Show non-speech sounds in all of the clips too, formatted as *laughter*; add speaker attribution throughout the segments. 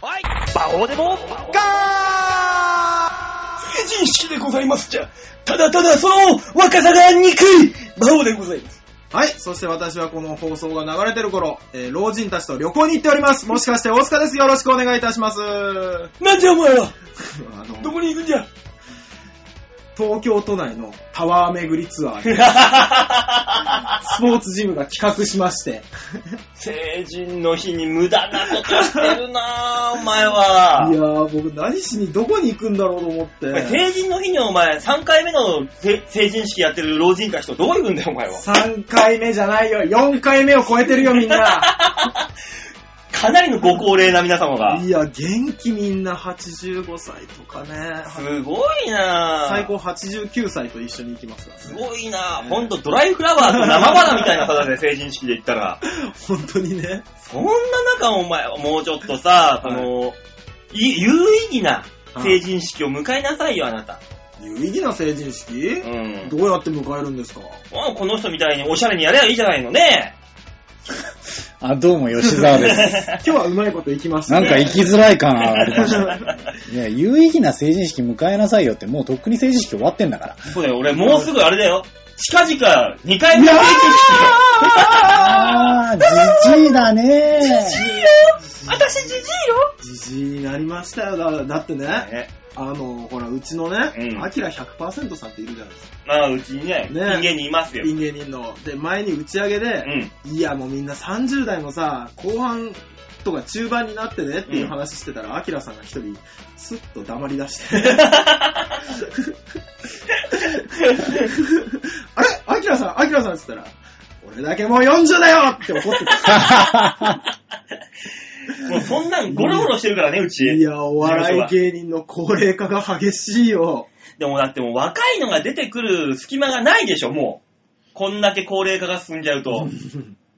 Speaker 1: こうでも、ガー
Speaker 2: 成人式でございますじゃ。ただただその若さが憎い魔王でございます。
Speaker 3: はい。そして私はこの放送が流れてる頃、えー老人たちと旅行に行っております。もしかして大塚です。よろしくお願いいたします。あ
Speaker 2: なんじゃお前はど
Speaker 3: の、
Speaker 2: こに行くんじゃ
Speaker 3: 東京都内のタワー巡りツアーに、スポーツジムが企画しまして、
Speaker 1: 成人の日に無駄なことして
Speaker 2: *laughs*
Speaker 1: るなぁ、お前
Speaker 3: いや
Speaker 1: は。
Speaker 3: ー、僕何しにどこに行くんだろうと思っ
Speaker 1: お前
Speaker 3: て、
Speaker 1: 成人の日にお前、3回目のせ成人式やってる老人たちとどういうんだよ、お
Speaker 2: *laughs*
Speaker 1: 前は。
Speaker 3: 3回目じゃないよ。4回目を超えてるよ、みんな。
Speaker 1: *laughs* かなりのご高齢な皆様が。
Speaker 3: いや、元気みんな85歳とかね。
Speaker 1: すごいなぁ。
Speaker 3: 最高89歳と一緒に行きますからね
Speaker 1: すごいなぁ。ほんと、ドライフラワーと生花みたいな肌で成人式で行ったら。
Speaker 3: 本当にね。
Speaker 1: そんな中、お前、もうちょっとさ、この、い有意義な成人式を迎えなさいよ、あなた。
Speaker 3: 有意義な成人式
Speaker 1: う、ん。
Speaker 3: どうやって迎えるんですか
Speaker 1: まあこの人みたいにおしゃれにやればいいじゃないのね。
Speaker 4: あ、どうも吉
Speaker 3: *laughs*
Speaker 4: 沢です。
Speaker 3: 今日はうまいこといきました
Speaker 4: な
Speaker 3: ね。
Speaker 4: んか生きづらい感ありま
Speaker 3: *laughs*
Speaker 4: した。いや、有意義な成人式迎えなさいよって、もうとっくに成人式終わってん
Speaker 3: *laughs*
Speaker 4: だから。
Speaker 1: *laughs* そうだよ、俺もうすぐあれだよ。近々2回目の成人式よ
Speaker 4: あー、じじい
Speaker 3: *laughs*
Speaker 4: だね
Speaker 1: 私じじいよ
Speaker 3: じじいになりましたよ。だだってね、
Speaker 1: ね
Speaker 3: あの、ほら、うちのね
Speaker 1: う、ん
Speaker 3: アキラ100%さんっているじゃないですか。
Speaker 1: まあうちにね、
Speaker 3: ね
Speaker 1: 人間にいますよ。
Speaker 3: ピン芸人の。で、前に打ち上げ
Speaker 1: う
Speaker 3: で、
Speaker 1: *laughs* ん。
Speaker 3: いや、もうみんな30代のさ、後半とか中盤になってねっていう話してたら、アキラさんが一人、スッと黙り出して。 *laughs* あれアキラさん、アキラさんって言ったら、俺だけもう40だよって怒ってた。
Speaker 1: もうそんなんゴロゴロしてるからね、うち。
Speaker 3: いや、お笑い芸人の高齢化が激しいよ。
Speaker 1: でもだってもう若いのが出てくる隙間がないでしょ、もう。こんだけ高齢化が進んじゃうと。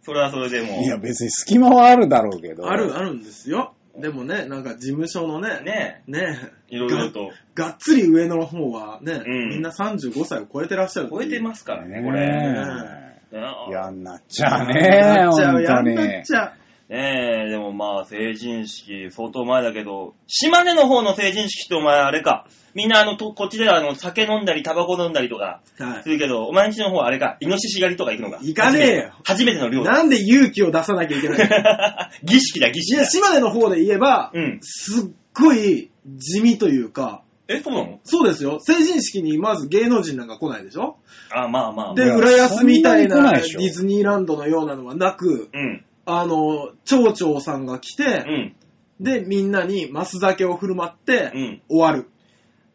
Speaker 1: それはそれでもう。
Speaker 4: いや、別に隙間はあるだろうけ
Speaker 3: *laughs*
Speaker 4: ど。
Speaker 3: ある、あるんですよ。でもね、なんか事務所のね、
Speaker 1: ね
Speaker 3: ね
Speaker 1: いろいろと。
Speaker 3: がっつり上の方はね、
Speaker 1: うん
Speaker 3: みんな35歳を超えてらっしゃる
Speaker 1: 超えて
Speaker 3: す。
Speaker 1: ますからね、これ。
Speaker 4: ね
Speaker 1: うん
Speaker 4: え。やんなっちゃうね
Speaker 3: やっちゃう、
Speaker 4: 本
Speaker 3: や
Speaker 4: 当
Speaker 3: ん
Speaker 4: に。
Speaker 3: なっちゃう。
Speaker 1: ねえ、でもまあ、成人式、相当前だけど、島根の方の成人式ってお前あれか。みんなあの、とこっちではあの、酒飲んだり、タバコ飲んだりとか、
Speaker 3: は
Speaker 1: するけど、お前んちの方はあれか、イノシシ狩りとか行くのか。
Speaker 3: 行かねえよ
Speaker 1: 初めて初めての
Speaker 3: い。
Speaker 1: 漁だ。
Speaker 3: なんで勇気を出さなきゃいけ
Speaker 4: *laughs*
Speaker 3: ない
Speaker 1: *laughs* 儀式だ、儀
Speaker 3: い
Speaker 1: 式
Speaker 3: や、
Speaker 1: だ。
Speaker 3: 島根の方で言えば、
Speaker 1: うん
Speaker 3: すっごい地味というか、
Speaker 1: え、そうなの
Speaker 3: そうですよ。成人式にまず芸能人なんか来ないでしょ
Speaker 1: あ、まあまあ。
Speaker 3: で、
Speaker 4: いや
Speaker 3: 浦安みたい
Speaker 4: そん
Speaker 3: な
Speaker 4: なに来な
Speaker 3: デ
Speaker 4: いでしょ
Speaker 3: ィズニーランドのようなのはなく、
Speaker 1: うん、
Speaker 3: あの、町長さんが来て、
Speaker 1: うん、
Speaker 3: で、みんなにマス酒を振る舞って、
Speaker 1: うん。
Speaker 3: 終わる。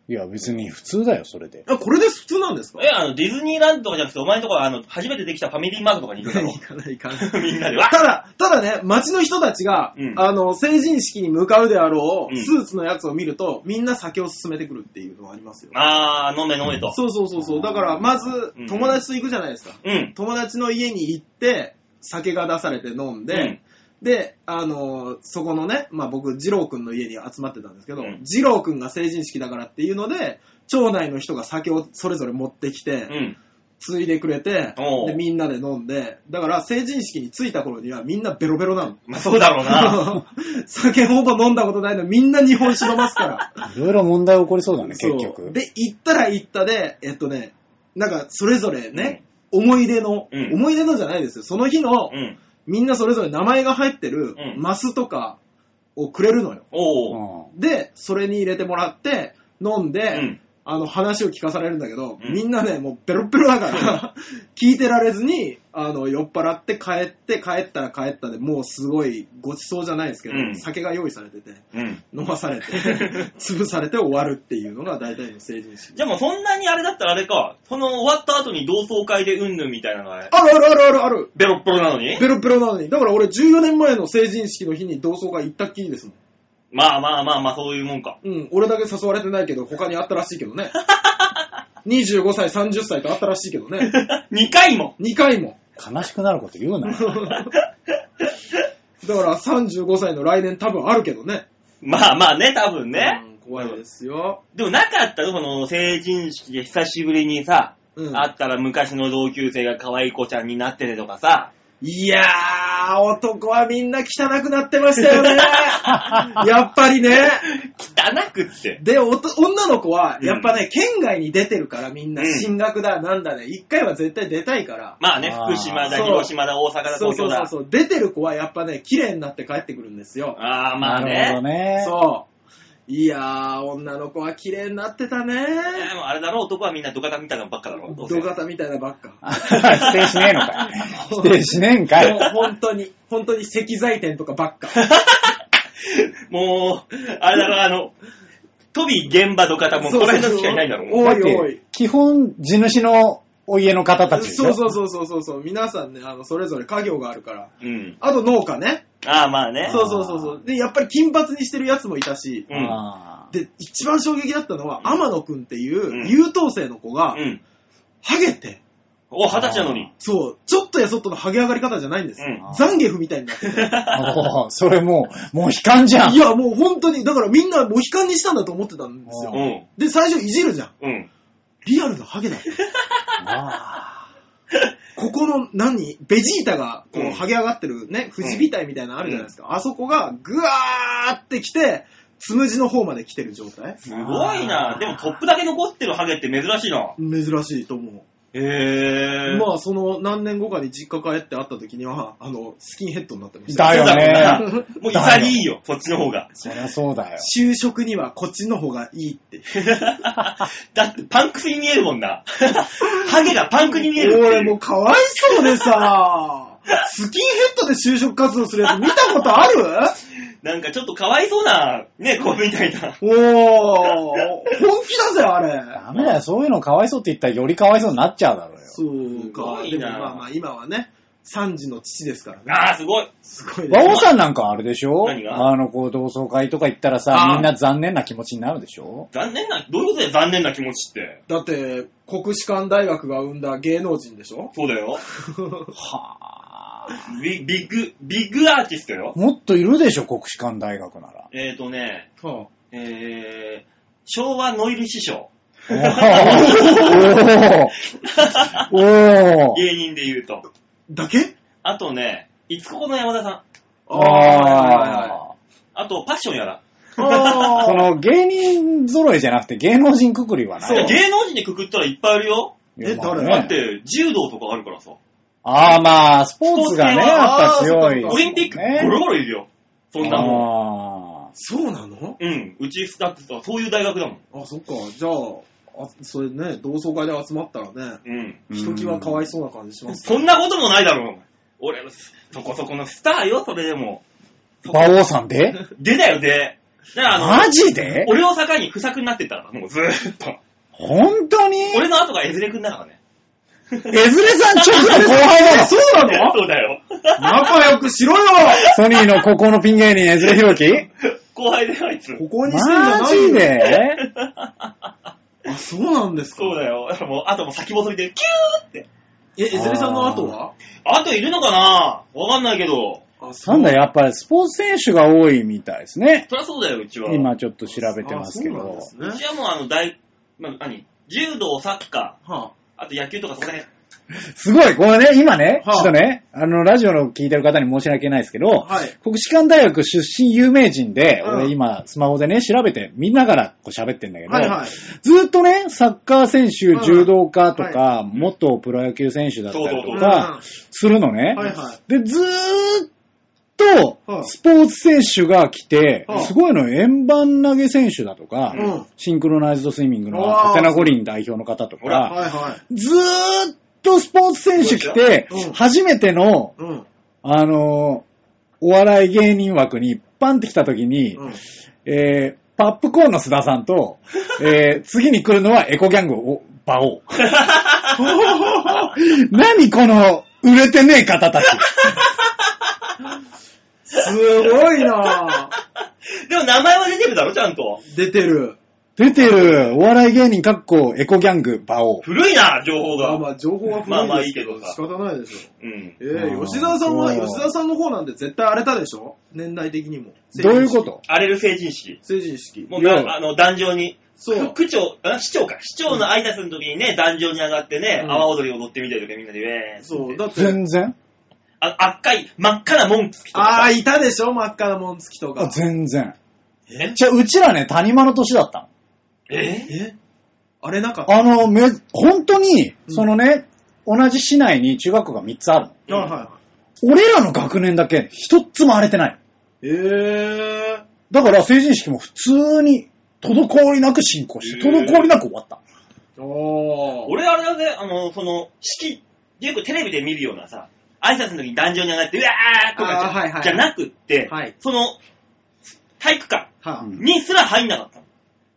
Speaker 4: いや、別に普通だよ、それで。
Speaker 3: あ、これで普通なんですか
Speaker 1: え、あの、ディズニーランドとかじゃなくて、お前のとこはあの、初めてできたファミリーマートとかに行くだろ
Speaker 3: 行。かない行か
Speaker 1: *laughs*
Speaker 3: ない。
Speaker 1: みんなで、わった
Speaker 3: だ、ただね、街の人たちが、
Speaker 1: うん
Speaker 3: あの、成人式に向かうであろう、
Speaker 1: うん
Speaker 3: スーツのやつを見ると、みんな酒を勧めてくるっていうのはありますよ。
Speaker 1: あー、飲め飲めと。
Speaker 3: そうそうそうそう。だから、まず
Speaker 1: うん、
Speaker 3: 友達と行くじゃないですか。
Speaker 1: うん。
Speaker 3: 友達の家に行って、酒が出されて飲んで、
Speaker 1: うん
Speaker 3: で、あのーそこのね、まあ僕、二郎くんの家に集まってたんですけど、
Speaker 1: うん
Speaker 3: 二郎くんが成人式だからっていうので、町内の人が酒をそれぞれ持ってきて、
Speaker 1: うん。
Speaker 3: ついでくれて
Speaker 1: おう、
Speaker 3: で、みんなで飲んで、だから成人式に着いた頃にはみんなベロベロなの。
Speaker 1: まあ、そうだろう
Speaker 3: *laughs*
Speaker 1: な。
Speaker 3: 酒ほど飲んだことないのみんな日本酒飲ますから。
Speaker 4: いろいろ問題起こりそうだね、結
Speaker 3: そう
Speaker 4: 局。
Speaker 3: で、行ったら行ったで、えっとね、なんかそれぞれね、思い出の、
Speaker 1: うん
Speaker 3: 思い出のじゃないですよ。その日の、
Speaker 1: うん。
Speaker 3: みんなそれぞれ名前が入ってる
Speaker 1: う、ん
Speaker 3: マスとかをくれるのよ。
Speaker 1: おー。
Speaker 4: う
Speaker 3: で、それに入れてもらって、飲んで、
Speaker 1: うん
Speaker 3: あの、話を聞かされるんだけど、
Speaker 1: うん
Speaker 3: みんなね、もうベロッベロだから、 *laughs* 聞いてられずに、あの、酔っ払って帰って、帰ったら帰ったで、もうすごいごちそうじゃないですけど、
Speaker 1: うん
Speaker 3: 酒が用意されてて、
Speaker 1: うん。
Speaker 3: 飲まさ *laughs* れて、潰されて終わるっていうのが大体の成人式。
Speaker 1: じゃあもうそんなにあれだったらあれか、その終わった後に同窓会でうんぬんみたいなのが
Speaker 3: あるあるあるあるある
Speaker 1: ベロッボロなのに
Speaker 3: ベロッベロなのに。だから俺14年前の成人式の日に同窓会行ったっきりですもん。
Speaker 1: まあまあまあまあそういうもんか。 *laughs*
Speaker 3: うん、俺だけ誘われてないけど、他にあったらしいけど *laughs* ね。25歳、30歳とあったらしいけどね。
Speaker 1: 2回も
Speaker 3: 2回も。
Speaker 4: ん。悲しくなること言うな。
Speaker 3: だから35歳の来年多分あるけどね。
Speaker 1: まあまあね、多分ね。
Speaker 3: うん怖いですよ。
Speaker 1: でもなかったのこの成人式で久しぶりにさ、
Speaker 3: うん
Speaker 1: あったら昔の同級生が可愛い子ちゃんになっててとかさ、
Speaker 3: いやー、男はみんな汚くなってましたよ *laughs* ね。やっぱりね。
Speaker 1: 汚くって。
Speaker 3: で、おと女の子は、
Speaker 1: うん
Speaker 3: やっぱね、県外に出てるからみんな
Speaker 1: うん
Speaker 3: 進学だ、なんだね、一回は絶対出たいから。
Speaker 1: まあね、
Speaker 4: あー
Speaker 1: 福島だ、
Speaker 3: そう
Speaker 1: 広島だ、大阪だ、
Speaker 3: そう
Speaker 1: 東京
Speaker 3: そうそ
Speaker 1: だ
Speaker 3: う。そう、出てる子はやっぱね、綺麗になって帰ってくるんですよ。
Speaker 1: ああ、まあ
Speaker 4: なるほど
Speaker 1: ね。
Speaker 4: ね。
Speaker 3: そう。いやー、女の子は綺麗になってたね。
Speaker 1: でもあれだろ、男はみんな土方みたいなのばっかだろ。どうせ
Speaker 3: 土方みたいなばっか。
Speaker 4: *laughs* 否定しねえ
Speaker 3: *laughs*
Speaker 4: のかい。否定しねえんか
Speaker 3: もう
Speaker 4: い。
Speaker 3: 本当に、本当に石材店とかばっか。
Speaker 1: もう、あれだろ、あの、トビ現場土方もうこの辺のしかいないだろ。もう
Speaker 3: 多
Speaker 4: だっ
Speaker 3: い多い
Speaker 4: て、基本、地主のお家の方たちでし
Speaker 3: そう
Speaker 4: ょ。
Speaker 3: そうそうそうそうそう。皆さんね、あの、それぞれ家業があるから。
Speaker 1: うん。
Speaker 3: あと農家ね。
Speaker 1: ああ、まあね。
Speaker 3: そうそうそうそう。で、やっぱり金髪にしてるやつもいたし。
Speaker 1: うん。うん。
Speaker 4: あー
Speaker 3: で、一番衝撃だったのは、天野くんってい
Speaker 1: うん
Speaker 3: う優等生の子が、ハゲて、
Speaker 1: お、二十歳なのに。
Speaker 3: そう、ちょっとやそっとのハゲ上がり方じゃないんですよ。
Speaker 1: うん
Speaker 3: ザンゲフみたいになってて。
Speaker 4: おー *laughs* それもう、もう悲観じゃん。
Speaker 3: いや、もう本当に、だからみんなモヒカンにしたんだと思ってたんです
Speaker 1: う
Speaker 3: よ。
Speaker 1: ん。
Speaker 3: で、最初いじるじゃん。
Speaker 1: うん。
Speaker 3: リアルなハゲだ。
Speaker 1: *laughs*
Speaker 4: あ
Speaker 3: ここの何、ベジータが、こ
Speaker 1: う
Speaker 3: う、
Speaker 1: ん
Speaker 3: ハゲ上がってるね、富士美体みたいなのあるじゃないですか。あそこが、ぐわーって来て、つむじの方まで来てる状態
Speaker 1: すごいな。でもトップだけ残ってるハゲって珍しいな。
Speaker 3: 珍しいと思
Speaker 1: へ
Speaker 3: う。
Speaker 1: え。
Speaker 3: まあ、その、何年後かに実家帰って会った時には、あの、スキンヘッドになってま
Speaker 4: ー
Speaker 3: した。
Speaker 4: だよね。
Speaker 1: もう潔いよ、そっちの方が。
Speaker 4: そりゃそうだよ。
Speaker 3: 就職にはこっちの方がいいって。
Speaker 1: *laughs* だってパンクに見えるもんな。 *laughs* ハゲがパンクに見えるっていう。
Speaker 3: 俺もうかわいそうでさ、スキンヘッドで就職活動するやつ見たことある
Speaker 1: なんかちょっとかわいそうな、ね、子みたい
Speaker 3: *laughs*
Speaker 1: な。
Speaker 3: おー、本気だぜ、あれ。
Speaker 4: ダメだよ、そういうのかわいそうって言ったらよりかわいそうになっちゃうだろうよ。
Speaker 3: そうか。
Speaker 1: すごい
Speaker 3: でも
Speaker 1: な
Speaker 3: まあまあ今はね、3児の父ですからね。
Speaker 1: ああ、すごい。
Speaker 3: すごいね。
Speaker 4: 和王さんなんかあれでしょ
Speaker 1: 何が
Speaker 4: あの、こう、同窓会とか行ったらさ
Speaker 1: あ、ー
Speaker 4: みんな残念な気持ちになるでしょ
Speaker 1: 残念な、どういうことだよ、残念な気持ちって。
Speaker 3: だって、国士舘大学が生んだ芸能人で
Speaker 1: *laughs*
Speaker 3: しょ
Speaker 1: そうだよ。
Speaker 4: はぁ。
Speaker 1: ビビッグ、ビッグアーティストよ。
Speaker 4: もっといるでしょ、国士舘大学
Speaker 3: *laughs*
Speaker 4: なら。 *laughs*
Speaker 1: えーとね、
Speaker 3: は
Speaker 1: えー、昭和ノイル師匠。
Speaker 4: おーおーおー
Speaker 1: 芸人で言うと。
Speaker 3: だけ
Speaker 1: あとね、いつここの山田さん。
Speaker 3: あー
Speaker 4: あ
Speaker 1: あと、パッションやら。
Speaker 4: ー。そ
Speaker 3: あ
Speaker 4: の芸人揃いじゃなくて芸能人くくりはないい
Speaker 1: や芸能人でくくったらいっぱいいるよ。
Speaker 4: いや
Speaker 3: え
Speaker 4: まあ
Speaker 3: 誰
Speaker 4: ね
Speaker 1: だって、柔道とかあるからさ。
Speaker 4: あーまあ、スポーツがね、
Speaker 1: スポーツ系
Speaker 4: やっ
Speaker 3: は
Speaker 4: ぱ強い。
Speaker 3: あー
Speaker 1: オリンピック、ゴロゴロいるよ。そんなもん。
Speaker 4: も
Speaker 3: そうなの
Speaker 1: うん。うち、だってさ、そういう大学だもん。
Speaker 3: あ、そっか。じゃあ、あそれね、同窓会で集まったらね、
Speaker 1: うん。
Speaker 4: ん。
Speaker 3: ひときわかわいそうな感じします。
Speaker 1: そんなこともないだろ、お前俺、そこそこのスターよ、それでも。
Speaker 4: 馬王さんで
Speaker 1: でだよ、で。だからあの、
Speaker 4: マジで
Speaker 1: 俺を境に不作になってったから、もうずーっと。
Speaker 4: 本当に
Speaker 1: 俺の後がエズレ君だからね。
Speaker 4: えずれさんちょっと後輩だろそうな
Speaker 1: *laughs* そうだよ。
Speaker 3: 仲良くしろよ
Speaker 4: ソニーの高校のピン芸人、えずれひろき
Speaker 1: 後輩だよ、あいつ。
Speaker 3: ここにしてんじゃないよ
Speaker 4: マジで
Speaker 3: あ、そうなんですか
Speaker 1: そうだよ。もう、あともう先細りで、キューって。
Speaker 3: え、えずれさんの後は
Speaker 1: あといるのかなわかんないけど。
Speaker 3: あ、そ
Speaker 4: なんだ、やっぱりスポーツ選手が多いみたいですね。
Speaker 1: そりゃそうだよ、うちは。
Speaker 4: 今ちょっと調べてますけ
Speaker 3: あそうなん
Speaker 4: ど
Speaker 3: で。すね
Speaker 1: うちはもうあの、大、まあ、何柔道、サッカー、
Speaker 3: は
Speaker 1: あと野球とかそこら辺。
Speaker 4: すごい、これね、今ね、ち
Speaker 3: はあ
Speaker 4: ょっとね、あの、ラジオの聞いてる方に申し訳ないですけ
Speaker 3: あ、
Speaker 4: ど、
Speaker 3: はい。
Speaker 4: 国士舘大学出身有名人で、
Speaker 3: うん
Speaker 4: 俺今、スマホでね、調べて、見ながらこう喋ってんだけど、
Speaker 3: はいはい。
Speaker 4: ずっとね、サッカー選手
Speaker 3: う、ん
Speaker 4: 柔道家とか、
Speaker 1: い
Speaker 4: 元プロ野球選手だったり
Speaker 1: そ
Speaker 4: と
Speaker 1: う
Speaker 4: か、するのね。
Speaker 3: うんはいはい。
Speaker 4: で、ずーっと
Speaker 3: は、い
Speaker 4: スポーツ選手が来て
Speaker 3: は、い
Speaker 4: すごいのよ、円盤投げ選手だとか
Speaker 3: うん、
Speaker 4: シンクロナイズドスイミング
Speaker 3: う
Speaker 4: の
Speaker 3: わー
Speaker 4: アテナ五輪代表の方と
Speaker 1: ほら
Speaker 4: か、
Speaker 3: はいはい。
Speaker 4: ずーっとスポーツ選手
Speaker 3: そ
Speaker 4: 来て
Speaker 3: うですようん、
Speaker 4: 初めての、
Speaker 3: うん。
Speaker 4: あのー、お笑い芸人枠に、パンって来た時に、
Speaker 3: うん。
Speaker 4: えー、パップコーンの須田さんと、え
Speaker 3: *laughs*
Speaker 4: ー、次に来るのはエコギャングを、馬王。何この、売れてねえ方たち。
Speaker 3: すごい
Speaker 4: *laughs*
Speaker 3: なぁ。
Speaker 1: でも名前は出てるだろ、ちゃんと。
Speaker 3: 出てる。
Speaker 4: 出てる、お笑い芸人かっこ、エコギャング、馬王。
Speaker 1: 古いな、情報
Speaker 3: ま
Speaker 1: が。
Speaker 3: あまあ、情報は
Speaker 1: まあまあ
Speaker 3: 古
Speaker 1: い
Speaker 3: い
Speaker 1: い
Speaker 3: で
Speaker 1: け
Speaker 3: すけ
Speaker 1: ど
Speaker 3: ど、
Speaker 1: さ
Speaker 3: 仕方ないでしょ。
Speaker 1: うん。
Speaker 3: え
Speaker 4: あ
Speaker 3: ー、
Speaker 4: ー
Speaker 3: 吉沢さんは、
Speaker 4: そう
Speaker 3: 吉沢さんの方なんて絶対荒れたでしょ年代的にも。
Speaker 4: どういうこと
Speaker 1: 荒れる成人式。
Speaker 3: 成人式。
Speaker 1: もう
Speaker 4: い
Speaker 1: な、
Speaker 4: や
Speaker 1: あの、壇上に、
Speaker 3: そう。
Speaker 1: 区区長、あ市長か、市長の挨拶の時にね、壇上に上がってね、
Speaker 3: うん
Speaker 1: 阿波踊り踊ってみたりとかみんなでウェーンって
Speaker 3: そう。だって、
Speaker 4: 全然。
Speaker 1: あ赤い、真っ赤なモンツキと
Speaker 3: あ
Speaker 1: か。
Speaker 3: あ、いたでしょ真っ赤なもんつきと
Speaker 4: あ、
Speaker 3: か。
Speaker 4: 全然。
Speaker 1: え
Speaker 4: じゃあ、うちらね、谷間の年だったの。
Speaker 1: え
Speaker 3: えあれなかった
Speaker 4: あの、め、本当に、
Speaker 3: うん
Speaker 4: そのね、同じ市内に中学校が3つあるの。
Speaker 1: うん
Speaker 3: はいは
Speaker 4: 俺らの学年だけ一つも荒れてない。
Speaker 3: い。えー。
Speaker 4: だから成人式も普通に滞りなく進行して、
Speaker 1: へー
Speaker 4: 滞りなく終わった。
Speaker 3: おー。
Speaker 1: 俺あれだね、あの、その、式、よくテレビで見るようなさ、挨拶の時に壇上に上がって、うわーとかじゃ,、
Speaker 3: あーはいはい
Speaker 1: じゃなくって、
Speaker 3: はい
Speaker 1: その、体育館
Speaker 3: は
Speaker 4: うん
Speaker 1: にすら入んなかったの。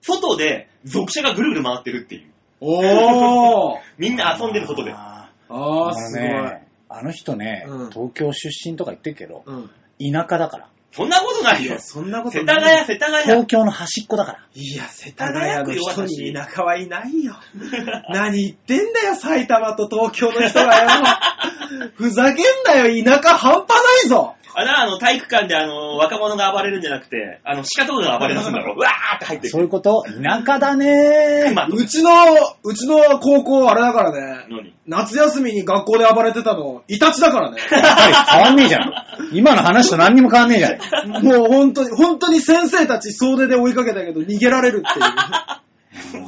Speaker 1: 外で、属者がぐるぐる回ってるっていう。
Speaker 4: *laughs*
Speaker 3: おー。
Speaker 1: みんな遊んでる外で。
Speaker 4: あ
Speaker 3: あ
Speaker 4: ー
Speaker 3: ー、
Speaker 4: あの
Speaker 3: す
Speaker 4: ね、あの人ね、
Speaker 3: うん
Speaker 4: 東京出身とか言ってるけど、
Speaker 3: ごい。うん。
Speaker 4: 田舎だから。
Speaker 1: そんなことない
Speaker 3: い
Speaker 1: よ
Speaker 3: や、。そんなこと
Speaker 1: 世
Speaker 3: な
Speaker 1: 田
Speaker 3: い。
Speaker 1: 谷、世田谷
Speaker 4: 東。京の端っこだから。
Speaker 3: いや、世田谷の人に田舎はいないよ。
Speaker 1: い
Speaker 3: 何言ってんだよ、埼玉と東京の人が
Speaker 4: *laughs*
Speaker 3: よ。ふざけんなよ、田舎半端ないぞ。
Speaker 1: あなあの、体育館であの、若者が暴れるんじゃなくて、あの、鹿とかが暴れ出すんだ *laughs* ろ。うわーって入って
Speaker 4: そ
Speaker 1: く
Speaker 4: うい
Speaker 1: る。
Speaker 4: うこと、田舎だねー。
Speaker 1: 熊と
Speaker 3: うちの、うちの高校、あれだからね。
Speaker 1: 何
Speaker 3: 夏休みに学校で暴れてたの、イタチだからね。
Speaker 4: やっぱり変わんねえじゃん。今の話と何にも変わんねえじゃん。
Speaker 3: もう本当に、本当に先生たち総出で追いかけたけど、逃げられるっ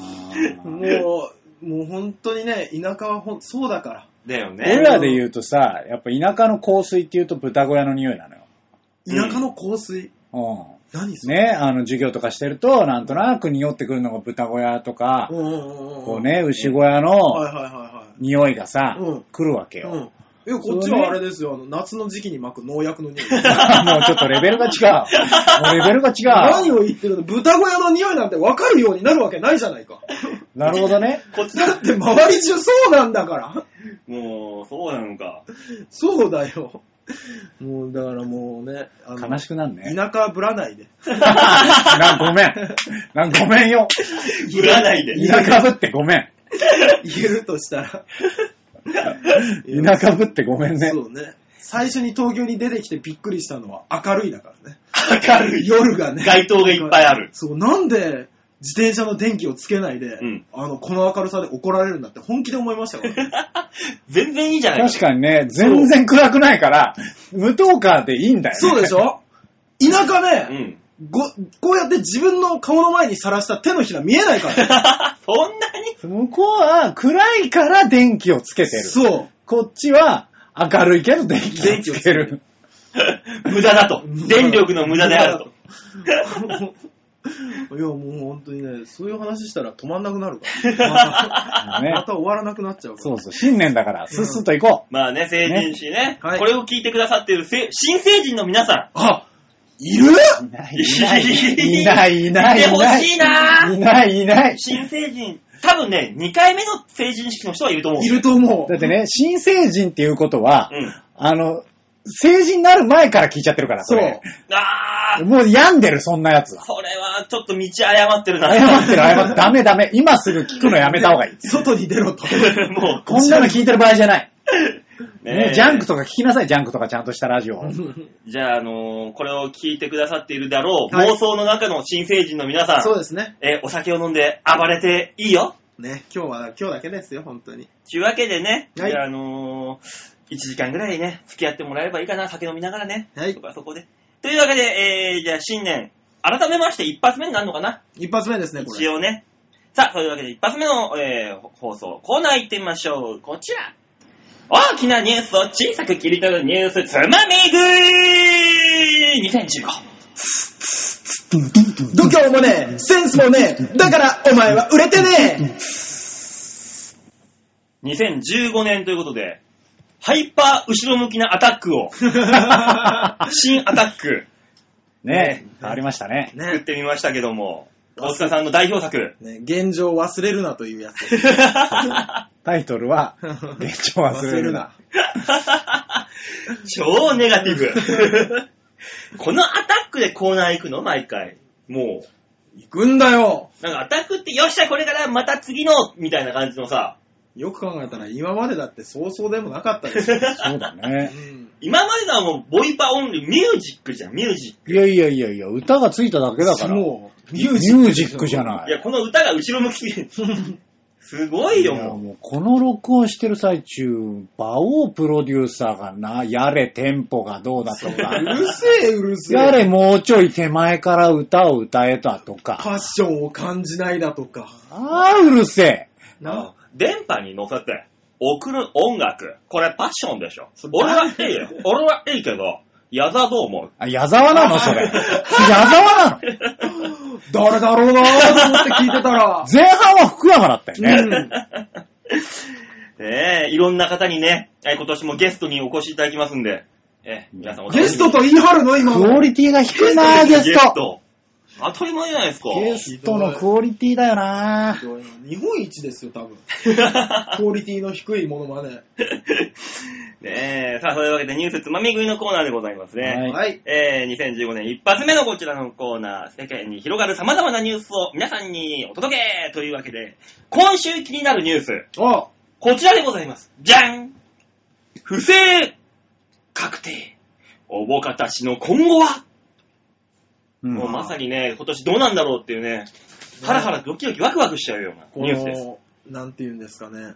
Speaker 4: うん
Speaker 3: ていう。 *laughs* もう、もう本当にね、田舎はほんそうだから。
Speaker 1: だよ
Speaker 4: 俺
Speaker 1: ね。
Speaker 4: らで言うとさ、やっぱ田舎の香水って言うと豚小屋の匂いなのよ。
Speaker 3: 田舎の香水。
Speaker 4: うん。
Speaker 3: 何それ。
Speaker 4: ね、あの、授業とかしてると、なんとなく匂ってくるのが豚小屋とか、
Speaker 3: うんうんうんうん
Speaker 4: こう。ね、牛小屋
Speaker 3: はい
Speaker 4: の
Speaker 3: はいはいはい。
Speaker 4: 匂いがさ、
Speaker 3: うん
Speaker 4: 来るわけよ。
Speaker 3: う
Speaker 4: *laughs* も
Speaker 3: ん。いや、こっちはあれですよ、あの、夏の時期に巻く農薬の匂い。
Speaker 4: うちょっとレベルが違う。もうレベルが違
Speaker 3: 何
Speaker 4: う。
Speaker 3: を言ってるの豚小屋の匂いなんて分かるようになるわけないじゃない *laughs* か。
Speaker 4: なるほどね。
Speaker 1: こっち
Speaker 3: だ
Speaker 1: だ
Speaker 3: っ。て周り中そうなんだから。
Speaker 1: もう、そうなのか。
Speaker 3: そうだよ。もう、だからもうね、あの
Speaker 4: 悲しくなんね。
Speaker 3: 田舎ぶらないで。
Speaker 4: なんごめん。なんごめんよ。
Speaker 1: ぶらないで。
Speaker 4: 田舎ぶってごめん。
Speaker 1: *laughs*
Speaker 3: 言えるとしたら。
Speaker 4: 田舎ぶってごめんね。
Speaker 3: そうね。最初に東京に出てきてびっくりしたのは明るいだからね。
Speaker 1: 明るい。
Speaker 3: 夜がね。
Speaker 1: 街灯がいっぱいある。
Speaker 3: そう、なんで自転車の電気をつけないで、
Speaker 1: うん
Speaker 3: あの、この明るさで怒られるんだって本気で思い
Speaker 1: *laughs*
Speaker 3: ましたからね。
Speaker 1: *laughs* 全然いいじゃない
Speaker 4: 確かにね、全然暗くないから、無灯火でいいんだよね。
Speaker 3: そうでしょ田舎ね、
Speaker 1: うん。
Speaker 3: ご、こうやって自分の顔の前にさらした手のひら見え
Speaker 1: *laughs*
Speaker 3: ないから。
Speaker 1: *laughs* そんなに *laughs*
Speaker 4: 向こうは暗いから電気をつけてる。
Speaker 3: そ
Speaker 4: こっちは明るいけど電気をつける。
Speaker 1: 無駄だと。
Speaker 3: う。
Speaker 1: 電力の無駄で *laughs* あると。
Speaker 3: 無駄だ *laughs* と。いや、もう本当にね、そういう話したら止まんなく
Speaker 1: *laughs*
Speaker 3: なるから。また
Speaker 4: ね
Speaker 3: また終わらなくなっちゃうから。
Speaker 4: そうそう、新年だから、スッスッと行こ
Speaker 1: まあね、成人誌ね。
Speaker 3: はい
Speaker 1: これを聞いてくださっているせ新成人の皆さ
Speaker 3: あいる
Speaker 4: う。いない、いない、いない、いない。
Speaker 1: いてほしいない
Speaker 4: ない、いない
Speaker 1: ん、。新成人、多分ね、2回目の成人式の人はいると思う。
Speaker 3: いると思う
Speaker 4: だっ。てね、新成人っていうことは、
Speaker 1: うん。
Speaker 4: あの、成人になる前から聞いちゃってるから、
Speaker 3: そ。
Speaker 4: そうれ。
Speaker 1: あー、
Speaker 4: もう病んでる、そんなやつは。
Speaker 1: それはちょっと道誤ってるな。
Speaker 4: 謝ってる、謝ってる。ダメダメ。今すぐ聞くのやめた方がいい。
Speaker 3: 外に出ろと。
Speaker 1: *laughs* も
Speaker 4: こんなの聞いてる場合じゃない。
Speaker 1: う、
Speaker 4: ね、ジャンクとか聞きなさい、ジャンクとかちゃんとしたラジオ。
Speaker 1: じゃあ、あのーこれを聞いてくださっているだろう、
Speaker 3: はい
Speaker 1: 妄想の中の新成人の皆さん、
Speaker 3: そうですね。
Speaker 1: えーお酒を飲んで暴れていいよ。
Speaker 3: ね、今日は、今日だけですよ、本当に。
Speaker 1: というわけでね、
Speaker 3: はい
Speaker 1: じゃあ、あのー、1時間ぐらいね、付き合ってもらえればいいかな、酒飲みながらね。
Speaker 3: はい
Speaker 1: そこはそこで。というわけで、えー、じゃあ、新年、改めまして一発目になるのかな、
Speaker 3: 一発目ですね、こ
Speaker 1: 一
Speaker 3: れ。
Speaker 1: 応ね。さあ、というわけで一発目の、えー放送、コーナー行ってみましょう。こちら。大きなニュースを小さく切り取るニュースつまみ食い !2015。
Speaker 3: 度胸もねえ、センスもねえ、だからお前は売れてね
Speaker 1: 2015年ということで、ハイパー後ろ向きなアタック
Speaker 3: *laughs*
Speaker 1: を、
Speaker 4: *laughs*
Speaker 1: 新アタック。
Speaker 4: ね変わりましたね。
Speaker 3: え
Speaker 1: 作っ
Speaker 3: ね
Speaker 1: てみましたけども、大塚さんの代表作。 *laughs*
Speaker 3: ね現状を忘れるなというやつ。
Speaker 4: タイトルは、現状忘れるな。
Speaker 1: 超ネガティブ。 *laughs* このアタックでコーナー行くの毎回。も
Speaker 3: 行くんだよ
Speaker 1: う。なんかアタックって、よっしゃ、これからまた次のみたいな感じのさ、
Speaker 3: よく考えたら今までだってそうそうでもなかったでしょ。
Speaker 4: そうだね。
Speaker 1: 今までのはもうボイパーオンリー、ミュージックじゃん、ミュージッ
Speaker 4: いやいやいやいや、歌がついただけだから。
Speaker 3: もう、
Speaker 4: ミュージックじゃな
Speaker 1: *laughs*
Speaker 4: い
Speaker 1: ク。いや、この歌が後ろ向き。すごいよ、
Speaker 4: いや
Speaker 1: もう。
Speaker 4: もうこの録音してる最中、馬王プロデューサーがな、やれテンポがどう
Speaker 3: *laughs*
Speaker 4: だと
Speaker 3: う
Speaker 4: か、
Speaker 3: るせえ、うるせえ。
Speaker 4: やれもうちょい手前から歌を歌えたと
Speaker 3: フ
Speaker 4: か、
Speaker 3: ァッションを感じないだとか。
Speaker 4: ああ、うるせえ。
Speaker 3: な、
Speaker 1: 電波に乗せて送る音楽。これパッションでしょ
Speaker 3: そ。れ
Speaker 1: 俺はいいよ。俺はいいけど、矢沢どう思う
Speaker 4: あ矢沢なのそれ。矢沢なの。
Speaker 3: 誰だろうなーと思って聞いてたら
Speaker 4: 前半は福山だったよね。
Speaker 3: うん。
Speaker 1: ねえ、いろんな方にね、え今年もゲストにお越しいただきますんで、え皆 *laughs* さんお楽しみ
Speaker 3: ゲ
Speaker 1: に
Speaker 3: ストと言い張るの今の。
Speaker 4: クオリティが低いなゲスト。。
Speaker 1: 当たり前じゃないですか。
Speaker 4: ゲストのクオリティだよな
Speaker 3: 日本一ですよ、多分。クオリティの低いものまで。
Speaker 1: *laughs* ねえ、さあ、そういうわけでニュースつまみ食いのコーナーでございますね。
Speaker 4: はい
Speaker 3: はい。
Speaker 1: えー、2015年一発目のこちらのコーナー、世間に広がる様々なニュースを皆さんにお届けというわけで、今週気になるニュース、
Speaker 3: あ、
Speaker 1: こちらでございます。じゃん不正確定。おぼかたちの今後は、
Speaker 4: うん
Speaker 1: もうまさにね、今年どうなんだろうっていうね、ハラハラドキドキワクワクしちゃうよう
Speaker 3: こ
Speaker 1: なニュースです。
Speaker 3: の、なんて言うんですかね。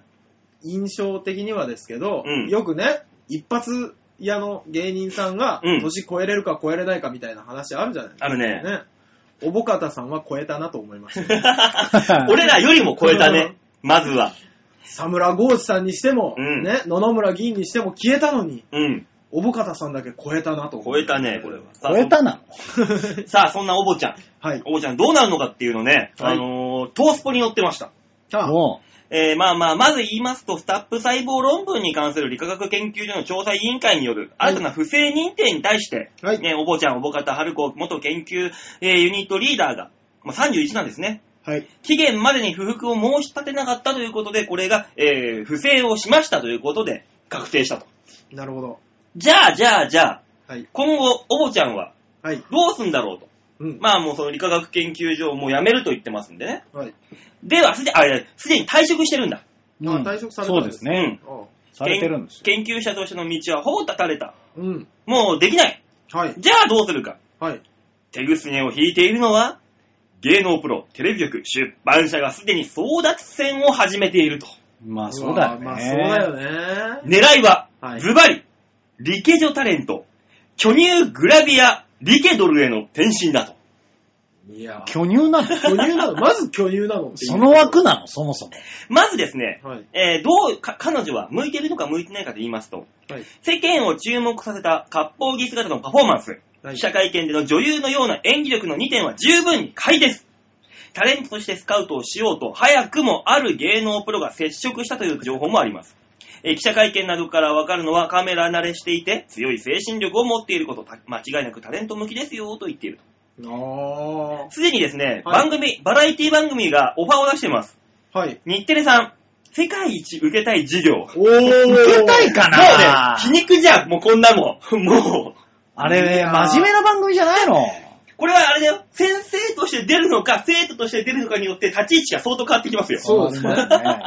Speaker 3: 印象的にはですけど、
Speaker 1: うん
Speaker 3: よくね、一発屋の芸人さんが、
Speaker 1: うん
Speaker 3: 年超えれるか超えれないかみたいな話あるじゃないです
Speaker 1: あの
Speaker 3: か。
Speaker 1: *laughs* ね、
Speaker 3: ね。おぼかたさんは超えたなと思い
Speaker 1: *laughs*
Speaker 3: ました。
Speaker 4: *laughs*
Speaker 1: 俺らよりも超えたね、 *laughs* まずは。
Speaker 3: サムラゴーチさんにしても、
Speaker 1: うん
Speaker 3: ね、野々村議員にしても消えたのに、
Speaker 1: うん、
Speaker 3: おぼかたさんだけ超えたなと思
Speaker 1: 超
Speaker 3: い
Speaker 1: え
Speaker 3: ました
Speaker 1: たね、これは。
Speaker 4: 超えたな
Speaker 1: さあ、そんなおぼちゃん。
Speaker 3: *laughs* はい。
Speaker 1: おぼちゃんどうなるのかっていうのね、
Speaker 3: はい
Speaker 1: あのー、トースポに載ってました。
Speaker 4: の。も
Speaker 1: えー、まあまあ、まず言いますと、スタップ細胞論文に関する理化学研究所の調査委員会による
Speaker 3: はい
Speaker 1: 新たな不正認定に対して、
Speaker 3: はい
Speaker 1: ね、おぼちゃん、おぼかた、はるこ、元研究、えーユニットリーダーが、まあ、31なんですね。
Speaker 3: はい。
Speaker 1: 期限までに不服を申し立てなかったということで、これが、えー不正をしましたということで、確定したと。
Speaker 3: なるほど。
Speaker 1: じゃあ、じゃあ、じゃあ、
Speaker 3: はい。
Speaker 1: 今後、おぼちゃんは
Speaker 3: はい。
Speaker 1: どうすんだろうと。
Speaker 3: うん。
Speaker 1: まあもうその理化学研究所をもう辞めると言ってますんでね。
Speaker 3: はい。
Speaker 1: では、すで、あ、いやすでに退職してるんだ。
Speaker 4: う、
Speaker 3: あ
Speaker 4: うん
Speaker 3: 退職された
Speaker 4: そ
Speaker 3: ん
Speaker 4: う
Speaker 3: で
Speaker 4: ですす
Speaker 1: う
Speaker 4: ね。
Speaker 1: ん。
Speaker 3: あ
Speaker 4: されてるんですよ。
Speaker 1: 研究者としての道はほぼ断たれた。
Speaker 3: うん。
Speaker 1: もうできない。
Speaker 3: はい。
Speaker 1: じゃあどうするか。
Speaker 3: はい。
Speaker 1: 手ぐすねを引いているのは、芸能プロ、テレビ局、出版社がすでに争奪戦を始めていると。
Speaker 4: まあそうだよね。
Speaker 3: まあそうだよね。
Speaker 1: 狙いは
Speaker 3: は、い
Speaker 1: ズバリ、リケ女タレント、巨乳グラビア、リケドルへの転身だと。
Speaker 3: いや
Speaker 4: 巨乳なの
Speaker 3: 巨乳
Speaker 4: *laughs*
Speaker 3: なのまず巨乳なのっていう
Speaker 4: その枠なのそもそも。
Speaker 1: まずですね、
Speaker 3: はい。
Speaker 1: えーどうか、彼女は向いているのか向いてないかと言いますと、
Speaker 3: はい。
Speaker 1: 世間を注目させた割烹着姿のパフォーマンス、
Speaker 3: はい
Speaker 1: 記者会見での女優のような演技力の2点は十分に買いです。タレントとしてスカウトをしようと、早くもある芸能プロが接触したという情報もあります。えー記者会見などからわかるのはカメラ慣れしていて、強い精神力を持っていること、た間違いなくタレント向きですよ、と言っていると。
Speaker 3: あ
Speaker 1: すでにですね、
Speaker 3: はい
Speaker 1: 番組、バラエティ番組がオファーを出しています。
Speaker 3: ー。はい。
Speaker 1: 日テレさん、世界一受けたい事業。もう
Speaker 3: おー。
Speaker 4: 受けたいかな
Speaker 1: ね、皮肉じゃん、もうこんなもん。 *laughs* もう。
Speaker 4: あれ
Speaker 3: い
Speaker 4: ね、
Speaker 3: やー
Speaker 4: 真面目な番組じゃないの。
Speaker 1: これはあれだよ、先生として出るのか、生徒として出るのかによって立ち位置が相当変わってきますよ。
Speaker 3: そうですね
Speaker 4: あれだよね。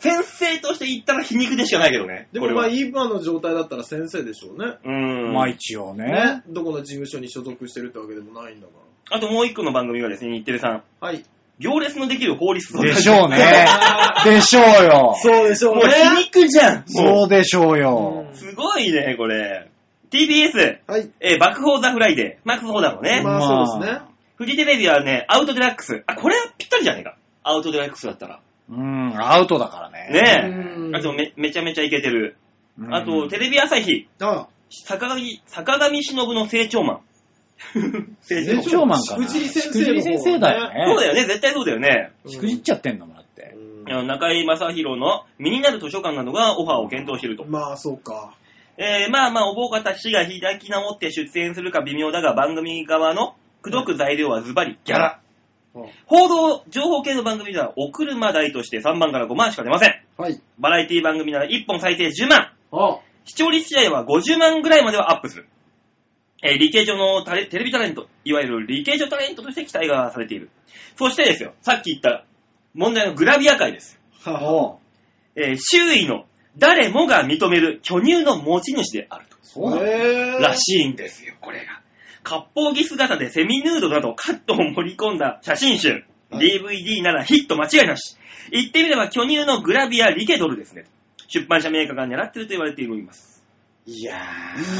Speaker 1: 先生として言ったら皮肉でしかないけどね。
Speaker 3: で
Speaker 1: こ
Speaker 3: も
Speaker 1: れ
Speaker 3: ま
Speaker 1: は
Speaker 3: あ
Speaker 1: う
Speaker 3: 今の状態だったら先生でしょうね。
Speaker 1: ーん。
Speaker 4: まあ一応ね。
Speaker 3: ね。どこの事務所に所属してるってわけでもないんだか
Speaker 1: あともう一個の番組がですね、日テレさん。
Speaker 3: ら。はい。
Speaker 1: 行列のできる法律相談
Speaker 4: で
Speaker 1: *laughs*
Speaker 4: しょうね。でしょうよ。
Speaker 3: そうでしょ
Speaker 1: もう皮肉じゃん。
Speaker 4: そ
Speaker 1: も
Speaker 4: うでしょう
Speaker 3: う
Speaker 4: よ
Speaker 1: う。
Speaker 3: ん。
Speaker 1: すごいね、これ。TBS、
Speaker 3: はい。
Speaker 1: えー、バックホーザフライデー。マックスホーだろうね。
Speaker 3: まあそうですね。
Speaker 1: フジテレビはね、アウトデラックス。あ、これはぴったりじゃねえか。アウトデラックスだったら。
Speaker 4: うん、アウトだからね。
Speaker 1: ねえ。
Speaker 3: うん
Speaker 1: あとめ、めちゃめちゃイケてる。
Speaker 4: うん
Speaker 1: あと、テレビ朝日。
Speaker 3: あ、
Speaker 1: 坂上、坂上忍の成 *laughs* 長マン。成
Speaker 4: 成長マンかな。
Speaker 3: しくじり先生の方
Speaker 4: しくじり先生だ
Speaker 1: そう
Speaker 4: よ
Speaker 1: だ
Speaker 4: ね。
Speaker 1: よね、絶対そうだよね。
Speaker 4: しくじっちゃってんだもんだって。
Speaker 3: うん
Speaker 1: あの中井正宏の身になる図書館などがオファーを検討していると。
Speaker 3: まあそうか。
Speaker 1: えー、まあまあ、お坊方氏が開き直って出演するか微妙だが、番組側の口説く材料はズバリギャラ。
Speaker 3: うん
Speaker 1: 報道、情報系の番組では、お車代として3万から5万しか出ません。
Speaker 3: はい。
Speaker 1: バラエティ番組なら1本最低10万。
Speaker 3: あ、
Speaker 1: 視聴率試合は50万ぐらいまではアップする。えー理系上のタレテレビタレント、いわゆる理系上タレントとして期待がされている。そしてですよ、さっき言った問題のグラビア界です。
Speaker 3: はあ
Speaker 1: えー周囲の誰もが認める巨乳の持ち主であると。
Speaker 4: そうだね。
Speaker 3: えー
Speaker 1: らしいんですよ、これが。割烹着姿でセミヌードなどカットを盛り込んだ写真集。 DVD ならヒット間違いなし。言ってみれば巨乳のグラビアリケドルですね。出版社メーカーが狙ってると言われています。
Speaker 2: いや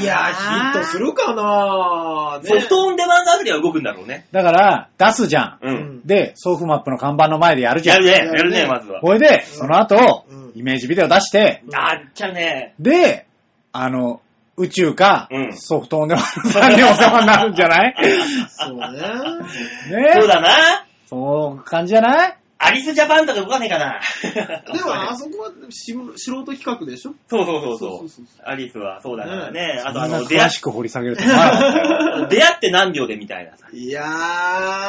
Speaker 3: いやー、ヒットするかなー
Speaker 1: ソフトオンデマンドあたりは動くんだろうね。
Speaker 4: だから、出すじゃん。
Speaker 1: う。
Speaker 3: うんん。
Speaker 4: で、ソーフマップの看板の前でやるじゃ
Speaker 1: や
Speaker 4: ん。
Speaker 1: るね、
Speaker 3: や
Speaker 1: や
Speaker 3: る
Speaker 1: る
Speaker 3: ね
Speaker 1: ね、まずは。
Speaker 4: これで、その後、
Speaker 3: うん
Speaker 4: イメージビデオ出して、
Speaker 1: あっちゃね。
Speaker 4: で、あの、宇宙か、
Speaker 1: うん
Speaker 4: ソフトオンデマンドにお世話になるんじ
Speaker 1: *laughs*
Speaker 4: ゃない
Speaker 3: そうね。
Speaker 4: ね
Speaker 1: そうだな。
Speaker 4: そう感じじゃない
Speaker 1: アリスジャパンとか動かねえかな。
Speaker 3: でも、あそこはし素人企画でしょ
Speaker 1: *laughs* そうそうそうそ
Speaker 3: そううそうそ。
Speaker 1: アリスはそうだから
Speaker 3: ね
Speaker 1: ね。あと
Speaker 4: そ
Speaker 1: あ
Speaker 4: んな
Speaker 1: の、出会
Speaker 4: 詳しく掘り下げる
Speaker 1: *laughs*
Speaker 4: とは
Speaker 1: 出会って何秒でみたいなさ。
Speaker 3: いや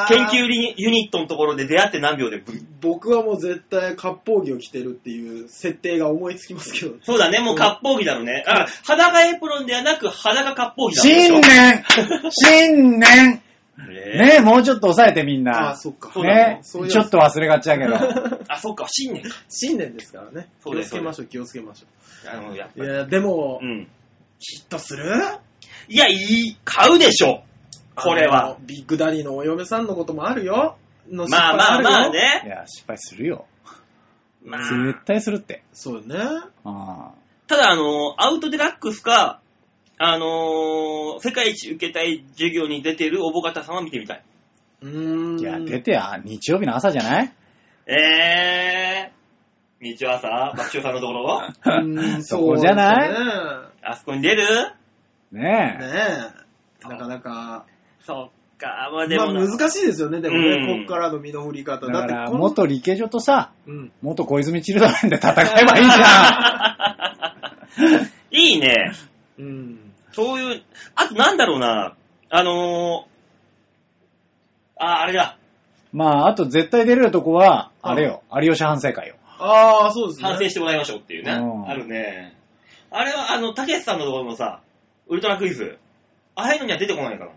Speaker 3: ー。
Speaker 1: 研究ユニットのところで出会って何秒でぶ
Speaker 3: 僕はもう絶対割烹着を着てるっていう設定が思いつきますけど。
Speaker 1: そうだね、もう割烹着だろうね。あ、裸エプロンではなく裸割烹着だろうでしょ
Speaker 4: 新年新年
Speaker 1: ね
Speaker 4: ねもうちょっと抑えてみん
Speaker 3: ああ、
Speaker 4: な。
Speaker 3: そっか。
Speaker 1: そうだ
Speaker 4: ねち
Speaker 3: そういう
Speaker 4: ょっと忘れがちだけ
Speaker 1: *laughs*
Speaker 4: ど。
Speaker 1: あ、そっか、新年か。
Speaker 3: 新年ですからね。
Speaker 1: そ
Speaker 3: 気
Speaker 1: う
Speaker 3: を
Speaker 1: です
Speaker 3: つけましょう、気をつけましょ
Speaker 1: あの、やっぱ
Speaker 3: う。い
Speaker 1: り。
Speaker 3: や、でも
Speaker 1: う、ん。
Speaker 3: ヒットする
Speaker 1: いや、いい、買うでしょ。これは
Speaker 3: あ。の。ビッグダディのお嫁さんのこともあるよ。の
Speaker 1: まあまあまあ。
Speaker 3: 失敗るよ
Speaker 4: い
Speaker 1: ね。
Speaker 4: や、失敗するよ。
Speaker 1: まあ、
Speaker 4: 絶対するって。
Speaker 3: そうね。
Speaker 4: ああ
Speaker 1: ただ、あの、アウトデラックスか、あのー世界一受けたい授業に出てるおぼかたさんは見てみたい。
Speaker 3: うーん。
Speaker 4: いや、出てや、日曜日の朝じゃない
Speaker 1: えー、日曜朝、爆笑さんのところ
Speaker 3: う
Speaker 4: *laughs*
Speaker 3: ーん、
Speaker 4: そこじゃない
Speaker 3: そう
Speaker 1: あそこに出る
Speaker 4: ね
Speaker 3: です
Speaker 4: え。
Speaker 3: ねねえ。なかなか。
Speaker 1: そっか、まあで
Speaker 3: ま
Speaker 1: も
Speaker 3: あ
Speaker 1: な、
Speaker 3: 難しいですよね、でもね、
Speaker 1: うん
Speaker 3: こっからの身の振り方。だ
Speaker 4: だ
Speaker 3: っ
Speaker 4: か
Speaker 3: て
Speaker 4: ら、
Speaker 3: こん、
Speaker 4: 元理系女とさ、
Speaker 3: うん。
Speaker 4: 元小泉チルドレンで戦えばいいじ
Speaker 3: *laughs*
Speaker 4: ゃ
Speaker 1: *laughs*
Speaker 4: ん。
Speaker 1: いいね。
Speaker 3: うん。
Speaker 1: そういう、あとなんだろうな、あのー、あ、あれだ、
Speaker 4: まあ、あと絶対出れるとこは、あれよ、有吉反省会よ。
Speaker 3: ああ、そうですね。
Speaker 1: 反省してもらいましょうっていうね。
Speaker 4: うん
Speaker 1: あるね。あれは、あの、たけしさんのところのさ、ウルトラクイズ、ああいうのには出てこないから。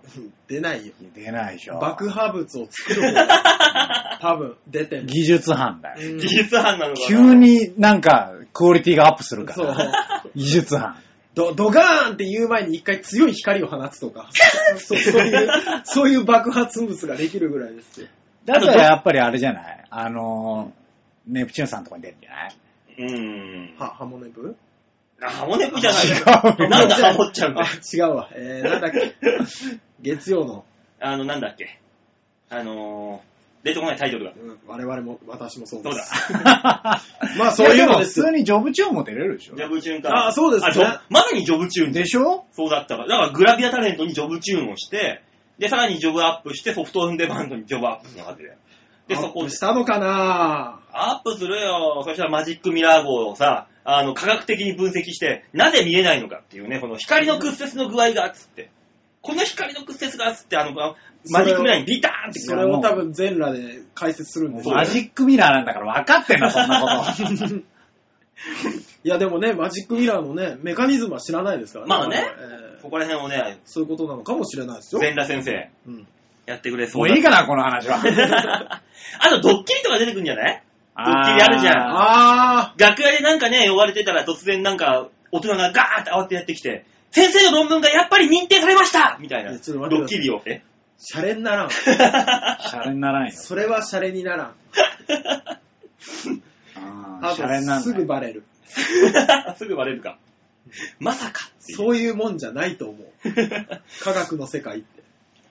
Speaker 3: 出ないよ。
Speaker 4: 出ないでしょ。
Speaker 3: 爆破物を作る
Speaker 1: *laughs*
Speaker 3: 方が多分出てる。
Speaker 4: 技術犯だよ。
Speaker 3: うん
Speaker 1: 技術犯なのかな。
Speaker 4: 急。になんか、クオリティがアップするか
Speaker 3: そう
Speaker 4: ら。。技術
Speaker 3: *laughs*
Speaker 4: 犯。
Speaker 3: ドドガーンって言う前に一回強い光を放つとか、そうそういう、そういう爆発物ができるぐらいですよ。
Speaker 4: だったらやっぱりあれじゃないあのー、ネプチューンさんとかに出るんじゃない
Speaker 1: うん。
Speaker 3: は、ハモネブ
Speaker 1: あ、ハモネプじゃない
Speaker 4: 違うよ
Speaker 1: なんだハモっちゃうんだ
Speaker 3: あ
Speaker 1: よ、
Speaker 3: 違うわ。えー、なんだっけ。月曜の、
Speaker 1: あの、なんだっけ。あのー、出てこないタイトルが。
Speaker 3: うん我々も、私もそうで
Speaker 1: そう
Speaker 3: す。
Speaker 1: だ。
Speaker 3: *laughs* まあそういうので
Speaker 4: や
Speaker 3: す
Speaker 4: も。普通にジョブチューンも出れるでしょ
Speaker 1: ジョブチューンから。
Speaker 3: あそうですね
Speaker 1: あジョまさにジョブチューンで。
Speaker 4: でしょ
Speaker 1: そうだったから。だからグラビアタレントにジョブチューンをして、で、さらにジョブアップして、ソフトオンデマンドにジョブアップするはずで。で、そ
Speaker 3: アッ
Speaker 1: こで
Speaker 3: プし。たのかな
Speaker 1: アップするよ。そしたらマジックミラー号をさ、あの、科学的に分析して、なぜ見えないのかっていうね、この光の屈折の具合が、つって。この光の屈折が、つって、あの、マジックミラーにビターンって
Speaker 3: それを多分全裸で解説するんでしょ
Speaker 4: マジックミラーなんだから分かってんだ、そんなこと。
Speaker 3: *laughs* いやでもね、マジックミラーのね、メカニズムは知らないですから
Speaker 1: まあね
Speaker 3: えー
Speaker 1: ここら辺をね、
Speaker 3: そういうことなのかもしれないですよ。
Speaker 1: 全裸先生、
Speaker 3: うん
Speaker 1: やってくれそ
Speaker 4: *laughs* も
Speaker 1: う
Speaker 4: う
Speaker 1: だ
Speaker 4: いいかな、この
Speaker 1: *laughs*
Speaker 4: 話は。ドッキ
Speaker 1: あと、ドッキリとか出てくんじゃないリあるじゃん
Speaker 3: あ
Speaker 1: 楽屋でなんかね、呼ばれてたら突然なんか、大人がガーって慌ててやってきて、先生の論文がやっぱり認定されましたみたいない
Speaker 3: やちょっと待
Speaker 1: ド
Speaker 3: ってく
Speaker 1: ッ
Speaker 3: ださい
Speaker 1: キリを。え
Speaker 3: ー、シャレにならん。
Speaker 4: シャレにならんよ。
Speaker 3: それはシャレにならん。
Speaker 4: あ
Speaker 3: あ
Speaker 4: シャレにな
Speaker 3: と
Speaker 4: らん
Speaker 3: す
Speaker 4: ない
Speaker 3: ぐ。バレる。
Speaker 1: *laughs* すぐバレるか。まさかっていう
Speaker 3: そういうもんじゃないと思う。科学の世界って。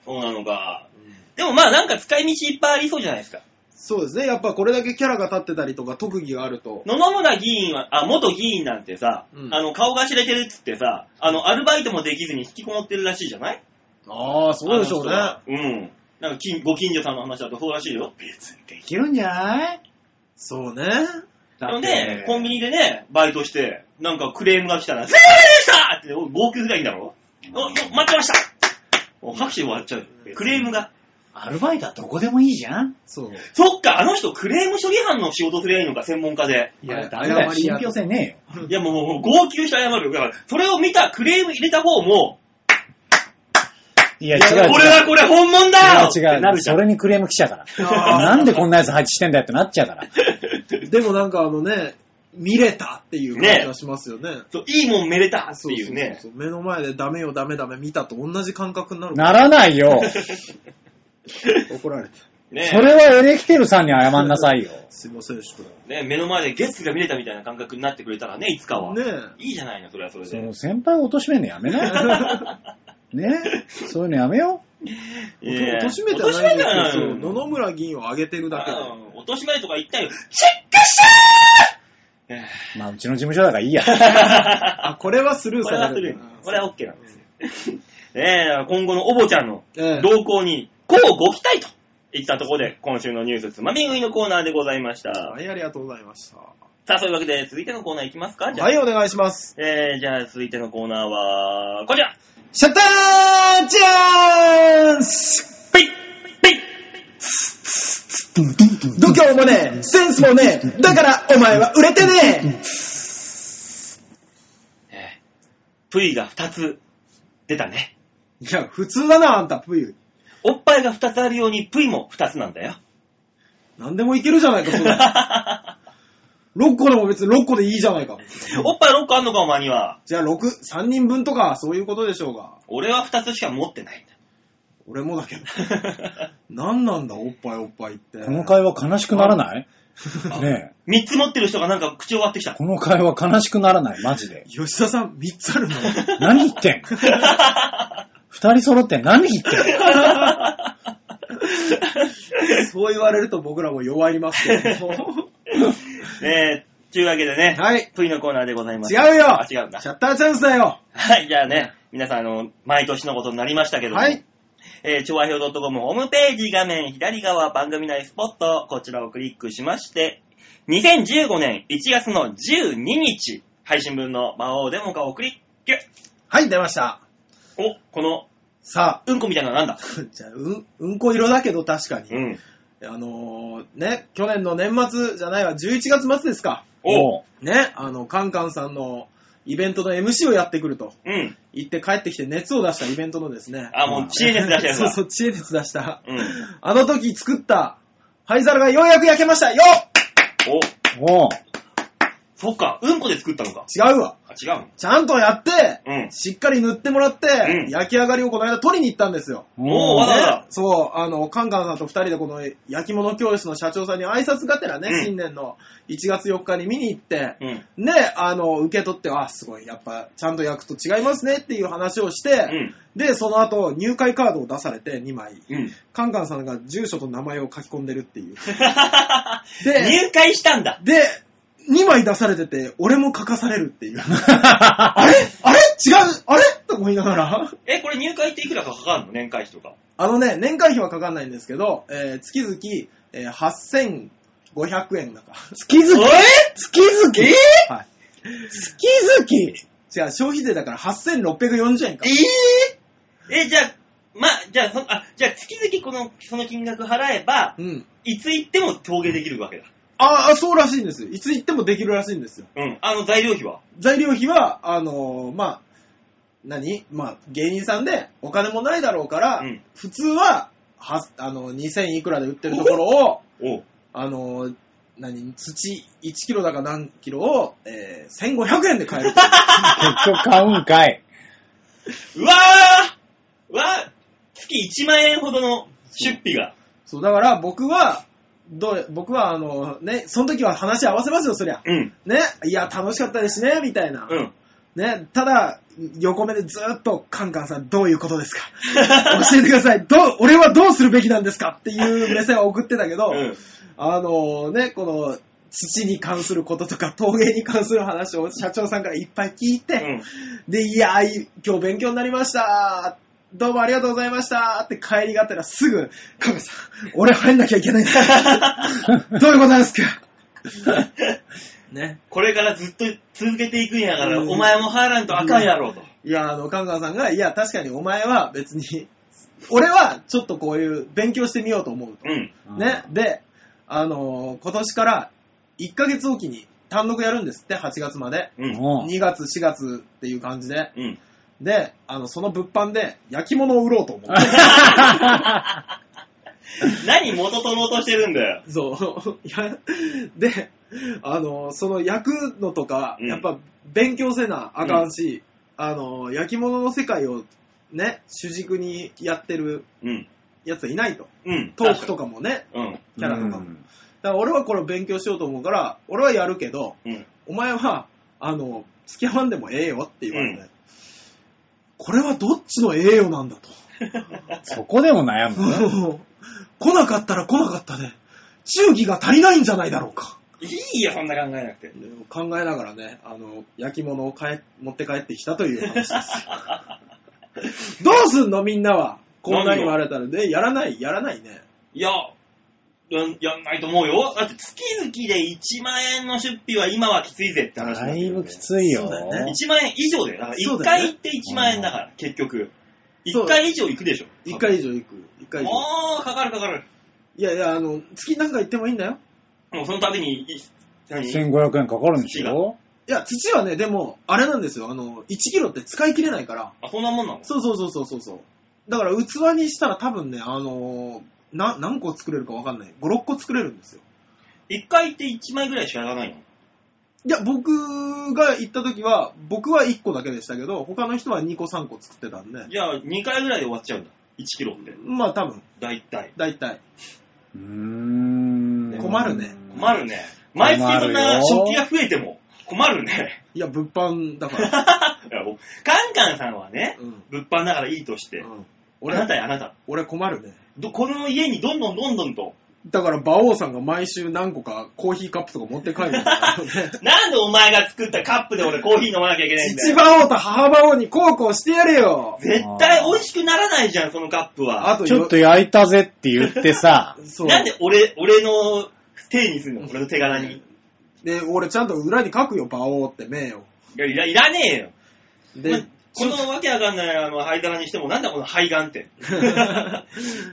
Speaker 1: そうなのか。でもまあなんか使い道いっぱいありそうじゃないですか。
Speaker 3: そうですね。やっぱこれだけキャラが立ってたりとか特技があると。
Speaker 1: 野々村議員は、あ、元議員なんてさ、
Speaker 3: うん
Speaker 1: あの、顔が知れてるっつってさ、あの、アルバイトもできずに引きこもってるらしいじゃない
Speaker 3: ああ、そうでしょうね。
Speaker 1: あの人はうん。なんか近、ご近所さんの話だとそうらしいよ。
Speaker 4: 別にできるんじゃない
Speaker 3: そうね。
Speaker 4: だ
Speaker 1: ほ
Speaker 4: っ
Speaker 1: ん
Speaker 4: て
Speaker 1: で、コンビニでね、バイトして、なんかクレームが来たら、せーでしたって、お号泣すりゃいいんだろお、お待ってましたお拍手で終わっちゃうよ。クレームが。
Speaker 4: アルバイトはどこでもいいじゃん
Speaker 3: そう。
Speaker 1: そっか、あの人クレーム処理班の仕事すりゃいいのか、専門家で。
Speaker 4: い
Speaker 3: や
Speaker 4: や、ダメだよ。
Speaker 3: 謝り
Speaker 4: 信
Speaker 3: やと
Speaker 4: 憑性ねえよ。
Speaker 1: いや、もう、もう号泣して謝るよ。だから、それを見たクレーム入れた方も、
Speaker 4: いや、
Speaker 3: いや
Speaker 4: 違う違う。
Speaker 1: 俺はこれ本物だよ
Speaker 4: 違
Speaker 1: っ
Speaker 4: う
Speaker 1: て
Speaker 4: 違
Speaker 1: な
Speaker 4: う。
Speaker 1: るじゃ
Speaker 4: そ
Speaker 1: ん。
Speaker 4: れにクレーム来ちゃうか
Speaker 3: あー
Speaker 4: ら。なんでこんなやつ配置してんだよってなっちゃうから。
Speaker 3: でもなんかあのね、見れたっていう感じがしますよね。
Speaker 1: そういいもんめれたっていうね。
Speaker 3: そうそうそう目の前でダメよダメダメ見たと同じ感覚になる
Speaker 4: ならないよ。
Speaker 3: 怒られた。
Speaker 1: ね
Speaker 4: それはエレキテルさんに謝んなさいよ。
Speaker 3: すいませんでした。
Speaker 1: ね目の前でゲスが見れたみたいな感覚になってくれたらね、いつかは。
Speaker 3: ね
Speaker 1: いいじゃないの、それはそれ
Speaker 4: そ
Speaker 1: で
Speaker 4: の。先輩を貶めるのやめなねそういうのやめよ
Speaker 1: *laughs* いやいや
Speaker 3: え。としめては
Speaker 1: 貶
Speaker 3: な
Speaker 1: め
Speaker 3: い
Speaker 1: て
Speaker 3: です
Speaker 1: は
Speaker 3: けど、
Speaker 1: ない
Speaker 3: 野々村議員を上げてるだけで。
Speaker 1: うん落とし前とか言ったよ。チェックしてー
Speaker 4: う。まあ、うちの事務所だから
Speaker 1: *laughs*
Speaker 4: いいや。
Speaker 3: あ、これはスルー
Speaker 1: こ
Speaker 3: さ
Speaker 1: れは
Speaker 3: れ
Speaker 1: す
Speaker 3: る
Speaker 1: る
Speaker 3: んだ。。
Speaker 1: これは OK なんですよ。ねえ、今後のおぼちゃんの
Speaker 3: ええ
Speaker 1: 動向に、こうご期待といったところで、今週のニュースつまみ食いのコーナーでございました。
Speaker 3: はい、ありがとうございました。は
Speaker 1: さあ、そういうわけで、続いてのコーナーいきますかじゃあ、
Speaker 3: い、お願いします。
Speaker 1: えー、じゃあ、続いてのコーナーは、こちら
Speaker 3: シャッターチャンス
Speaker 1: ピッピッ
Speaker 3: 度胸もねえ、センスもねえ、だからお前は売れてね
Speaker 1: えープイが2つ出たね。
Speaker 3: えいや、普通だな、あんた、ぷゆ。
Speaker 1: おっぱいが2つあるように、プイも2つなんだ
Speaker 3: *laughs*
Speaker 1: よ。
Speaker 3: なんでもいけるじゃないか、そんな。6個でも別に6個でいいじゃないか。
Speaker 1: おっぱい6個あんのか、お前には。
Speaker 3: じゃあ6、3人分とか、そういうことでしょうが。
Speaker 1: 俺は2つしか持ってないんだ。
Speaker 3: 俺もだけど。なんなんだ、おっぱいおっぱいって。
Speaker 4: この会話悲しくならないね
Speaker 1: 3つ持ってる人がなんか口を割ってき
Speaker 3: *laughs*
Speaker 4: え
Speaker 1: た。
Speaker 4: この会話悲しくならない、マジで。
Speaker 3: 吉田さん3つあるの
Speaker 4: 何言ってん二人揃って何言ってん
Speaker 3: そう言われると僕らも弱りますけど *laughs* も。
Speaker 1: えー、というわけでね、
Speaker 3: はい。
Speaker 1: プイのコーナーでございます。
Speaker 3: 違うよ
Speaker 1: あ違うんだ
Speaker 3: シ。ャッターチャンスだよ
Speaker 1: はい、じゃあね、皆さん、あの、毎年のことになりましたけども、
Speaker 3: はい。
Speaker 1: えー、調和表 .com ホームページ画面左側番組内スポット、こちらをクリックしまして、2015年1月の12日、配信分の魔王デモカをクリック。
Speaker 3: はい、出ました。
Speaker 1: お、この、
Speaker 3: さ
Speaker 1: うんこみたいなのなんだ
Speaker 3: あ、 *laughs* じゃあ、うん、うんこ色だけど確かに。
Speaker 1: うん。
Speaker 3: あのー、ね、去年の年末じゃないわ、11月末ですか。
Speaker 1: お
Speaker 4: おう
Speaker 3: ね、あの、カンカンさんのイベントの MC をやってくると
Speaker 1: うん。
Speaker 3: 言って帰ってきて熱を出したイベントのですね。
Speaker 1: あ、もう知恵熱出してる
Speaker 3: そうそう、知恵熱出した。
Speaker 1: うん。
Speaker 3: あの時作った灰皿がようやく焼けましたよっ
Speaker 1: お、
Speaker 4: おう
Speaker 1: そっか、うんこで作ったのか。
Speaker 3: 違うわ。
Speaker 1: あ、違うの
Speaker 3: ちゃんとやって、
Speaker 1: うん
Speaker 3: しっかり塗ってもらって、
Speaker 1: うん
Speaker 3: 焼き上がりをこの間取りに行ったんですよ。
Speaker 1: おうわざわざ。
Speaker 3: そう、あの、カンカンさんと二人でこの焼き物教室の社長さんに挨拶がてらね、
Speaker 1: うん
Speaker 3: 新年の1月4日に見に行って、
Speaker 1: うん。
Speaker 3: ね、あの、受け取って、あ、すごい、やっぱ、ちゃんと焼くと違いますねっていう話をして、
Speaker 1: うん
Speaker 3: で、その後、入会カードを出されて、2枚。
Speaker 1: うん。
Speaker 3: カンカンさんが住所と名前を書き込んでるっていう。で、
Speaker 1: 入会したんだ。
Speaker 3: で、2枚出されてて、俺も書かされる
Speaker 1: *laughs*
Speaker 3: っていう。あれあれ違うあれと思いながら。
Speaker 1: え、これ入会っていくらかかかるの年会費とか。
Speaker 3: あのね、年会費はかかんないんですけど、えー月々、えー8500円だか *laughs*
Speaker 4: 月々月々
Speaker 3: ら。はい。
Speaker 4: 月々
Speaker 3: じゃあ消費税だから8640円か。
Speaker 1: え、じゃあ、ま、じゃあ、そあ、じゃあ、月々この、その金額払えば、
Speaker 3: うん。
Speaker 1: いつ行っても陶芸できるわけだ。
Speaker 3: ああ、そうらしいんですよ。いつ行ってもできるらしいんですよ。
Speaker 1: うん。あの、材料費は
Speaker 3: 材料費は、あのーまあ、何まあ、芸人さんでお金もないだろうから、
Speaker 1: うん
Speaker 3: 普通は、は、あの、2000いくらで売ってるところを、
Speaker 1: おう。
Speaker 3: あのー何土1キロだか何キロを、えー1500円で買える。
Speaker 4: 結局買うんかい。
Speaker 1: うわーうわー月1万円ほどの出費が。
Speaker 3: そう、だから僕は、どう、僕はあの、ね、その時は話合わせますよ、そりゃ。
Speaker 1: うん。
Speaker 3: ね、いや、楽しかったですね、みたいな。
Speaker 1: うん。
Speaker 3: ね、ただ、横目でずっと、カンカンさん、どういうことですか *laughs* 教えてください。どう、俺はどうするべきなんですかっていう目線を送ってたけど、
Speaker 1: うん。
Speaker 3: あのね、この、土に関することとか、陶芸に関する話を社長さんからいっぱい聞いて、
Speaker 1: うん。
Speaker 3: で、いやー、い今日勉強になりましたどうもありがとうございましたって帰りがてらすぐ、カメさん、俺入んなきゃいけないんだ。どういうことなんですかね。
Speaker 1: これからずっと続けていくんやから、
Speaker 3: うん
Speaker 1: お前も入らんとあかんやろうと。
Speaker 3: いや、あの、カンカンさんが、いや、確かにお前は別に、俺はちょっとこういう勉強してみようと思うと。
Speaker 1: うん。
Speaker 3: ね。で、あのー今年から1ヶ月おきに単独やるんですって、8月まで。
Speaker 1: うん。
Speaker 4: おう
Speaker 3: 2月、4月っていう感じで。
Speaker 1: うん。
Speaker 3: で、あの、その物販で焼き物を売ろうと思う。
Speaker 1: *laughs* 何元取ろうとしてるんだよ。
Speaker 3: そう。いや、で、あの、その焼くのとか、
Speaker 1: うん
Speaker 3: やっぱ勉強せなあかんし、あの、焼き物の世界をね、主軸にやってる
Speaker 1: うん。
Speaker 3: やつはいないと。
Speaker 1: うん。
Speaker 3: トークとかもね。
Speaker 1: うん。
Speaker 3: キャラとか
Speaker 4: うん
Speaker 3: だから俺はこれを勉強しようと思うから、俺はやるけど、
Speaker 1: うん。
Speaker 3: お前は、あの、付き合わんでもええよって言われて、これはどっちのええよなんだと。 *laughs*
Speaker 4: そこでも悩むのね。
Speaker 3: 来なかったら来なかったで、忠義が足りないんじゃないだろうか。
Speaker 1: いいよ、そんな考えなくて。
Speaker 3: 考えながらね、あの、焼き物を買え持って帰ってきたという話ですよ。 *laughs* どうすんのみんなは。こんなに言われたらね、やらない、やらないね。
Speaker 1: いや、やんやんないと思うよ。だって月々で1万円の出費は今はきついぜって話
Speaker 4: だ
Speaker 1: んよ
Speaker 4: いぶ
Speaker 1: ね
Speaker 4: きついよ。
Speaker 3: そうだよね
Speaker 1: 1万円以上だよ。だから
Speaker 3: そう
Speaker 1: 1
Speaker 3: だよ
Speaker 1: 回
Speaker 3: ね
Speaker 1: 行って1万円だから、結局。
Speaker 3: そう
Speaker 1: 1回以上行くでしょ。
Speaker 3: 一回以上行く。一回以上。
Speaker 1: もう、かかるかかる。
Speaker 3: いやいや、あの、月なんか行ってもいいんだよ。
Speaker 1: もうその度に、い何
Speaker 4: 1500円かかるんでしょ
Speaker 3: いや、土はね、でも、あれなんですよ。あの、1キロって使い切れないから。
Speaker 1: あ、そんなもんなの
Speaker 3: そうそうそうそうそうそう。だから、器にしたら多分ね、あのーな、何個作れるかわかんない。5、6個作れるんですよ。
Speaker 1: ?1 回行って1枚ぐらいしかやらないの
Speaker 3: いや、僕が行った時は、僕は1個だけでしたけど、他の人は2個3個作ってたんで、
Speaker 1: じゃあ2回ぐらいで終わっちゃうんだ。1キロって。
Speaker 3: まあ多分、
Speaker 1: 大体。
Speaker 3: 大体。
Speaker 4: うーん。
Speaker 3: 困るね
Speaker 1: 困るね。毎月そんな食器が増えても困る
Speaker 3: *laughs*
Speaker 1: ね。
Speaker 3: いや、物販だから。
Speaker 1: いや僕カンカンさんはね、
Speaker 3: うん。
Speaker 1: 物販だからいいとして。
Speaker 3: うん、
Speaker 1: あなた
Speaker 3: 俺、
Speaker 1: やあなた。
Speaker 3: 俺困るね。
Speaker 1: どこの家にどんどんどんどんと。
Speaker 3: だから、馬王さんが毎週何個かコーヒーカップとか持って帰るんですよね。
Speaker 1: なんでお前が作ったカップで俺コーヒー飲まなきゃいけないんだ
Speaker 3: 父
Speaker 1: よ。
Speaker 3: 馬王と母馬王にこうこうしてやれよ
Speaker 1: 絶対美味しくならないじゃん、そのカップは。
Speaker 3: あとよ、、
Speaker 4: ちょっと焼いたぜって言ってさ *laughs*
Speaker 3: そう。
Speaker 1: なんで俺、俺の手にするの俺の手柄に。
Speaker 3: で、俺ちゃんと裏に書くよ、馬王って名を。
Speaker 1: いや、いらいらねえよ。ま
Speaker 3: で、
Speaker 1: このわけわかんないあの灰皿にしても、なんだこの肺がん
Speaker 3: *laughs*
Speaker 1: って。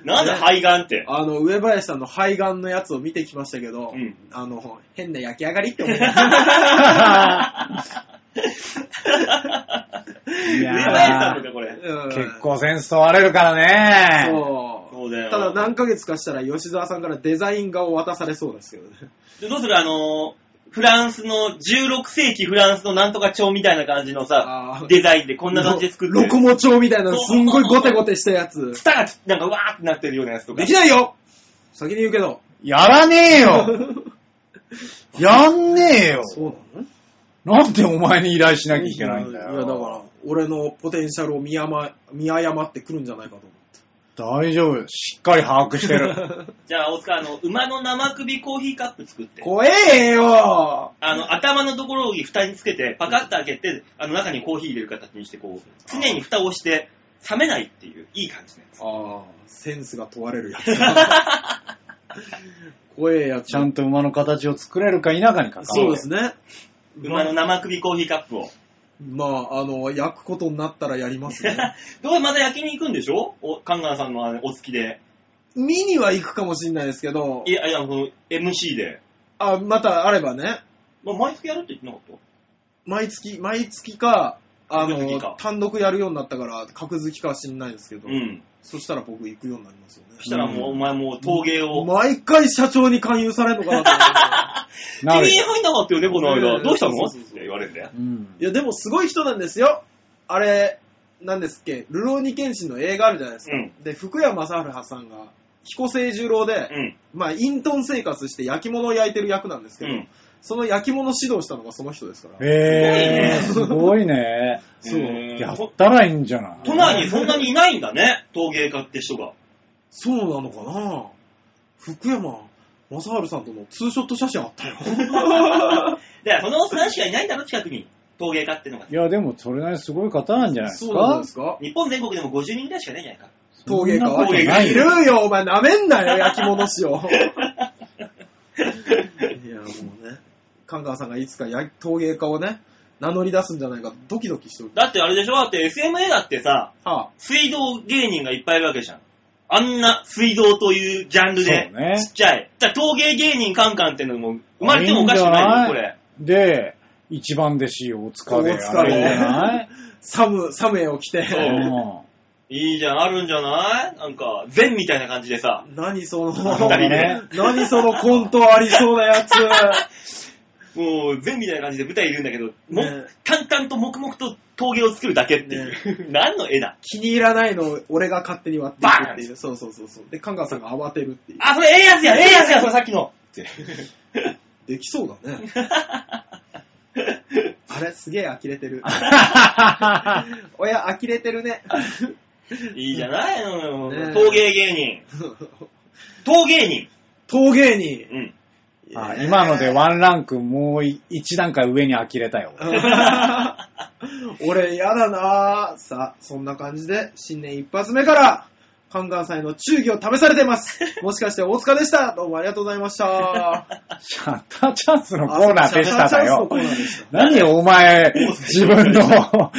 Speaker 1: なんだ肺がんって。
Speaker 3: あの、上林さんの肺がんのやつを見てきましたけど、
Speaker 1: うん
Speaker 3: あの、変な焼き上がりって思う。
Speaker 1: 上
Speaker 4: やー
Speaker 1: 林さんのか、これ。
Speaker 3: うん
Speaker 4: 結。構センス問われるからね。
Speaker 3: そう。
Speaker 1: そうだよ。
Speaker 3: ただ何ヶ月かしたら吉沢さんからデザイン画を渡されそうですけどね。
Speaker 1: でどうするあのー、フランスの、16世紀フランスのなんとか帳みたいな感じのさ、
Speaker 3: あー
Speaker 1: デザインでこんな感じで作って
Speaker 3: ロロコモ帳みたいなすんご
Speaker 1: そうそうそうそう
Speaker 3: いゴテゴテしたやつ。
Speaker 1: ツタがなんかわーってなってるようなやつとか。
Speaker 3: できないよ先に言うけど。
Speaker 4: やらねえ *laughs* よやんねえよ
Speaker 3: そうなの
Speaker 4: なんでお前に依頼しなきゃいけないんだ
Speaker 3: いや、だから
Speaker 4: よ。、
Speaker 3: 俺のポテンシャルを見誤見誤ってくるんじゃないかと思って。
Speaker 4: 大丈夫。しっかり把握してる。 *laughs*
Speaker 1: じゃあ、大塚、あの、馬の生首コーヒーカップ作って。
Speaker 3: 怖えよ
Speaker 1: あの、頭のところに蓋につけて、パカッと開けて、あの中にコーヒー入れる形にして、こう、常に蓋をして、冷めないっていう、いい感じのやつ。
Speaker 3: ああ、センスが問われるや
Speaker 1: *laughs*
Speaker 3: つ。怖えやつ。
Speaker 4: ちゃんと馬の形を作れるか否かにかかる。
Speaker 3: そうですね。
Speaker 1: 馬の生首コーヒーカップを。
Speaker 3: まあ、あの、焼くことになったらやりま
Speaker 1: *laughs*
Speaker 3: すね。
Speaker 1: どうまた焼きに行くんでしょおカンガンさんのあのお付きで。
Speaker 3: 見には行くかもしれないですけど
Speaker 1: い、や、いや、この MC で。
Speaker 3: あ、またあればね、
Speaker 1: まあ、毎月やるって言ってなかっ
Speaker 3: 毎月、毎月か、あ
Speaker 1: 格付
Speaker 3: の
Speaker 1: きか、
Speaker 3: 単独やるようになったから、格付きかは知んないですけ
Speaker 1: た
Speaker 3: ど、
Speaker 1: うん。
Speaker 3: そしたら僕行くようになりますよね
Speaker 1: そ。したらもう、お前もう陶芸を。
Speaker 3: 毎回社長に勧誘されるのかなと思って。
Speaker 4: なる
Speaker 1: 君入んなかったよね、この間。
Speaker 3: うん
Speaker 1: どうしたの
Speaker 3: そう
Speaker 1: っ
Speaker 3: そうそう
Speaker 1: て言われるんだよ。
Speaker 4: うん
Speaker 3: *laughs* い。や、でもすごい人なんですよ。あれ、なんですっけ、ルローニケンシンの映画あるじゃないですか。
Speaker 1: うん
Speaker 3: で、福山雅治さんが、彦星十郎で、
Speaker 1: うん。
Speaker 3: まあ、隠遁生活して焼き物を焼いてる役なんですけ
Speaker 1: う
Speaker 3: ど、
Speaker 1: ん。
Speaker 3: その焼き物指導したのがその人ですから。
Speaker 4: えー、すごいね。 *laughs*
Speaker 3: そう
Speaker 1: えー
Speaker 4: やっ
Speaker 1: と
Speaker 4: たらいいんじゃない
Speaker 1: 都内にそんなにいないんだね、陶芸家って人が。
Speaker 3: そうなのかな福山雅治さんとのツーショット写真あったよ。
Speaker 1: だから、その人しかいないんだろ、近くに。陶芸家ってのが
Speaker 4: い。や、でもそれなりにすごい方なんじゃないです
Speaker 3: そうなん
Speaker 4: か
Speaker 3: ですか
Speaker 1: 日本全国でも50人ぐらいしかいないんじゃないか。
Speaker 3: 陶芸家
Speaker 4: そんな
Speaker 3: は
Speaker 4: こと
Speaker 1: 陶芸
Speaker 4: ない
Speaker 1: 家
Speaker 3: い
Speaker 4: よ。
Speaker 3: るよ、お前舐めんなよ、焼き物師を。いや、もうね、カンガンさんがいつかや陶芸家をね、名乗り出すんじゃないかとドキドキしておる。
Speaker 1: だってあれでしょだって SMA だってさ、
Speaker 3: はあ、
Speaker 1: 水道芸人がいっぱいいるわけじゃん。あんな水道というジャンルで
Speaker 4: そうね、
Speaker 1: ちっちゃい。だから陶芸芸人カンカンってのも生まれてもおかしくないよ、これ。
Speaker 4: で、一番弟子大塚でや
Speaker 3: 大塚
Speaker 4: るん
Speaker 1: で
Speaker 4: じゃない
Speaker 3: サム、サムエを着
Speaker 1: そ
Speaker 3: て、
Speaker 4: うん
Speaker 1: いいじゃん、あるんじゃないなんか、禅みたいな感じでさ。
Speaker 3: 何そ
Speaker 4: そうだ
Speaker 3: の、
Speaker 4: ね
Speaker 3: 何そのコントありそうなやつ。
Speaker 1: もう、全みたいな感じで舞台いるんだけど、も
Speaker 3: ね
Speaker 1: 淡々と黙々と峠を作るだけっていう。 *laughs* 何の絵だ
Speaker 3: 気に入らないのを俺が勝手に割っていくってい
Speaker 1: バ
Speaker 3: う。そうそうそうそう。で、カンガンさんが慌てるっていう。
Speaker 1: あ、それええやつやええやつやそれさっきのって。
Speaker 3: できそうだね。あれ、すげえ呆れてる。
Speaker 4: *laughs*
Speaker 3: おや、呆れてるね。 *laughs*
Speaker 1: いいじゃないの
Speaker 3: ね
Speaker 1: よ。
Speaker 3: え
Speaker 1: 陶芸芸人。陶芸人。
Speaker 3: 陶芸人。
Speaker 1: うん。
Speaker 4: あ今のでワンランクもうい一段階上に呆れたよ。
Speaker 3: 俺やだなぁ。さあ、そんな感じで、新年一発目から、カンガンさんへの忠義を試されて
Speaker 4: *laughs*
Speaker 3: ます。もしかして大塚でした。どうもありがとうございました。
Speaker 4: シャッターチャンスのコーナーでしただよ
Speaker 3: あシャッターチャンスのコ。ーナーでした
Speaker 4: 何お前、自分の紹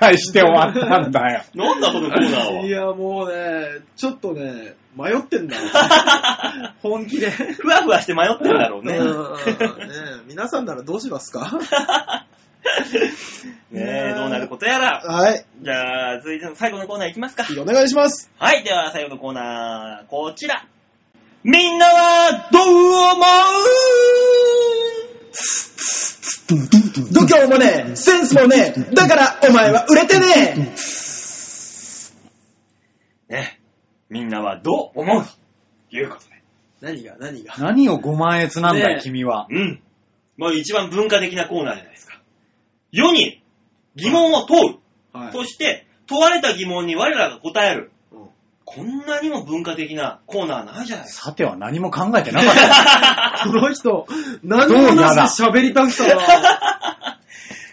Speaker 4: 介して終わった
Speaker 3: *laughs*
Speaker 4: んだよ。
Speaker 1: なんだこのコーナー
Speaker 3: い
Speaker 1: は。
Speaker 3: や、もうね、ちょっとね、迷って
Speaker 4: *laughs*
Speaker 3: んだ。本気で。
Speaker 1: ふわふわして迷ってるだろうね。
Speaker 3: うんね皆さんならどうしますか
Speaker 1: ねえ、どうなることやら。
Speaker 3: はい。
Speaker 1: じゃあ、続いての最後のコーナーいきますか。
Speaker 3: お願いします。
Speaker 1: はい、では最後のコーナー、こちら。みんなはどう思う
Speaker 3: 度胸もねえ、センスもねえ、だからお前は売れてねえ。
Speaker 1: ね、みんなはどう思うということで。
Speaker 3: 何が何が
Speaker 4: 何を5万円つなんだ
Speaker 3: ね
Speaker 4: よ、
Speaker 3: え
Speaker 4: 君は。
Speaker 1: うん。まあ一番文化的なコーナーじゃないですか。世に疑問を問う。
Speaker 3: はい
Speaker 1: そして、問われた疑問に我らが答える。
Speaker 3: うん
Speaker 1: こんなにも文化的なコーナーないじゃないですか。
Speaker 4: さては何も考えてな
Speaker 3: *laughs*
Speaker 4: かった。
Speaker 3: この人、何もなしで喋りたくたな。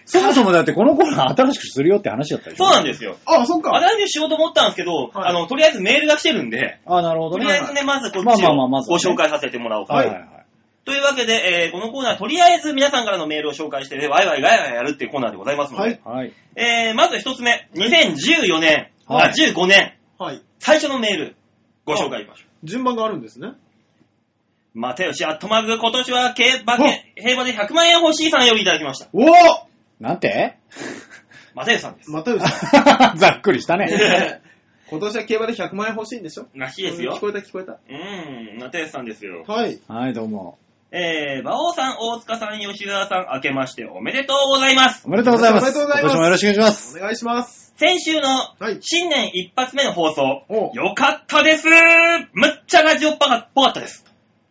Speaker 4: そもそもだってこのコーナー新しくするよって話だったでしょ
Speaker 1: そうなんですよ。
Speaker 3: *laughs* あ、そっか。
Speaker 1: 私しようと思ったんですけど、
Speaker 3: はい
Speaker 1: あの、とりあえずメールが来てるんで、
Speaker 4: あ、なるほ
Speaker 1: と
Speaker 4: ど
Speaker 1: り
Speaker 4: ね。
Speaker 1: あえずね、まずこ
Speaker 4: ま
Speaker 1: っ
Speaker 4: あ
Speaker 1: ち
Speaker 4: まあまあま
Speaker 1: を
Speaker 4: ず
Speaker 1: ご
Speaker 4: はね
Speaker 1: 紹介させてもらおうかな
Speaker 4: はいはいはい。
Speaker 1: というわけで、えーこのコーナーはとりあえず皆さんからのメールを紹介して、ワイワイガヤガヤやるっていうコーナーでございますので、
Speaker 3: はい
Speaker 4: はい。
Speaker 1: えーまず一つ目、2014年、
Speaker 4: は
Speaker 1: あ
Speaker 4: い
Speaker 1: 15年、
Speaker 3: はい。
Speaker 1: 最初のメール、ご紹介いきましょう。
Speaker 3: 順番があるんですね。
Speaker 1: 又吉アットマグ、今年は競馬券、平和で100万円欲しいさんよりいただきました。
Speaker 3: おお
Speaker 4: なんて *laughs*
Speaker 1: 又吉さんです。
Speaker 3: またよし。 *laughs*
Speaker 4: ざっくりしたね。
Speaker 1: *laughs*
Speaker 3: 今年は競馬で100万円欲しいんでしょ
Speaker 1: らしいですよ
Speaker 3: 聞。こえた聞こえた。
Speaker 1: うーん、又吉さんですよ。
Speaker 3: はい。
Speaker 4: はい、どうも。
Speaker 1: えー、馬王さん、大塚さん、吉沢さん、明けましておめでとうございます。
Speaker 4: おめでとうございます。
Speaker 3: おめでとうございます
Speaker 4: 今年もよろしくお願いします。
Speaker 3: お願いします。
Speaker 1: 先週の
Speaker 3: はい
Speaker 1: 新年一発目の放送、
Speaker 3: おう
Speaker 1: よかったですむっちゃラジオっぽかったです。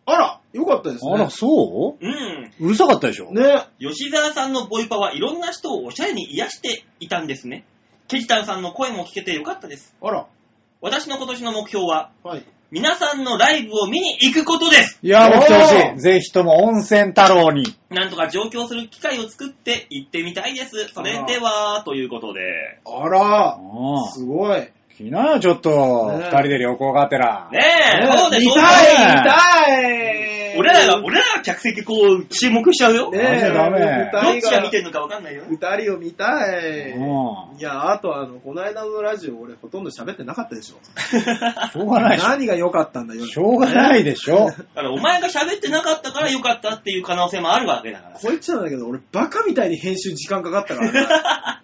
Speaker 3: あら、よかったです
Speaker 4: あら、
Speaker 3: ね。
Speaker 4: そ
Speaker 1: うん。
Speaker 4: ううるさかったでしょ
Speaker 3: ね。
Speaker 1: 吉沢さんのボイパはいろんな人をおしゃれに癒していたんですね。ケジタンさんの声も聞けてよかったです。
Speaker 3: あら。
Speaker 1: 私の今年の目標は、
Speaker 3: はい。
Speaker 1: 皆さんのライブを見に行くことです。
Speaker 4: いやー、僕来て
Speaker 3: お
Speaker 4: ほし
Speaker 3: ー
Speaker 4: い。ぜひとも温泉太郎に。
Speaker 1: なんとか上京する機会を作って行ってみたいです。それでは、ということで。
Speaker 3: あら。
Speaker 4: ああ
Speaker 3: すごい。ね
Speaker 4: 来なよ、ちょっと。
Speaker 3: ね
Speaker 4: 二人で旅行がてら。
Speaker 1: ねえ、そうでしょ
Speaker 3: 見
Speaker 1: う
Speaker 3: たい、見たい。
Speaker 1: 俺らが、俺らが客席こう、注目しちゃうよ。
Speaker 3: ね
Speaker 1: どっ
Speaker 3: え、
Speaker 4: ダメダ
Speaker 3: 二
Speaker 1: ち
Speaker 3: 人
Speaker 1: が
Speaker 3: が
Speaker 1: 見てるのかわかんないよ。
Speaker 3: 二人を見たい。
Speaker 4: うん
Speaker 3: いや、あとあの、この間のラジオ、俺ほとんど喋ってなかったでしょ。
Speaker 4: しょうがないでし
Speaker 3: 何が良かったんだよ。
Speaker 4: ょ。しょうがないでしょ。
Speaker 1: だからお前が喋ってなかったからよかったっていう可能性もあるわけだから。
Speaker 3: こいつなんだけど、俺バカみたいに編集時間かかったからな。
Speaker 1: *laughs*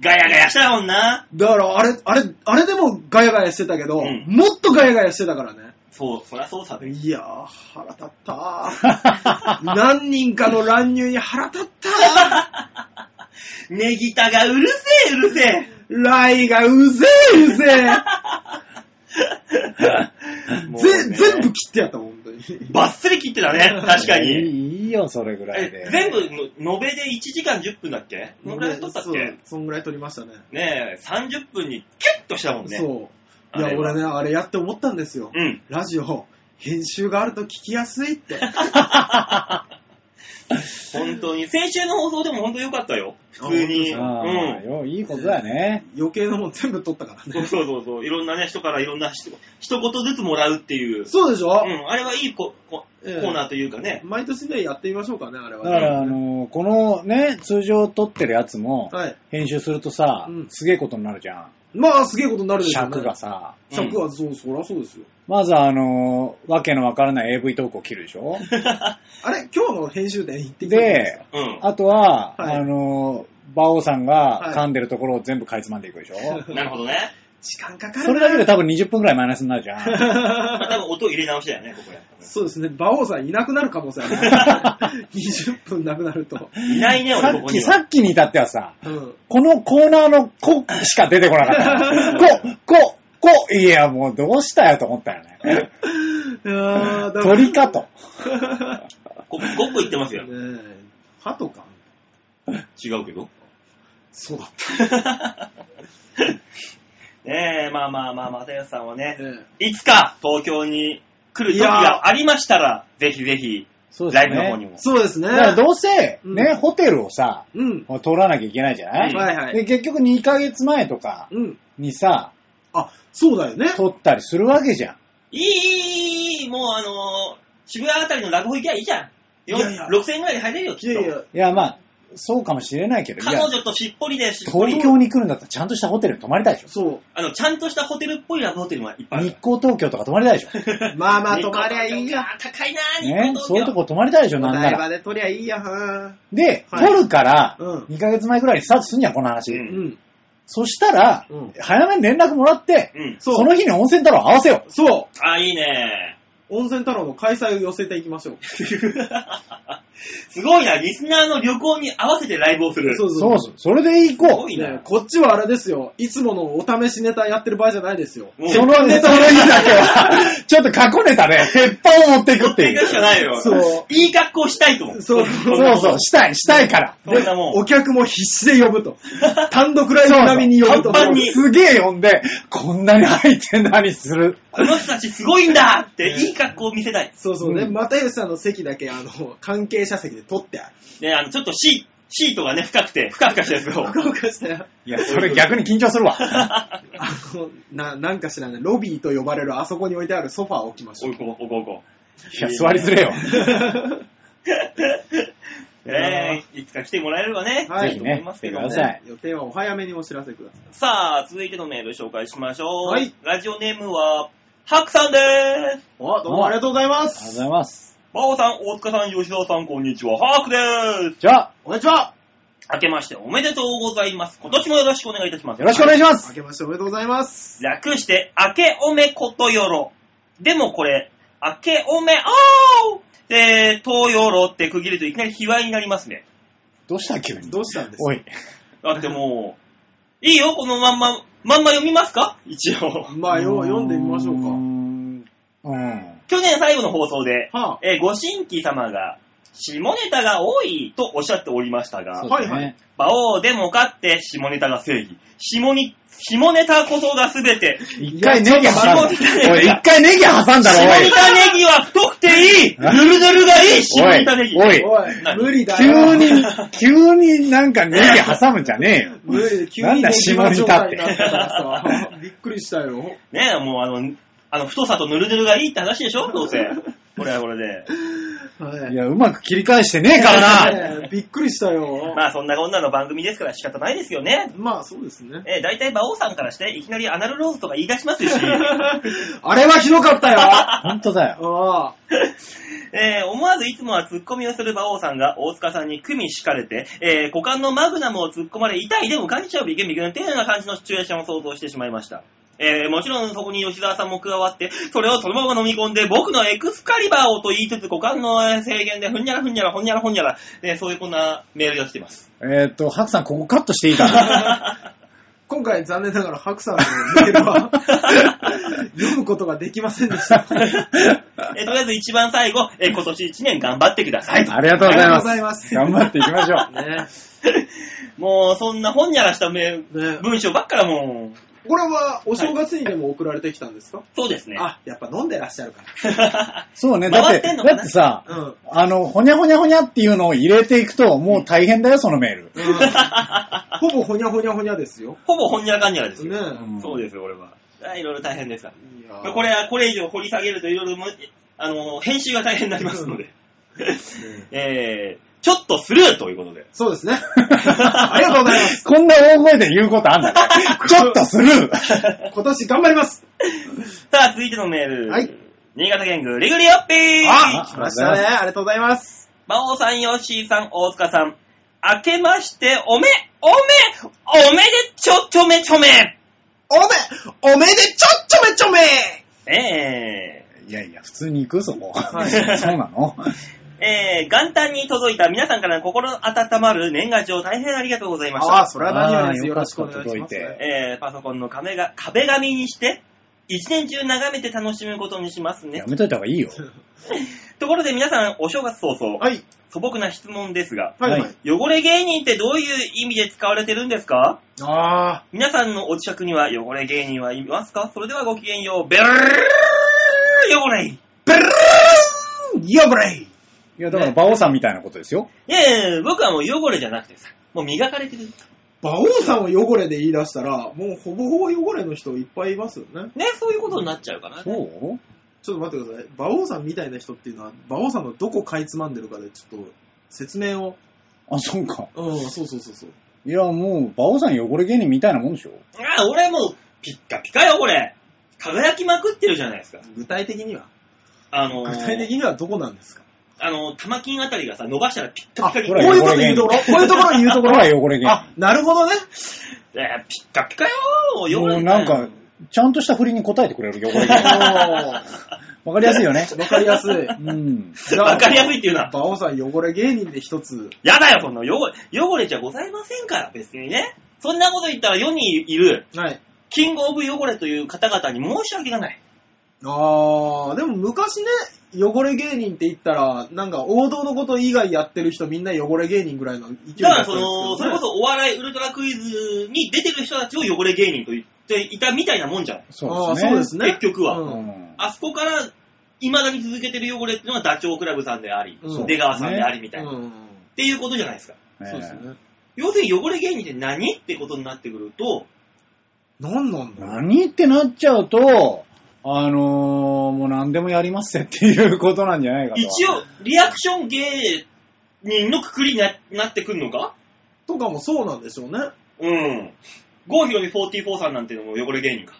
Speaker 1: ガヤガヤしたもんな。
Speaker 3: だから、あれ、あれ、あれでもガヤガヤしてたけど、
Speaker 1: うん
Speaker 3: もっとガヤガヤしてたからね。
Speaker 1: そう、そりゃそうさ。
Speaker 3: いやー、腹立った
Speaker 1: *laughs*
Speaker 3: ー何人かの乱入に腹立ったー
Speaker 1: ネギタがうるせえ、うるせ
Speaker 3: *laughs*
Speaker 1: え。
Speaker 3: ライがうぜえうぜえぜ、全部切ってやった、本当に。
Speaker 1: バッスリ切ってた
Speaker 3: *laughs*
Speaker 1: ね、確か
Speaker 4: い
Speaker 1: に。
Speaker 4: いいいよ、それぐらい
Speaker 1: え
Speaker 4: で。
Speaker 1: 全部の、延べで1時間10分だっけそのぐらい取ったっ
Speaker 3: そう
Speaker 1: け
Speaker 3: そんぐらい取りましたね。
Speaker 1: ねえ、30分にキュッとしたもんね。
Speaker 3: そう。い
Speaker 1: あ
Speaker 3: や
Speaker 1: れ、は
Speaker 3: 俺ね、あれやって思ったんですよ。
Speaker 1: うん。
Speaker 3: ラジオ、編集があると聞きやすいって。
Speaker 1: 本当に。先週の放送でも本当良かったよ。普通に。う
Speaker 4: ああ
Speaker 1: ん。
Speaker 4: よいいことだよね。
Speaker 3: 余計なもん全部取ったから
Speaker 1: そう
Speaker 3: ね。
Speaker 1: そうそうそう。いろんなね、人からいろんな人、一言ずつもらうっていう。
Speaker 3: そうでしょ、
Speaker 1: うん、あれはいいここコ
Speaker 3: ええ
Speaker 1: ーナーというかね。
Speaker 3: 毎年ね、やってみましょうかね、あれ
Speaker 4: だ
Speaker 3: は、ね。
Speaker 4: から、あのーこのね、通常撮ってるやつも、
Speaker 3: はい。
Speaker 4: 編集するとさ、
Speaker 3: うん
Speaker 4: すげえことになるじゃん。
Speaker 3: まあ、すげえことになるでしょうね。
Speaker 4: 尺が。さ。
Speaker 3: 尺は、そう、そりゃそうですよ。
Speaker 4: まずあのーわけのわからない AV トークを切るで
Speaker 3: *laughs*
Speaker 4: しょ
Speaker 3: あれ、今日の編集点行ってきたんです
Speaker 4: で
Speaker 3: か、
Speaker 1: うん。
Speaker 4: あとは、
Speaker 3: はい
Speaker 4: あのー馬王さん
Speaker 3: は
Speaker 4: が
Speaker 3: い
Speaker 4: 噛んでるところを全部かいつまんでいくでしょ、
Speaker 1: なるほどね。
Speaker 3: 時間かかるな
Speaker 4: それだけで多分20分くらいマイナスになるじゃん。
Speaker 1: まあ多分音入れ直しだよね、ここや。
Speaker 3: *laughs* そうですね、馬王さんいなくなる可能性あ *laughs* る。20分なくなると。
Speaker 1: いないね、
Speaker 4: さ
Speaker 1: *laughs* 俺こ
Speaker 4: っ
Speaker 1: こ
Speaker 4: き、
Speaker 1: に
Speaker 4: さ
Speaker 1: は。
Speaker 4: っきに至ってはさ、
Speaker 3: うん。
Speaker 4: このコーナーのこしか出てこな
Speaker 1: *laughs*
Speaker 4: かった。こ、こ、こ、いや、もうどうしたよと思った
Speaker 1: *laughs*
Speaker 4: よね。
Speaker 3: いやーだから
Speaker 4: 鳥かと。
Speaker 1: ここ、ごっこ言ってますよ。
Speaker 3: ねえ、ハトか。
Speaker 1: 違うけど。 *laughs*
Speaker 3: そうだっ
Speaker 1: ねえ、まあまあまあ、またよさんは
Speaker 3: た
Speaker 1: ね、
Speaker 3: ね。
Speaker 1: いつか東京に来る時がありましたら、ぜひぜひ、
Speaker 4: そう
Speaker 1: ライブの方にも。
Speaker 3: そうですね。
Speaker 4: だからどうせ、
Speaker 3: うん
Speaker 4: ね、ホテルをさ、
Speaker 3: うん。
Speaker 4: 取らなきゃいけないじゃない、
Speaker 1: うん
Speaker 3: はいはい
Speaker 4: で、結局2ヶ月前とか
Speaker 3: うん。
Speaker 4: にさ、
Speaker 3: あ、そうだよね。
Speaker 4: 取ったりするわけじゃん。
Speaker 1: いいいい、いい、もうあのー渋谷あたりの落語行きゃいいじゃん。よ
Speaker 3: いやいや
Speaker 1: 6000円ぐらいで入れるよ、き
Speaker 3: い
Speaker 1: っ
Speaker 3: やい
Speaker 1: と。
Speaker 3: や、
Speaker 4: いや、まあ、そうかもしれないけど、い
Speaker 1: 彼
Speaker 4: や、
Speaker 1: 女としっぽりでしっぽり
Speaker 4: 東。京に来るんだったらちゃんとしたホテルに泊まりたいでしょ。
Speaker 3: そ
Speaker 1: あの、ちゃんとしたホテルっぽいラブホテルはいっぱいあ
Speaker 4: 日
Speaker 1: る。
Speaker 4: 光東京とか泊まりたいでしょ。
Speaker 3: う。まあまあ、泊まりゃいいや。
Speaker 1: あー高いなー、日光
Speaker 4: ね、
Speaker 1: 東京
Speaker 4: そういうとこ泊まりたいでしょ、
Speaker 3: お
Speaker 4: なんな
Speaker 3: 台
Speaker 4: ら。
Speaker 3: 場で取りゃいいや。は
Speaker 4: で、
Speaker 3: はい
Speaker 4: 取るから、
Speaker 3: うん
Speaker 4: 2ヶ月前ぐらいにスタートすんじゃん、この話。
Speaker 1: うん
Speaker 3: ーうん。
Speaker 4: そしたら、
Speaker 3: うん
Speaker 4: 早めに連絡もらって、
Speaker 1: うん。
Speaker 3: そう
Speaker 4: その日に温泉太郎合わせよう。
Speaker 3: そう。
Speaker 1: あー、いいね
Speaker 3: 温泉太郎の開催を寄せていきましょう。
Speaker 1: ー。 *laughs* すごいな、リスナーの旅行に合わせてライブをする。
Speaker 3: そう
Speaker 4: そ
Speaker 3: そう
Speaker 4: うそう、それで行
Speaker 1: す
Speaker 4: こ
Speaker 1: ごい
Speaker 3: ね
Speaker 1: な。
Speaker 3: こっちはあれですよ。いつものお試しネタやってる場合じゃないですよ。
Speaker 1: も
Speaker 4: う。
Speaker 1: う
Speaker 4: そのネタの日だけは、 *laughs* ちょっと過去ネタで、鉄板を持っていくって
Speaker 1: 持ってい
Speaker 4: い
Speaker 1: く *laughs*
Speaker 4: う。
Speaker 1: しかないよ。
Speaker 3: そう
Speaker 1: いい格好したいと思う。
Speaker 3: そう
Speaker 4: そうそう、したい、したいから。
Speaker 1: そんなも
Speaker 3: お
Speaker 1: ん。
Speaker 3: 客も必死で呼ぶ *laughs* と。単独ライブ並みに呼ぶと。
Speaker 1: そうそう
Speaker 3: もう
Speaker 1: に
Speaker 4: すげえ呼んで、こんなに入って何する。
Speaker 1: この人たちすごいんだって、いい格好を見せたい。
Speaker 3: そうそうね。
Speaker 4: うん
Speaker 3: 又吉さんの席だけ、あの、関係者席で取ってある。
Speaker 1: ね、あの、ちょっとシー、シートがね、深くて、ふかふかしたやつを。
Speaker 3: どうかしたら
Speaker 4: いや、それ逆に緊張するわ。
Speaker 3: あの、な、なんか知らない。ロビーと呼ばれるあそこに置いてあるソファーを置きましょ
Speaker 1: お
Speaker 3: う。
Speaker 1: いこ、おこ、おこ。
Speaker 4: いや、座りづれよ。
Speaker 1: *laughs* ねえ、いつか来てもらえればね。
Speaker 3: はい
Speaker 4: ぜひ
Speaker 1: と
Speaker 4: ね
Speaker 1: 思いますけど
Speaker 4: 来てください
Speaker 3: 予定はお早めにお知らせください。
Speaker 1: さあ、続いてのメール紹介しましょう。
Speaker 3: はい
Speaker 1: ラジオネームは、ハクさんでーす。
Speaker 3: お、どうもありがとうございま
Speaker 4: ありがとうご
Speaker 3: す。
Speaker 4: ざいます。
Speaker 1: バオさん、大塚さん、吉田さん、こんにちは。ハクでーす。
Speaker 4: じゃあ、
Speaker 3: こんにちは。
Speaker 1: 明けましておめでとうございます。今年もよろしくお願いいたします。
Speaker 4: よろしくお願いしま
Speaker 3: 明
Speaker 4: す。
Speaker 3: けましておめでとうございます。
Speaker 1: 略して、明けおめことよろ。でもこれ、明けおめ、あーで、東よろって区切るといきなり卑猥になりますね。
Speaker 4: どうした急に。
Speaker 3: どうしたんですか
Speaker 4: おい。
Speaker 1: だっても
Speaker 4: *laughs*
Speaker 1: う、いいよ、このまんま、まんま読みますか一応。
Speaker 3: まあ、よう読んでみましょう
Speaker 4: ー
Speaker 3: か。
Speaker 4: んうん。
Speaker 1: 去年最後の放送で、
Speaker 3: はあ、
Speaker 1: えーご新規様が、下ネタが多いとおっしゃっておりましたが
Speaker 4: そう、
Speaker 3: は
Speaker 4: だ
Speaker 3: いはい
Speaker 4: ね。
Speaker 1: 馬王でもかって下ネタが正義。下に、下ネタこそが全て。
Speaker 4: 一回ネギ挟んだ。
Speaker 1: いやちょっと待って
Speaker 4: おい、一回ネギ挟んだ
Speaker 1: 下
Speaker 4: ろ、お
Speaker 1: ネ
Speaker 4: い。
Speaker 1: タネギは太くていいぬるぬるがいい下ネタネギ。
Speaker 4: おい
Speaker 3: おい、
Speaker 1: 何
Speaker 3: 無理だ
Speaker 4: 急
Speaker 3: よ。
Speaker 4: に、急になんかネギ挟むんじゃねえよ。
Speaker 3: 無理で、急
Speaker 4: なん
Speaker 3: に
Speaker 4: だ
Speaker 3: 出
Speaker 4: 下
Speaker 3: 来
Speaker 4: ネ
Speaker 3: 状
Speaker 4: タっ
Speaker 3: 態
Speaker 4: て
Speaker 3: になったからさ、びっくりしたよ。
Speaker 1: ねえ、もうあの、あの太さとぬるぬるがいいって話でしょどうせ。これはこれで。
Speaker 3: はい
Speaker 4: や、うまく切り返してねえからな。
Speaker 3: ねえびっくりしたよ。
Speaker 1: まあそんなこんなの番組ですから仕方ないですよね。
Speaker 3: まあ、そうですね。
Speaker 1: えー、大体馬王さんからしていきなりアナルローズとか言い出し
Speaker 4: *laughs*
Speaker 1: ますし。
Speaker 3: あれはひどかったよ。あ
Speaker 4: ほんとだ
Speaker 3: あ、
Speaker 4: よ。
Speaker 1: えー思わずいつもはツッコミをする馬王さんが大塚さんに組敷かれて、えー股間のマグナムを突っ込まれ痛いでも感じちゃうビクビクのていうような感じのシチュエーションを想像してしまいました。えーもちろんそこに吉沢さんも加わって、それをそのまま飲み込んで、僕のエクスカリバーをと言いつつ股間のえー制限でふんにゃらふんにゃらほんにゃらほんにゃら、えーそういうこんなメールが来て
Speaker 3: *laughs*
Speaker 1: ます。
Speaker 4: えーっと、ハクさん、ここカットしていいかな。
Speaker 3: 今回残念ながら白さんのメール
Speaker 4: *laughs*
Speaker 3: は読むことができませんでした。
Speaker 1: えーとりあえず一番最後、えー今年1年頑張ってくださいと。
Speaker 4: ありがとうござ
Speaker 3: あ
Speaker 4: いま
Speaker 3: りがとうございます
Speaker 4: す。頑張っていきましょう。
Speaker 3: ね
Speaker 1: もうそんなほんにゃらしたメール
Speaker 3: ね
Speaker 1: 文章ばっかりもう、
Speaker 3: これはお正月にでも送られてきたんですか、
Speaker 1: そうですね。
Speaker 3: あ、やっぱ飲んでらっしゃるか
Speaker 4: そうね、だっ
Speaker 1: 回
Speaker 4: て、
Speaker 1: ってんのか
Speaker 4: だ
Speaker 1: な
Speaker 4: ってさ、
Speaker 3: ら。うん。
Speaker 4: あの、ほにゃほにゃほにゃっていうのを入れていくと、もう大変だよ、そのメール。
Speaker 3: ほぼほにゃほにゃほにゃですよ。
Speaker 1: *laughs* ほぼほんにゃらかんにゃらですよ。
Speaker 3: ね
Speaker 4: うん
Speaker 1: そうですよ、俺は。あいろいろ大変ですから。
Speaker 3: い
Speaker 1: ま
Speaker 3: や
Speaker 1: あこれは、これ以上掘り下げるといろいろも、あの、編集が大変になりますので。 *laughs* えー、ちょっとスルーということで。 *laughs*
Speaker 3: そうですね。 *laughs* ありがとうございます。
Speaker 4: こんな大声で言うことあんだね
Speaker 3: *laughs*
Speaker 4: ちょっとスルー。
Speaker 3: 今年頑張ります。
Speaker 1: さあ、続いてのメール。
Speaker 3: はい
Speaker 1: 新潟県グリグリオッピー
Speaker 3: あ、
Speaker 4: あ
Speaker 3: 来ましたね。ありがとうございます。
Speaker 1: 馬王さん、ヨッシーさん、大塚さん。明けまして、おめ、おめ、おめでちょちょめちょめ。
Speaker 3: おめ、おめでちょっちょめちょめ
Speaker 1: え
Speaker 4: いやいや、普通に行くそこ。
Speaker 3: はい
Speaker 4: そうなの
Speaker 1: ー、えー、元旦に届いた皆さんからの心温まる年賀状大変ありがとうございまし
Speaker 3: ああ、
Speaker 1: た。
Speaker 3: それは何よりです。
Speaker 4: あー
Speaker 3: よろしくお願いし
Speaker 4: よか
Speaker 3: ま
Speaker 4: っ
Speaker 3: す。
Speaker 4: た届い
Speaker 1: えー、パソコンの壁が壁紙にして、一年中眺めて楽しむことにしますね
Speaker 4: や。めといた方がいいよ。
Speaker 1: ところで皆さん、お正月早々、
Speaker 3: はい、
Speaker 1: 素朴な質問ですが、
Speaker 3: はい、は
Speaker 4: はいい。
Speaker 1: 汚れ芸人ってどういう意味で使われてるんですか
Speaker 3: あ
Speaker 1: 皆さんのお近くには汚れ芸人はいますかそれではごきげんよう。ベルー汚れい
Speaker 3: ー、ベルーン汚れ
Speaker 4: いや、だから、馬王さんみたいなことですよ。
Speaker 1: やいや僕はもう汚れじゃなくてさ、もう磨かれてる。
Speaker 3: 馬王さんを汚れで言い出したら、もうほぼほぼ汚れの人いっぱいいますよね。
Speaker 1: ね、そういうことになっちゃうからね。
Speaker 4: そう
Speaker 3: ちょっと待ってください。馬王さんみたいな人っていうのは、馬王さんのどこかいつまんでるかで、ちょっと説明を。
Speaker 4: あ、そうか。
Speaker 3: うん、そうそうそうそう。
Speaker 4: いや、もう、馬王さん汚れ芸人みたいなもんでしょ。
Speaker 1: あ、俺もう、ピッカピカよ、これ。輝きまくってるじゃないですか。
Speaker 3: 具体的には
Speaker 1: あのー、
Speaker 3: 具体的にはどこなんですか
Speaker 1: あのー、玉金あたりがさ、伸ばしたらピッカ
Speaker 3: あ、こ
Speaker 1: ピ
Speaker 3: う
Speaker 1: カに。
Speaker 3: い
Speaker 4: ほら
Speaker 3: うとこ言うところこういうところ言うと
Speaker 4: ほ
Speaker 3: ころ
Speaker 4: *laughs* ら、汚れ芸
Speaker 3: あ
Speaker 4: 人。、
Speaker 3: なるほどね。
Speaker 1: えー、ピッカピカよー汚
Speaker 4: も
Speaker 1: れ
Speaker 4: う
Speaker 1: てい
Speaker 4: なんか、ちゃんとした振りに答えてくれる汚れ芸人。わかりやすいよね。
Speaker 3: わかりやすい。
Speaker 4: うん。
Speaker 1: *laughs*
Speaker 3: じ
Speaker 1: わかりやすいっていうのは、
Speaker 3: 馬王さん汚れ芸人で一つ。
Speaker 1: やだよ、そんな汚れ、汚れじゃございませんから、別にね。そんなこと言ったら世にいる、
Speaker 3: はい。
Speaker 1: キングオブ汚れという方々に申し訳がない。
Speaker 3: あー、でも昔ね、汚れ芸人って言ったら、なんか王道のこと以外やってる人みんな汚れ芸人ぐらいの勢い
Speaker 1: だか
Speaker 3: だ
Speaker 1: ら、
Speaker 3: った
Speaker 1: そ
Speaker 3: んですけどね
Speaker 1: の、それこそお笑いウルトラクイズに出てる人たちを汚れ芸人と言っていたみたいなもんじゃん。
Speaker 4: そうです
Speaker 3: あー
Speaker 4: ね。
Speaker 3: そうですね。
Speaker 1: 結局は
Speaker 3: う
Speaker 4: うんん。
Speaker 1: あそこから、未だに続けてる汚れっていうのはダチョウ倶楽部さんであり、
Speaker 3: うん
Speaker 1: 出川さんでありみたいな、っ
Speaker 3: うん
Speaker 1: ていうことじゃないですか。
Speaker 3: そうです
Speaker 4: ね
Speaker 3: ね。
Speaker 1: 要するに汚れ芸人って何ってことになってくると、
Speaker 3: なんなんだろう
Speaker 4: 何ってなっちゃうと、あのー、もう何でもやりますよっていうことなんじゃないかと。
Speaker 1: 一応、リアクション芸人のくくりにななってくるのか
Speaker 3: とかもそうなんでしょうね。
Speaker 1: うん。郷ひろみ44さんなんていうのも汚れ芸人か。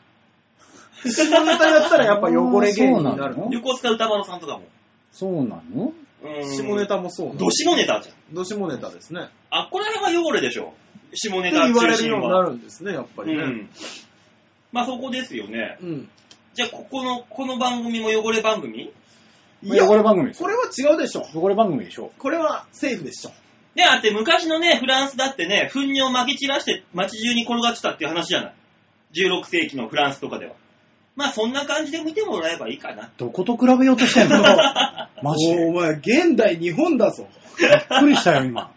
Speaker 3: 下ネタやったらやっぱ汚れ芸人になる
Speaker 4: う
Speaker 3: の
Speaker 4: ん
Speaker 1: 横須賀歌丸さんとかも。
Speaker 4: そうなの
Speaker 1: うん。
Speaker 3: 下ネタもそうな
Speaker 1: ど
Speaker 3: の
Speaker 1: 下ネタじゃん。
Speaker 3: ど下ネタですね。
Speaker 1: あっこら辺は汚れでしょ。下
Speaker 3: っ
Speaker 1: ネ
Speaker 3: て
Speaker 1: タ
Speaker 3: 言わ
Speaker 1: 中
Speaker 3: れる
Speaker 1: 心
Speaker 3: ようにな
Speaker 1: は。
Speaker 3: るんですね、やっぱ
Speaker 1: う
Speaker 3: りね。
Speaker 1: ん。まあそこですよね。
Speaker 3: うん。
Speaker 1: じゃあここの、この番組も汚れ番組
Speaker 3: いや、
Speaker 4: 汚れ番組です
Speaker 3: こ
Speaker 4: よ。
Speaker 3: れは違うでしょ。
Speaker 4: 汚れ番組でしょ。
Speaker 3: これはセーフでしょ。
Speaker 1: ね、あって昔のね、フランスだってね、糞尿を撒き散らして街中に転がってたっていう話じゃない。16世紀のフランスとかでは。まあそんな感じで見てもらえばいいかな。
Speaker 4: どこと比べようと
Speaker 3: *laughs*
Speaker 4: してんのマジ
Speaker 3: お
Speaker 4: で。
Speaker 3: お前、現代日本だぞ。
Speaker 4: びっくりしたよ、今。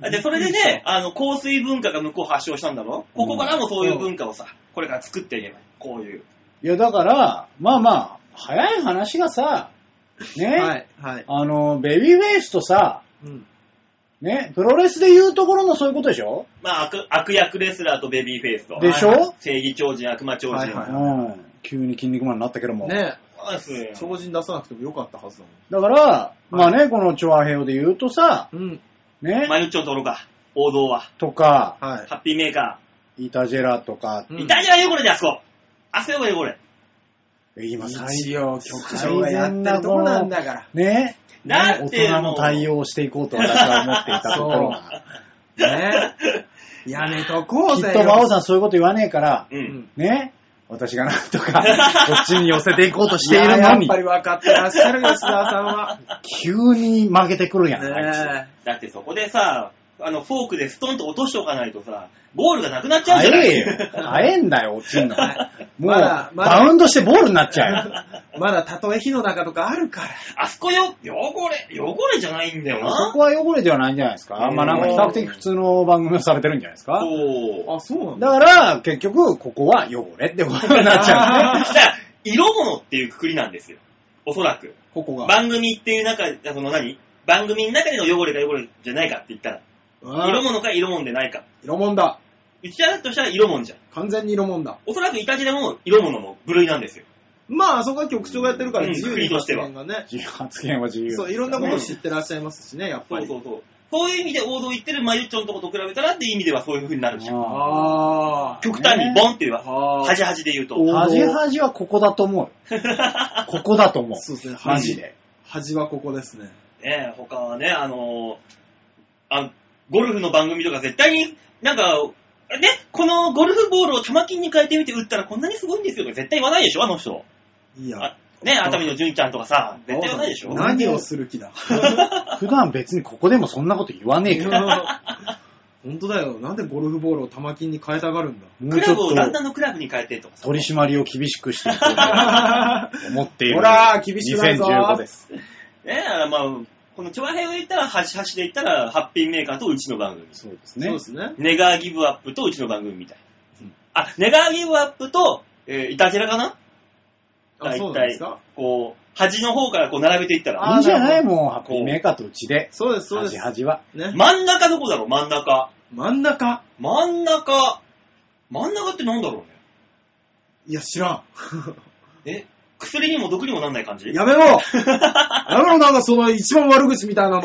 Speaker 1: で、それでね、あの、香水文化が向こう発祥したんだろここからもそういう文化をさ、これから作っていけばいい。こういう。
Speaker 4: いや、だから、まあまあ、早い話がさ、ね、
Speaker 3: はい、はい。
Speaker 4: あの、ベビーフェイスとさ、
Speaker 3: うん。
Speaker 4: ね、プロレスで言うところのそういうことでしょ
Speaker 1: まあ悪、悪役レスラーとベビーフェイスと。
Speaker 4: でしょ
Speaker 1: はいはい正義超人、悪魔超人。
Speaker 3: はいはいうは
Speaker 4: ん。急に筋肉マンになったけども。
Speaker 3: ね
Speaker 1: そうですよ
Speaker 3: え、超人出さなくてもよかったはずだ
Speaker 4: だから、まあね、このチョアヘオで言うとさ、
Speaker 3: もん。うん。
Speaker 4: ね、
Speaker 1: マユッチョのところか。王道は。
Speaker 4: とか、
Speaker 3: はい。
Speaker 1: ハッピーメーカ
Speaker 4: イタジェラとか、
Speaker 3: うん
Speaker 1: ー。イタジラ汚れであそこ。あそこ汚れ。
Speaker 4: 今最
Speaker 3: 一応、局長が
Speaker 4: 最
Speaker 3: やって
Speaker 4: 善な
Speaker 3: ると
Speaker 4: こ
Speaker 3: こ
Speaker 4: の
Speaker 3: なんだから。
Speaker 4: ね、
Speaker 1: だ
Speaker 4: 大
Speaker 1: って
Speaker 4: 人
Speaker 1: も
Speaker 4: の
Speaker 1: う
Speaker 4: 対応をしていこうと私は思っていたところが、
Speaker 3: *laughs* ねえ。やめとこう
Speaker 4: き
Speaker 3: ぜ。
Speaker 4: っと馬王さんそういうこと言わねえから、
Speaker 1: う。
Speaker 3: うんん。
Speaker 4: ね、私がなん
Speaker 3: *laughs*
Speaker 4: とか、こっちに寄せていこうとしている
Speaker 3: や
Speaker 4: の
Speaker 3: やっ
Speaker 4: に
Speaker 3: ぱ、り分かってらっしゃる吉田さんは。
Speaker 4: 急に曲げてくるやん、あい
Speaker 3: ね
Speaker 1: だってそこでさ、あの、フォークでストンと落としておかないとさ、ゴールがなくなっ
Speaker 4: つ。
Speaker 1: ちゃうじゃな
Speaker 4: 早
Speaker 1: い
Speaker 4: えよ。早えんだよ、落ちんの。もう、
Speaker 3: まだまだ
Speaker 4: バウンドしてボールになっちゃうよ。
Speaker 3: え。まだたとえ火の中とかあるから。
Speaker 1: *laughs* あそこよ、汚れ、汚れじゃないんだよ
Speaker 4: あそ
Speaker 1: な。
Speaker 4: こは汚れではないんじゃないですか。
Speaker 1: うん
Speaker 4: まあなんか比較的普通の番組をされてるんじゃないですか。
Speaker 1: そう。 *laughs*
Speaker 3: あ、そうなん
Speaker 4: だ
Speaker 3: だ。
Speaker 4: から、結局、ここは汚れってことになっちゃう、
Speaker 3: *laughs*
Speaker 1: だから、色物っていうくくりなんですよ。おそらく。
Speaker 3: ここが。
Speaker 1: 番組っていう中、その何番組の中での汚れが汚れじゃないかって言ったら、
Speaker 3: うん
Speaker 1: 色物か色物でないか。
Speaker 3: 色もんだ。
Speaker 1: うちらだとしたら色物じゃん。
Speaker 3: 完全に色もんだ。
Speaker 1: おそらくイタジラも色物の部類なんですよ。
Speaker 3: まあ、あそこは局長がやってるから
Speaker 1: うん
Speaker 3: 自由
Speaker 1: 国
Speaker 3: に
Speaker 1: としては
Speaker 3: 発言がね。
Speaker 4: ね。発言は自
Speaker 3: *laughs*
Speaker 4: 由。
Speaker 3: そう、いろんなことを知ってらっしゃいますしね、やっぱ
Speaker 1: そう
Speaker 3: り。
Speaker 1: そうそう。そういう意味で王道言ってるマユッチョのとこと比べたらっていう意味ではそういう風になるでしょ。
Speaker 4: あ
Speaker 3: あー
Speaker 1: 極端にボンっていうわ。
Speaker 3: あー。
Speaker 1: はじはじで言うと。
Speaker 4: ー恥恥はここだと思う。ここだと思う。
Speaker 3: そうですね、
Speaker 4: マ
Speaker 3: 恥
Speaker 4: ジ。で。
Speaker 3: 恥はここですね。
Speaker 1: ねえ、他はね、あのーあ、ゴルフの番組とか絶対になんか、ね、このゴルフボールを玉金に変えてみて打ったらこんなにすごいんですよとか絶対言わないでしょ、あの人。
Speaker 3: いや
Speaker 1: あ、ね、熱海の純ちゃんとかさ、絶対言わないでしょ。
Speaker 3: 何をする気だ。
Speaker 4: *laughs* 普段別にここでもそんなこと言わねえけど。
Speaker 3: *laughs* 本当だよ。なんでゴルフボールを玉金に変えたがるんだ。
Speaker 4: も
Speaker 1: ク
Speaker 4: うち
Speaker 1: ラ
Speaker 4: ょっ
Speaker 1: ブを旦那
Speaker 4: と
Speaker 1: のクラブに変えてとかさ。
Speaker 4: 取り締まりを厳しくしていこうと思っている。
Speaker 3: ほら厳しくなるぞ
Speaker 4: 2015です。
Speaker 1: ね、まあ、この長編を言ったら、端々で言ったら、ハッピーメーカーとうちの番組。
Speaker 4: そうです
Speaker 3: そう
Speaker 4: ね
Speaker 3: で。すね。
Speaker 1: ネガーギブアップとうちの番組みたいな
Speaker 4: うん。
Speaker 1: あ、ネガーギブアップと、えー、イタジェラかな
Speaker 3: あ、
Speaker 1: 大体
Speaker 3: そうなんですか
Speaker 1: こう、端の方からこう並べていったら。
Speaker 3: あ
Speaker 4: いいじゃないもう、ハッピーメーカーとうちで。
Speaker 3: そうです、そうで
Speaker 4: は
Speaker 3: す
Speaker 4: じ。はじは。
Speaker 3: ね。
Speaker 1: *laughs* 真ん中どこだろう、真ん中。
Speaker 3: 真ん中
Speaker 1: 真ん中。真ん中ってなんだろ
Speaker 3: いや、知ら
Speaker 1: うね。え薬にも毒にもなんない感じ
Speaker 3: ん。やめろやめろ、なんかその一番悪口みたいなの。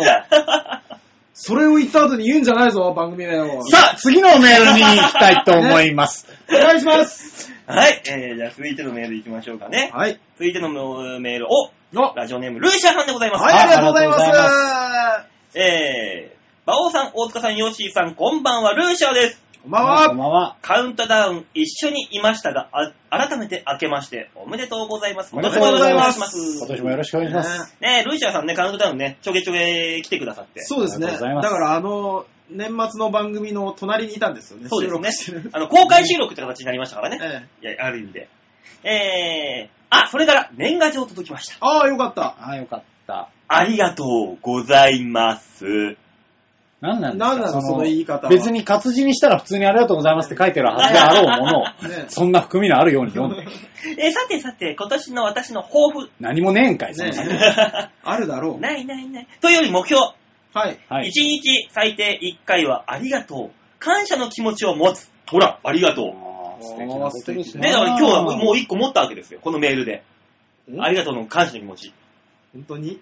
Speaker 3: それを言った後に言うんじゃないぞ、番組名を。
Speaker 4: さあ、次のメールに行きたいと思
Speaker 3: *laughs*
Speaker 4: います。
Speaker 3: お願いします
Speaker 1: はい。えー、じゃあ続いてのメール行きましょうかね。
Speaker 3: はい。
Speaker 1: 続いてのメール、お
Speaker 3: おはい、
Speaker 1: ラジオネーム、ルーシャさんでございます。
Speaker 3: ありがとうございます
Speaker 4: ありがとうご
Speaker 1: えー、馬王さん、大塚さん、ヨッシーさん、こんばんは、ルーシャです。
Speaker 3: こんばん
Speaker 4: こん
Speaker 3: は
Speaker 4: ばんは。
Speaker 1: カウントダウン一緒にいましたが、あ改めて明けましておめでとうございます。
Speaker 4: おめでと
Speaker 3: うございます
Speaker 1: 今年もよろしくお願いし
Speaker 4: 今年もよろしくお願いします。
Speaker 3: ね
Speaker 1: ねえ、ルーシャさんね、カウントダウンね、ちょげちょげ来てくださって。
Speaker 3: そうですね。
Speaker 4: あり
Speaker 3: だ
Speaker 4: がと
Speaker 3: か
Speaker 4: うございます
Speaker 3: らあの、年末の番組の隣にいたんですよね。
Speaker 1: そう
Speaker 3: 収録
Speaker 1: で
Speaker 3: して
Speaker 1: すね
Speaker 3: る。。
Speaker 1: あの、公開収録って形になりましたからね。
Speaker 3: ええ
Speaker 1: いや、ある意味で。えー、あ、それから年賀状届きました。
Speaker 3: ああ、よかった。
Speaker 4: ああ、よかった。
Speaker 1: ありがとうございます。
Speaker 4: 何なんですか
Speaker 3: 何なのその言い方は
Speaker 4: 別に活字にしたら普通にありがとうございますって書いてるはずであろうものを、
Speaker 3: ね
Speaker 4: *laughs* そんな含みのあるように読んで。
Speaker 1: えーさてさて、今年の私の抱負。
Speaker 4: 何もねえんかい、そんなの
Speaker 3: ね
Speaker 4: *laughs*
Speaker 3: あるだろ
Speaker 1: ないないない。というより目標。
Speaker 3: う。はい。
Speaker 4: はい。
Speaker 1: 一日最低一回はありがとう。感謝の気持ちを持つ。ほら、ありがと
Speaker 4: あー
Speaker 3: あー素敵
Speaker 1: う。
Speaker 3: う
Speaker 1: ね、だから今日はもう一個持ったわけですよ。このメールで。
Speaker 3: ん
Speaker 1: ありがとうの感謝の気持ち。 *laughs*
Speaker 3: 本当に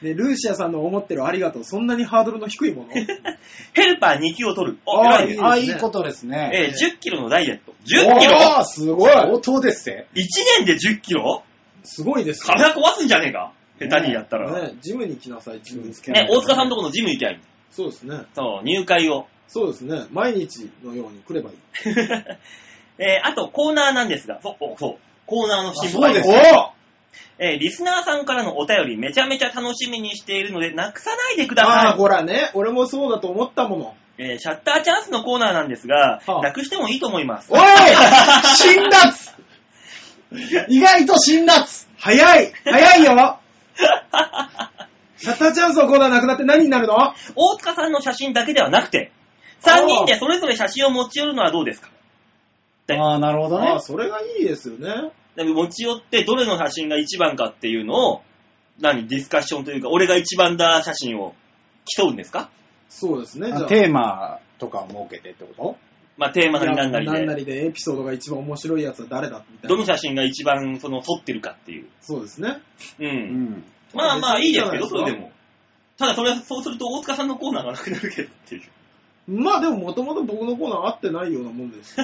Speaker 3: ね、ルーシアさんの思ってるありがとう、そんなにハードルの低い
Speaker 4: *laughs*
Speaker 3: もの
Speaker 1: ヘルパー2級を取る。お
Speaker 3: あー
Speaker 1: 偉いね
Speaker 3: あ
Speaker 4: あ、
Speaker 3: い
Speaker 4: い
Speaker 3: い
Speaker 4: い
Speaker 3: こ
Speaker 4: ことですね。
Speaker 1: えー10キロのダイエット。10キロ
Speaker 4: おーすごい相当ですって。
Speaker 1: !1 年で10キロ
Speaker 3: すごいですよ、
Speaker 1: 体壊すんじゃねえか下手にやったら。ね
Speaker 3: ね。ジムに来なさい、ジムに。
Speaker 4: ね
Speaker 1: 大塚さんとこのジム行きゃいい。
Speaker 3: そうですね。
Speaker 1: そう、入会を。 *laughs*
Speaker 3: そうですね。毎日のように来ればいい。
Speaker 1: えーあとコーナーなんですが、そう、おそう、コーナーの心
Speaker 4: あそう
Speaker 1: 配
Speaker 4: で
Speaker 1: ですす。
Speaker 4: か
Speaker 1: えーリスナーさんからのお便りめちゃめちゃ楽しみにしているので、なくさないでくだ
Speaker 3: ああ、
Speaker 1: さい。
Speaker 3: ほらね、俺もそうだと思ったもの。
Speaker 1: えーシャッターチャンスのコーナーなんですが、
Speaker 3: はあ
Speaker 1: なくしてもいいと思います。
Speaker 4: おい辛辣意外と辛辣
Speaker 3: 早い早いよシャッターチャンスのコーナーなくなって何になるの
Speaker 1: 大塚さんの写真だけではなくて、3人でそれぞれ写真を持ち寄るのはどうですかで
Speaker 4: ああ、なるほど
Speaker 3: あ
Speaker 4: ね
Speaker 3: あ、。それがいいですよね。
Speaker 1: で持ち寄ってどれの写真が一番かっていうのを、何、ディスカッションというか、俺が一番だ写真を競うんですか
Speaker 3: そうですね、じゃ
Speaker 4: あ
Speaker 3: あ。
Speaker 4: テーマとかを設けてってこと
Speaker 1: まあ、テーマなりなんなり
Speaker 3: なんな
Speaker 1: で。
Speaker 3: りでエピソードが一番面白いやつは誰だみたい
Speaker 1: ど
Speaker 3: な。
Speaker 1: の写真が一番その撮ってるかっていう。
Speaker 3: そうですね。
Speaker 1: う。
Speaker 4: うんん。
Speaker 1: まあまあいいですけど、
Speaker 3: 別
Speaker 1: そ
Speaker 3: にいいんじ
Speaker 1: れ
Speaker 3: ゃないですか
Speaker 1: でも。ただそれは、そうすると大塚さんのコーナーがなくなるけどっ
Speaker 3: *laughs*
Speaker 1: ていう。
Speaker 3: まあでももともと僕のコーナー合ってないようなもん
Speaker 1: *laughs*
Speaker 3: です。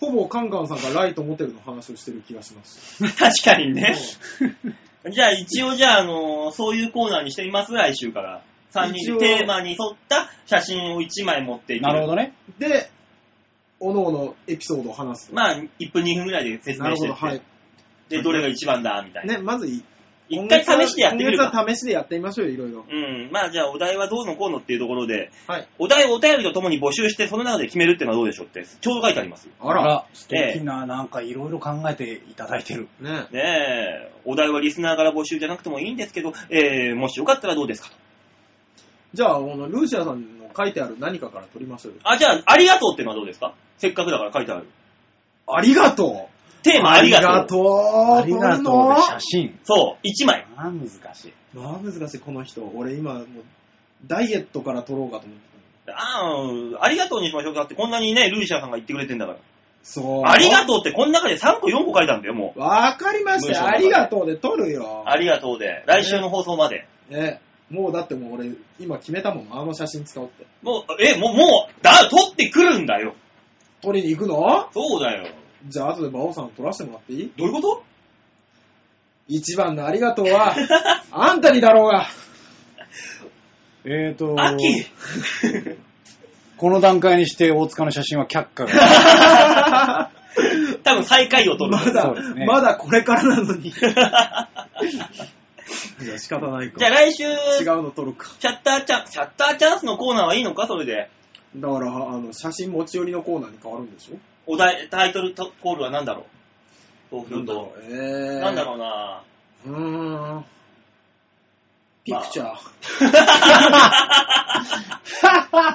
Speaker 3: ほぼカンカンさんがライトモテルの話をしてる気がします。
Speaker 1: 確かにね。じゃあ一応じゃあ、あのーそういうコーナーにしてみます、来週から。3
Speaker 3: 一
Speaker 1: 人
Speaker 3: 応
Speaker 1: でテーマに沿った写真を1枚持っていけ
Speaker 4: なるほどね。
Speaker 3: で、おのおのエピソードを話す。
Speaker 1: まあ、1分2分ぐらいで説
Speaker 3: な
Speaker 1: 明
Speaker 3: る
Speaker 1: して
Speaker 3: ほど、
Speaker 1: って、
Speaker 3: はい。
Speaker 1: で、どれが一番だ、みたいな。
Speaker 3: ね、まずい
Speaker 1: 一回試してやってみる
Speaker 3: 今月
Speaker 1: か。
Speaker 3: は試しでやってみましょうよ、いろいろ。
Speaker 1: うん。まあじゃあお題はどうのこうのっていうところで、
Speaker 3: はい。
Speaker 1: お題をお便りとともに募集して、その中で決めるっていうのはどうでしょうって、ちょうど書いてありますよ。
Speaker 3: あら。
Speaker 4: 素敵な、なんかいろいろ考えていただいてる。
Speaker 3: ね。
Speaker 1: ねえ、お題はリスナーから募集じゃなくてもいいんですけど、えー、もしよかったらどうですかと。
Speaker 3: じゃあ、あの、ルーシアさんの書いてある何かから取りましょうよ。
Speaker 1: あ、じゃあ、ありがとうってのはどうですかせっかくだから書いてある。
Speaker 3: ありがとう
Speaker 1: テーマありがとう。
Speaker 4: あ
Speaker 3: あ
Speaker 4: り
Speaker 3: り
Speaker 4: が
Speaker 3: が
Speaker 4: とう
Speaker 3: とう
Speaker 4: で写真。
Speaker 1: そう、1枚。
Speaker 4: あー難しい。
Speaker 3: 撮るのまあ難しい、この人。俺今、もう、ダイエットから取ろうかと思ってた。
Speaker 1: あーありがとうにしましょうかって、こんなにね、ルーシャさんが言ってくれてんだから。
Speaker 3: そう。
Speaker 1: ありがとうって、この中で3個4個書いたんだよ、もう。
Speaker 3: わかりまし
Speaker 1: 文章
Speaker 3: た
Speaker 1: の
Speaker 3: よ。あ
Speaker 1: 中で
Speaker 3: りがとうで取るよ。
Speaker 1: ありがとうで、来週の放送まで。
Speaker 3: ね、もうだってもう俺、今決めたもん。あの写真使おうって。
Speaker 1: もう、え、もう、もう、だ、取ってくるんだよ。
Speaker 3: 撮りに行くの
Speaker 1: そうだよ。
Speaker 3: じゃあ後で馬王さん撮らせてもらっていい
Speaker 1: どういうこと
Speaker 3: 一番のありがとうは、あんたにだろうが。
Speaker 4: えーと、
Speaker 1: 秋
Speaker 4: この段階にして大塚の写真は却 *laughs* 下が。
Speaker 1: *laughs* 多分最下位を取る。
Speaker 3: ま
Speaker 1: *laughs*
Speaker 3: だ、
Speaker 4: そうです
Speaker 3: *laughs*
Speaker 4: ね
Speaker 3: まだこれからなのに。いや、仕方ないか。
Speaker 1: じゃあ来週、
Speaker 3: 違
Speaker 1: シ
Speaker 3: うの撮るか。
Speaker 1: ャッターチャン、シャッターチャンスのコーナーはいいのかそれで。
Speaker 3: だから、あの、写真持ち寄りのコーナーに変わるんでしょ
Speaker 1: お題、タイトルとコールは何だろう東京と。
Speaker 3: う。えー。
Speaker 1: なんだろうな
Speaker 3: う。ーん。ピクチャー。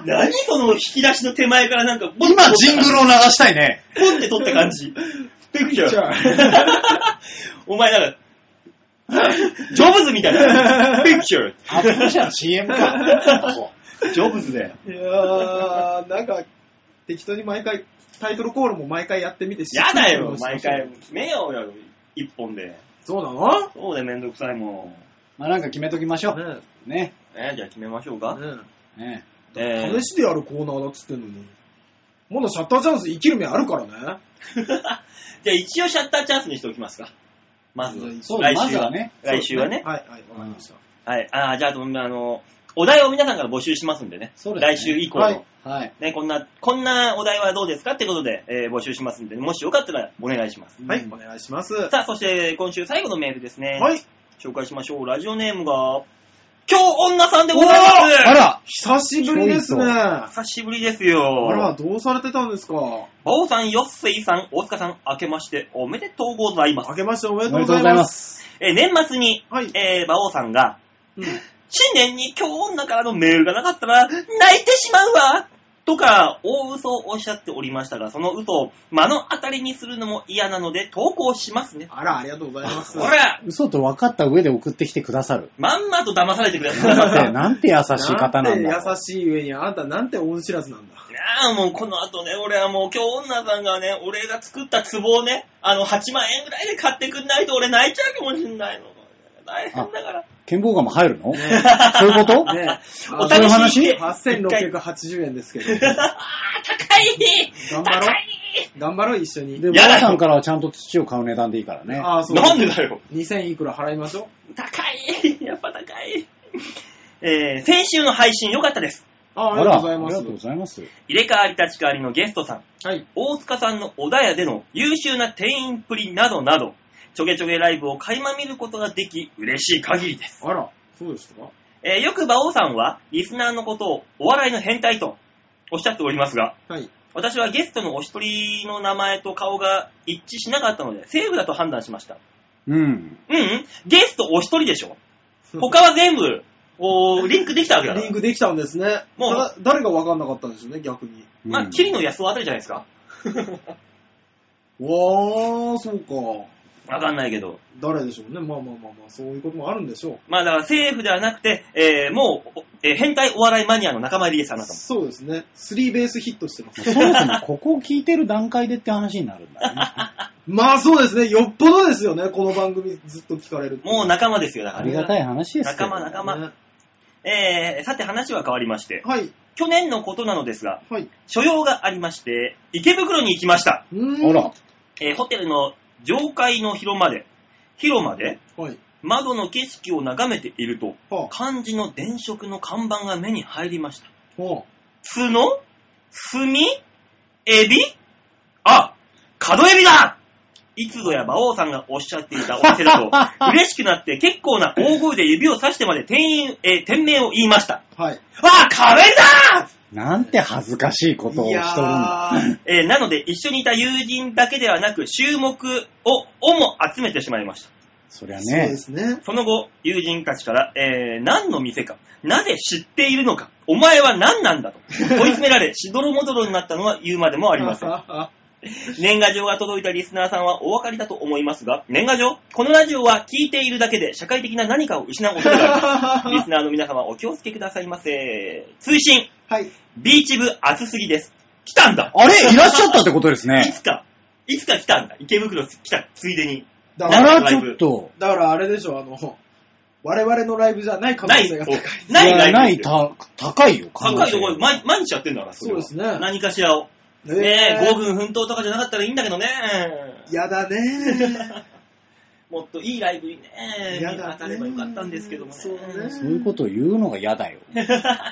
Speaker 1: 何その引き出しの手前からなんか、
Speaker 4: 今、ジングルを流したいね。
Speaker 1: ポンって取った感じ。ピクチャ
Speaker 3: ピクチ
Speaker 1: ー。
Speaker 3: ャー。
Speaker 1: お前なんか、ジョブズみたいな。ピクチャ
Speaker 4: アップ社の CM か。
Speaker 1: ー。 *laughs* ジョブズだよ。
Speaker 3: いやー、なんか、適当に毎回、タイトルコールも毎回やってみて
Speaker 1: やだ *laughs* よ、毎回。。決めようよ、一本で。
Speaker 3: そうなの
Speaker 1: そうでめんどくさいもん。
Speaker 4: *laughs* まあなんか決めときましょう。
Speaker 3: ね
Speaker 4: ね。
Speaker 1: えじゃあ決めましょうか。
Speaker 4: ね
Speaker 1: え *laughs*
Speaker 3: 試しでやるコーナーだっつってんのに。まだシャッターチャンス生きる目あるからね。
Speaker 1: ーじゃあ一応シャッターチャンスにしておきますか。まず
Speaker 3: いやいい、
Speaker 4: そう
Speaker 1: 来
Speaker 4: ま
Speaker 1: 週
Speaker 4: ず
Speaker 1: は
Speaker 4: はね。
Speaker 1: 来週はね。
Speaker 3: はい、はい、わかりました。
Speaker 1: はい。あーじゃあ、あとあの、お題を皆さんから募集しますんでね。
Speaker 4: そうですね
Speaker 1: 来週以降の、
Speaker 3: はい
Speaker 4: はい。
Speaker 1: ね、こんな、こんなお題はどうですかってことで、えー募集しますんで、もしよかったらお願いします。
Speaker 4: うん
Speaker 3: はい、お願いします。
Speaker 1: さあ、そして今週最後のメールですね。
Speaker 3: はい、
Speaker 1: 紹介しましょう。ラジオネームが、今日女さんでござい
Speaker 4: あ
Speaker 1: ます。
Speaker 4: ら
Speaker 3: 久しぶりですね。
Speaker 4: ちょい
Speaker 3: あ
Speaker 1: 久しぶりですよ。
Speaker 3: ら、どうされてたんですか
Speaker 1: バオさん、ヨッセイさん、大塚さん、明けましておめでとうございます
Speaker 3: 明。けましておめ
Speaker 4: お
Speaker 3: でと
Speaker 4: め
Speaker 3: うご
Speaker 4: でとう
Speaker 3: ざ
Speaker 4: ご
Speaker 3: い
Speaker 4: ざい
Speaker 3: ま。
Speaker 4: ますす。
Speaker 1: えー年末に、
Speaker 3: はい
Speaker 1: えー、馬王さんが、
Speaker 3: うん
Speaker 1: 新年に今日女からのメールがなかったら泣いてしまうわとか、大嘘をおっしゃっておりましたが、その嘘を目の当たりにするのも嫌なので投稿しますね。
Speaker 3: あら、ありがとうございます。
Speaker 1: ほら
Speaker 4: 嘘と分かった上で送ってきてくださる。 *laughs*
Speaker 1: まんまと騙されてくだ
Speaker 4: なん
Speaker 1: さ
Speaker 4: て、
Speaker 1: い。
Speaker 4: なんて優しい方なん
Speaker 3: なんて優
Speaker 4: だ。
Speaker 3: しい上に、あんたなんて恩知らずなんだ。
Speaker 1: ああ、もうこの後ね、俺はもう今日女さんがね、俺が作った壺をね、あの、8万円ぐらいで買ってくんないと俺泣いちゃうかもしんないの。大変だから。
Speaker 4: 健康感も入るのそういうこと
Speaker 3: ね
Speaker 1: お
Speaker 4: そういう
Speaker 1: 試し
Speaker 4: 話
Speaker 1: に行って
Speaker 3: 8680円ですけ *laughs* ど。
Speaker 1: 高い
Speaker 3: 頑張ろ
Speaker 1: 高
Speaker 3: う。
Speaker 1: い
Speaker 3: 頑張ろう、一緒に
Speaker 4: で、。
Speaker 1: や
Speaker 4: ば
Speaker 1: だよ
Speaker 4: あさんからはちゃんと土を買う値段でいいからね。
Speaker 3: ああ、そう。
Speaker 1: なんでだよ
Speaker 3: ?2000 いくら払いましょ
Speaker 1: 高いやっぱ高いえー、先週の配信良かったです。
Speaker 3: う。ああ、あ
Speaker 4: あ
Speaker 3: りが
Speaker 4: ら、あ
Speaker 3: とう
Speaker 4: り
Speaker 3: ご
Speaker 4: が
Speaker 3: ざ
Speaker 4: と
Speaker 3: い
Speaker 4: うご
Speaker 3: ます。
Speaker 4: ざいます。
Speaker 1: 入れ替わり立ち替わりのゲストさん、
Speaker 3: はい。
Speaker 1: 大塚さんの小田屋での優秀な店員っぷりなどなど、ちょげちょげライブを垣間見ることができ、嬉しい限りです。
Speaker 3: あら、そうでしたか
Speaker 1: えー、よく馬王さんは、リスナーのことをお笑いの変態とおっしゃっておりますが、
Speaker 3: はい。
Speaker 1: 私はゲストのお一人の名前と顔が一致しなかったので、セーフだと判断しました。
Speaker 4: うん。
Speaker 1: うん、うん、ゲストお一人でしょ他は全部、おーリンクできたわけだから
Speaker 3: リンクできたんですね。
Speaker 1: もう
Speaker 3: だ誰が分かんなかったんでしょうね、逆に。
Speaker 1: まあ、
Speaker 4: うん
Speaker 1: 桐野安夫あたりじゃないですか。
Speaker 3: わー、そうか。
Speaker 1: わかんないけど。
Speaker 3: 誰でしょうね。まあまあまあまあ、そういうこともあるんでしょ
Speaker 1: まあ、だから政府ではなくて、えーもう、おえー変態お笑いマニアの仲間入りです、あ
Speaker 3: う。
Speaker 1: なたも。
Speaker 3: そうですね。スリーベースヒットしてます。
Speaker 4: *laughs* そもそもここを聞いてる段階でって話になるんだよね。
Speaker 3: まあそうですね。よっぽどですよね。この番組ずっと聞かれるって。
Speaker 1: もう仲間ですよ、だ
Speaker 4: あ
Speaker 1: か
Speaker 4: り
Speaker 1: ら。
Speaker 4: がたい話ですけど。
Speaker 1: 仲間仲間。
Speaker 3: ね
Speaker 1: えーさて話は変わりまして、
Speaker 3: はい。
Speaker 1: 去年のことなのですが、
Speaker 3: はい。
Speaker 1: 所用がありまして、池袋に行きました。
Speaker 3: うーん
Speaker 4: あら。、
Speaker 1: えーホテルの上階の広間で、広間で、
Speaker 3: はい。
Speaker 1: 窓の景色を眺めていると、
Speaker 3: は
Speaker 1: 漢字の電飾の看板が目に入りました。
Speaker 3: あ。はあ。
Speaker 1: 角、墨、エビあ、角エビだいつぞや馬王さんがおっしゃっていたお店だと、嬉しくなって結構な大声で指を指してまで店員、えー店名を言いました。
Speaker 3: はい。
Speaker 1: あ、角エビだ
Speaker 4: なんて恥ずかしいことをしとるんだ。
Speaker 3: いやー
Speaker 1: えーなので一緒にいた友人だけではなく、注目を、をも集めてしまいました。
Speaker 4: そりゃ
Speaker 3: そう
Speaker 4: ね
Speaker 3: で。すね。
Speaker 1: その後、友人たちから、えー、何の店か、なぜ知っているのか、お前は何なんだと、追い詰めら
Speaker 4: *laughs*
Speaker 1: れ、しどろもどろになったのは言うまでもあり
Speaker 3: *laughs*
Speaker 1: ません。
Speaker 3: あ
Speaker 1: 年賀状が届いたリスナーさんはお分かりだと思いますが、年賀状このラジオは聞いているだけで社会的な何かを失う恐れ
Speaker 4: *laughs*
Speaker 1: があります。リスナーの皆様お気をつけくださいませ。追伸、
Speaker 3: はい。
Speaker 1: ビーチ部暑すぎです。来たんだ
Speaker 4: あれいらっしゃったってことです
Speaker 1: い
Speaker 4: ね。
Speaker 1: つか、いつか来たんだ。池袋来た、ついでに。
Speaker 3: だ
Speaker 4: あ
Speaker 3: から
Speaker 1: な、
Speaker 4: ら、ちょっと。
Speaker 3: だからあれでしょ、あの、我々のライブじゃない可能
Speaker 1: ない、
Speaker 3: 性が高い。
Speaker 4: いや
Speaker 1: ないライブ
Speaker 4: ない
Speaker 1: ですよ
Speaker 4: た、高いよ、
Speaker 1: 高いところ、
Speaker 4: ろ。
Speaker 1: 毎毎日やってんだから、れは
Speaker 3: そうですね
Speaker 1: 何かしらを。
Speaker 3: え *laughs*
Speaker 1: ねえ、5分奮闘とかじゃなかったらいいんだけどね。
Speaker 3: やだね
Speaker 1: もっといいライブにね、
Speaker 3: やだね
Speaker 1: 当たればよかったんですけどもね。
Speaker 3: そうね
Speaker 4: そういうことを言うのが嫌だよ。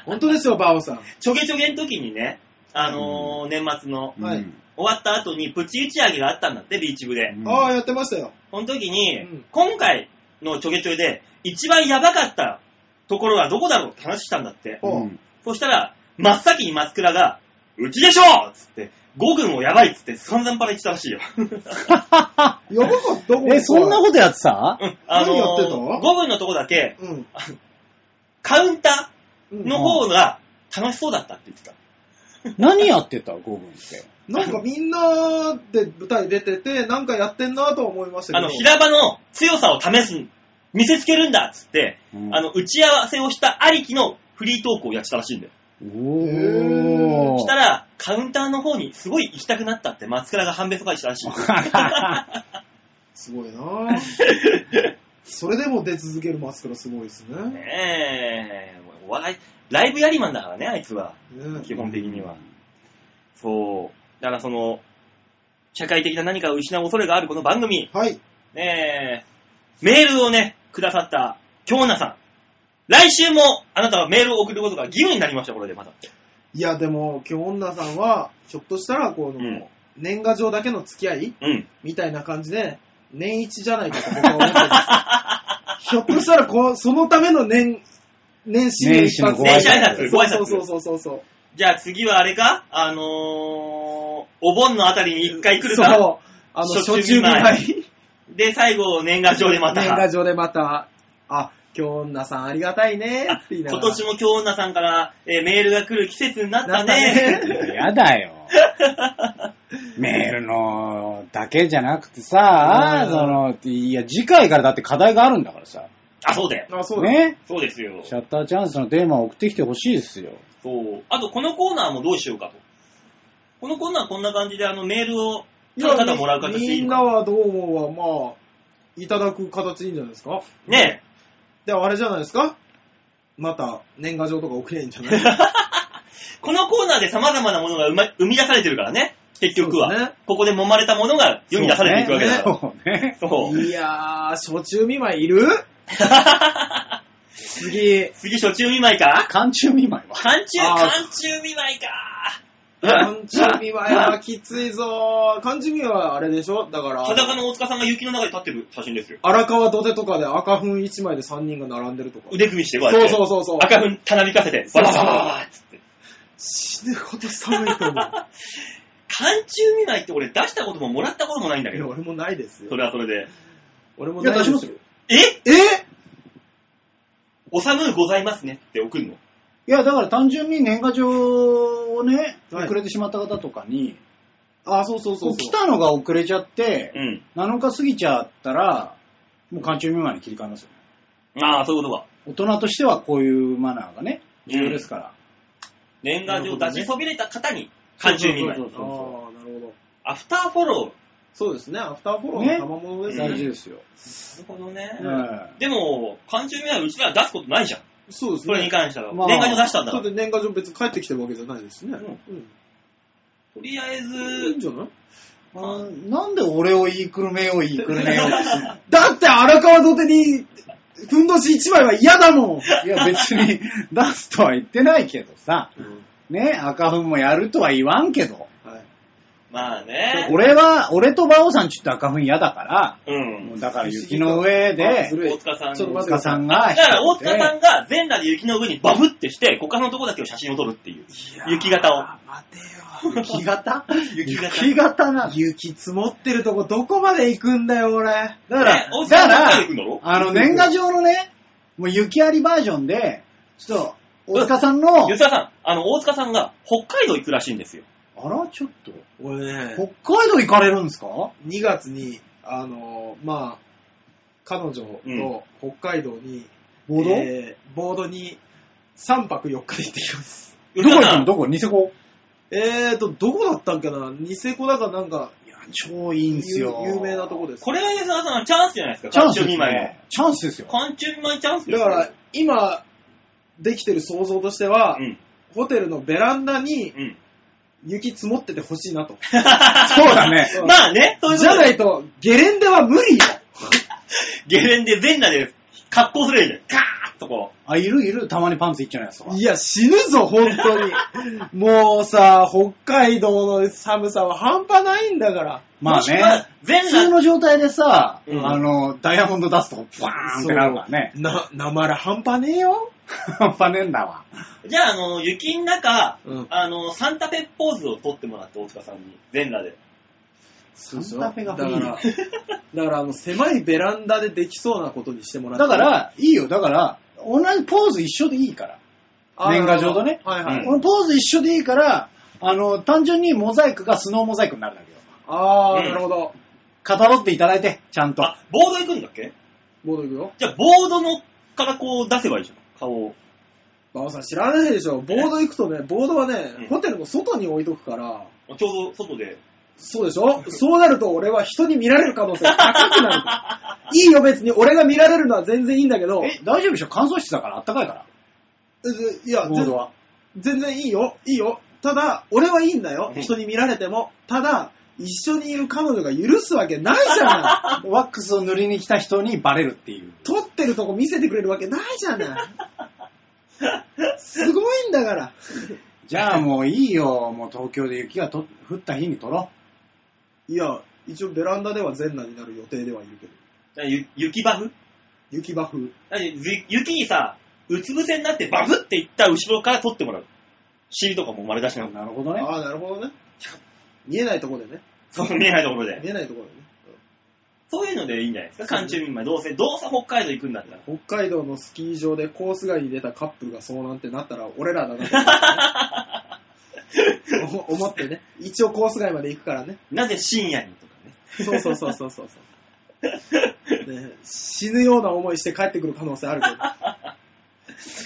Speaker 3: 本当ですよ、バオさん。
Speaker 1: ちょげちょげの時にね、あのー年末の
Speaker 4: うん
Speaker 3: はい
Speaker 1: 終わった後にプチ打ち上げがあったんだって、ビーチ部で。
Speaker 4: うん
Speaker 3: ああ、やってましたよ。
Speaker 1: その時に、
Speaker 3: うん
Speaker 1: 今回のちょげちょげで、一番やばかったところはどこだろうって話したんだって。
Speaker 3: おう
Speaker 4: うん
Speaker 1: そしたら、真っ先に松倉が、うちでしょっつって、5軍をやばいっつって散々パラ言ってたらしいよ。
Speaker 3: やばかったこ
Speaker 4: え、そんな
Speaker 3: こ
Speaker 4: ことやってた
Speaker 1: うん *laughs* あの
Speaker 3: 何やってん
Speaker 1: ー、
Speaker 3: の
Speaker 1: 5軍のとこだけ、
Speaker 3: とうん。
Speaker 1: カウンタ
Speaker 3: うん
Speaker 1: ーの方が楽しそうだったって言ってた。
Speaker 4: 何やってたゴ分って。
Speaker 3: なんかみんなで舞台出てて、なんかやってんなと思いました
Speaker 1: あ
Speaker 3: け
Speaker 1: の、
Speaker 3: ど。
Speaker 1: 平場の強さを試す、見せつけるんだっつって、
Speaker 4: うん
Speaker 1: あの、打ち合わせをしたありきのフリートークをやってたらしいんだよ。
Speaker 4: お
Speaker 1: し
Speaker 4: ー
Speaker 1: た。ら、カウンターの方にすごい行きたくなったって松倉が判別会したらしい。
Speaker 4: *laughs*
Speaker 3: すごいなぁそれでも出続けるマスクラすごいですね。
Speaker 1: ねえ、お笑い、ライブやりマンだからね、あいつは。
Speaker 3: ね
Speaker 1: 基本的には。そう。だからその、社会的な何かを失う恐れがあるこの番組、
Speaker 3: はい。
Speaker 1: ねえ、メールをね、くださった、京奈さん。来週も、あなたはメールを送ることが義務になりました、これでまた。
Speaker 3: いや、でも、今日女さんは、ひょっとしたら、この、
Speaker 1: うん
Speaker 3: 年賀状だけの付き合い
Speaker 1: うん。
Speaker 3: みたいな感じで、年一じゃないかと僕は思って
Speaker 1: *laughs*
Speaker 3: ます。ひょっとしたらこう、そのための年、年始の一発
Speaker 4: 年
Speaker 1: 始のご挨拶ご挨拶
Speaker 3: そうそうそうそうそう。
Speaker 1: じゃあ次はあれかあのー、お盆のあたりに一回来るか
Speaker 3: そう。あの、
Speaker 1: 初
Speaker 3: 初
Speaker 1: 中
Speaker 3: 中
Speaker 1: 見
Speaker 3: 見
Speaker 1: 舞い
Speaker 3: 舞い。
Speaker 1: で、最後、年賀状でまた。
Speaker 3: 年賀状でまた、あ、今日女さんありがたいねって言いなが
Speaker 1: 今
Speaker 3: ら。
Speaker 1: 年も京女さんから、えーメールが来る季節になった
Speaker 3: な
Speaker 1: ね
Speaker 3: った。ね
Speaker 4: やだよ。メールのだけじゃなくてさ、
Speaker 3: うん
Speaker 4: その、いや、次回からだって課題があるんだからさ。
Speaker 1: *laughs* あ、そうだよ。
Speaker 3: あ、そうだ。
Speaker 4: ね。
Speaker 1: そうですよ。
Speaker 4: シャッターチャンスのテーマを送ってきてほしいですよ。
Speaker 1: そう。あと、このコーナーもどうしようかと。このコーナーこんな感じで、あの、メールを、
Speaker 3: い
Speaker 1: た
Speaker 3: や
Speaker 1: だただもらう形でい
Speaker 3: み
Speaker 1: い
Speaker 3: ん
Speaker 1: の
Speaker 3: な
Speaker 1: か
Speaker 3: はどう思うは、まあ、いただく形でいいんじゃないですか。
Speaker 1: ね
Speaker 3: で、あれじゃないですかまた、年賀状とか送りゃいいんじゃない
Speaker 1: え。このコーナーで様々なものが生ま生み出されてるからね。結局は。
Speaker 3: そうですね
Speaker 1: ここで揉まれたものが世に出されていくわけだから。
Speaker 4: そうね。
Speaker 1: そう,、
Speaker 3: いやー、初中見舞いいる次、
Speaker 1: 次、初中見舞いか
Speaker 4: 寒中見舞いは。
Speaker 1: 寒中、
Speaker 3: あー
Speaker 1: 寒中見舞いか
Speaker 3: 寒中見舞いはきついぞー。寒中見舞いはあれでしょだから、
Speaker 1: 裸の大塚さんが雪の中で立ってる写真ですよ。
Speaker 3: 荒川土手とかで赤粉1枚で3人が並んでるとか。
Speaker 1: 腕組みして、こうや
Speaker 3: そ
Speaker 1: っ
Speaker 3: う
Speaker 1: て。
Speaker 3: そうそうそう。
Speaker 1: 赤粉たなびかせて、ババババババっつって。
Speaker 3: 死ぬほど寒いと思う。
Speaker 1: 寒中見舞いって俺出したことももらったこともないんだ
Speaker 3: い
Speaker 1: け
Speaker 3: や、
Speaker 1: ど。
Speaker 3: 俺もないですよ
Speaker 1: そ。れはそれで。
Speaker 3: 俺も
Speaker 4: いや、
Speaker 3: ない
Speaker 4: 出
Speaker 3: で
Speaker 4: し
Speaker 3: す
Speaker 4: ますよ。
Speaker 1: え
Speaker 3: え
Speaker 1: お寒うございますねって送るの。
Speaker 4: いや、だから単純に年賀状をね、
Speaker 3: はい
Speaker 4: 遅れてしまった方とかに、
Speaker 3: あ、そうそうそうそう。
Speaker 4: こう来たのが遅れちゃって、
Speaker 1: うん。
Speaker 4: 7日過ぎちゃったら、もう寒中見舞いに切り替えますよ。
Speaker 1: ああ、そういうことか。
Speaker 4: 大人としてはこういうマナーがね、重要ですから。
Speaker 1: 年賀状出しそびれた方に、寒中見舞
Speaker 4: そう
Speaker 1: い
Speaker 4: そう。
Speaker 3: あーなるほど。
Speaker 1: アフターフォロ
Speaker 3: そうですね、アフターフォローの
Speaker 4: ね
Speaker 3: 賜物です
Speaker 1: うん
Speaker 3: ね。
Speaker 4: 大事ですよ。
Speaker 1: ー。なるほどね
Speaker 4: ええ
Speaker 1: でも、寒中見舞いうちらは出すことないじゃん。
Speaker 3: そうです
Speaker 1: それに
Speaker 3: ね。
Speaker 1: 関しては。
Speaker 4: まあ
Speaker 1: 年賀状出したんだか
Speaker 3: だっ
Speaker 1: ら。
Speaker 3: て年賀状別に帰ってきてるわけじゃないですしね。
Speaker 1: う
Speaker 3: うん。
Speaker 1: とりあえ
Speaker 3: いいん
Speaker 1: ず、
Speaker 3: じゃない
Speaker 4: まあなんで俺を言いくるめよう言いくるめ *laughs* ようですね。
Speaker 3: だって荒川土手に、ふんどし1枚は嫌だもん。
Speaker 4: いや別に出すとは言ってないけどさ、ね、赤粉もやるとは言わんけど、
Speaker 3: はい。
Speaker 1: まあね。
Speaker 4: 俺は、俺と馬王さんちょっと赤粉嫌だか
Speaker 1: う
Speaker 4: ら、
Speaker 1: ん。
Speaker 4: もうだから雪の上
Speaker 3: あ
Speaker 4: で
Speaker 3: ず、るい
Speaker 1: 大塚さん
Speaker 3: ちょっと
Speaker 4: 大
Speaker 1: だ
Speaker 3: 待ってく
Speaker 4: 塚
Speaker 3: だ
Speaker 4: さ
Speaker 3: さい。
Speaker 4: んが、
Speaker 1: から大塚さ
Speaker 4: ん
Speaker 1: んが全裸で雪の上にバブってして、他のとこだけを写真を撮るっていう。雪型を。
Speaker 3: 待
Speaker 4: *laughs*
Speaker 3: てよ。雪型
Speaker 1: 雪型。
Speaker 4: 雪型 *laughs* なの
Speaker 3: 雪積もってるとこどこまで行くんだよ、俺。
Speaker 4: だ
Speaker 1: ね大
Speaker 4: から、
Speaker 1: 塚さん
Speaker 4: だか
Speaker 1: どこ行くんだろ
Speaker 4: ら、あの、年賀状のね、もう雪ありバージョンで、ちょっと、大塚さんの、
Speaker 1: 吉田さん、あの、大塚さんが北海道行くらしいんですよ。
Speaker 4: あら、ちょっと、
Speaker 3: 俺ね
Speaker 4: 北海道行かれるんですか
Speaker 3: 2月に、あのーまあ、彼女と北海道に、
Speaker 4: ボード、
Speaker 3: えーボードに3泊4日で行ってきます。
Speaker 4: どこ行
Speaker 1: 吉田
Speaker 4: く
Speaker 1: さ
Speaker 4: の
Speaker 1: ん
Speaker 4: どこニセコ
Speaker 3: えーと、どこだったんかなニセコだかなんか、
Speaker 4: いや、超いいんす
Speaker 3: 有
Speaker 4: よ。
Speaker 3: 有名なとこです。
Speaker 1: これが吉田さん、チャンスじゃないですか。
Speaker 4: チャンス
Speaker 1: 寒
Speaker 4: で
Speaker 1: 中見
Speaker 4: す
Speaker 1: 舞いの。
Speaker 4: ね。チャンス *laughs* ですよ。
Speaker 1: 寒中見舞いチャンスで
Speaker 3: だ
Speaker 1: すよ
Speaker 3: から、今、できてる想像としては、
Speaker 1: うん。
Speaker 3: ホテルのベランダに
Speaker 1: うん。
Speaker 3: 雪積もっててほしいなと。
Speaker 4: そうだね。
Speaker 3: うん
Speaker 1: まあね、そういうこ
Speaker 3: *laughs* じ
Speaker 1: と
Speaker 3: ゃないと、ゲレンデは無理よ。
Speaker 1: ゲレンデ全裸で格好するやん。カーッとこ
Speaker 4: あ、いるいる、たまにパンツいっちゃうやつとか。
Speaker 3: いや、死ぬぞ、本当 *laughs* に。もうさ、北海道の寒さは半端ないんだから。
Speaker 4: まあ
Speaker 1: もしく
Speaker 4: ね
Speaker 1: は、全
Speaker 4: 普通
Speaker 1: 裸
Speaker 4: の状態でさ、
Speaker 1: うん
Speaker 4: あの、ダイヤモンドダストがバーンってなるからね。
Speaker 3: な、なまら半端ねえよ。
Speaker 4: パネンだわ。
Speaker 1: う。じゃあ、あの、雪の中、
Speaker 3: うん
Speaker 1: あの、サンタペポーズを撮ってもらって、大塚さんに。全裸で。
Speaker 4: サンタフェが
Speaker 3: だか
Speaker 4: 古い
Speaker 3: ら、 *laughs* だからあの、狭いベランダでできそうなことにしてもらって。
Speaker 4: だか、ら、いいよ、だから、同じポーズ一緒でいいから。年賀状とね
Speaker 3: はいはい。
Speaker 4: このポーズ一緒でいいから、あの、単純にモザイクがスノーモザイクになるんだけど。
Speaker 3: あー、
Speaker 1: うん
Speaker 3: なるほど。
Speaker 4: かたどっていただいて、ちゃんと。
Speaker 1: あ、ボード行くんだっけ
Speaker 3: 戻るよ。
Speaker 1: じゃあ、ボードのからこう出せばいいじゃん。顔を。
Speaker 3: 馬場さん知らないでしょ。ボード行くとね、ボードはね、
Speaker 1: うん
Speaker 3: ホテルの外に置いとくから、
Speaker 1: ちょうど外で。
Speaker 3: そうでしょそうなると俺は人に見られる可能性が高くなる。いいよ別に俺が見られるのは全然いいんだけど、
Speaker 4: え、大丈夫でしょ乾燥室だから、あったかいか
Speaker 3: えい
Speaker 4: ら。
Speaker 3: や、
Speaker 4: ボードは。
Speaker 3: 全然いいよ、いいよ。ただ、俺はいいんだよ。
Speaker 1: うん
Speaker 3: 人に見られても。ただ、一緒にいる彼女が許すわけないじゃない。
Speaker 4: ワックスを塗りに来た人にバレるって
Speaker 3: *laughs*
Speaker 4: いう。
Speaker 3: 撮ってるとこ見せてくれるわけないじゃない。すごいんだから。
Speaker 4: じゃあもういいよ、もう東京で雪がと降った日に撮ろ
Speaker 3: いや、一応ベランダでは全裸になる予定ではいるけど。
Speaker 1: じゃあゆ雪バフ
Speaker 3: 雪場風。
Speaker 1: だってゆ雪にさ、うつ伏せになってバフっていった後ろから撮ってもらう。尻とかも丸出し
Speaker 4: う。
Speaker 1: なの。
Speaker 4: なるほどね。
Speaker 3: ああ、なるほどね。見えないとこでね。
Speaker 1: そう見えないところで。
Speaker 3: 見えないとこでね。
Speaker 1: そういうのでいいんじゃないですか。寒中見舞い。どうせ、どうせ北海道行くんだったら。
Speaker 3: 北海道のスキー場でコース外に出たカップルがそうなんてなったら俺らだなって、 *laughs* お思ってね一応コース外まで行くからね
Speaker 1: なぜ深夜にとかね。
Speaker 3: そうそうそうそうそう *laughs* そう、ね死ぬような思いして帰ってくる可能性あるけ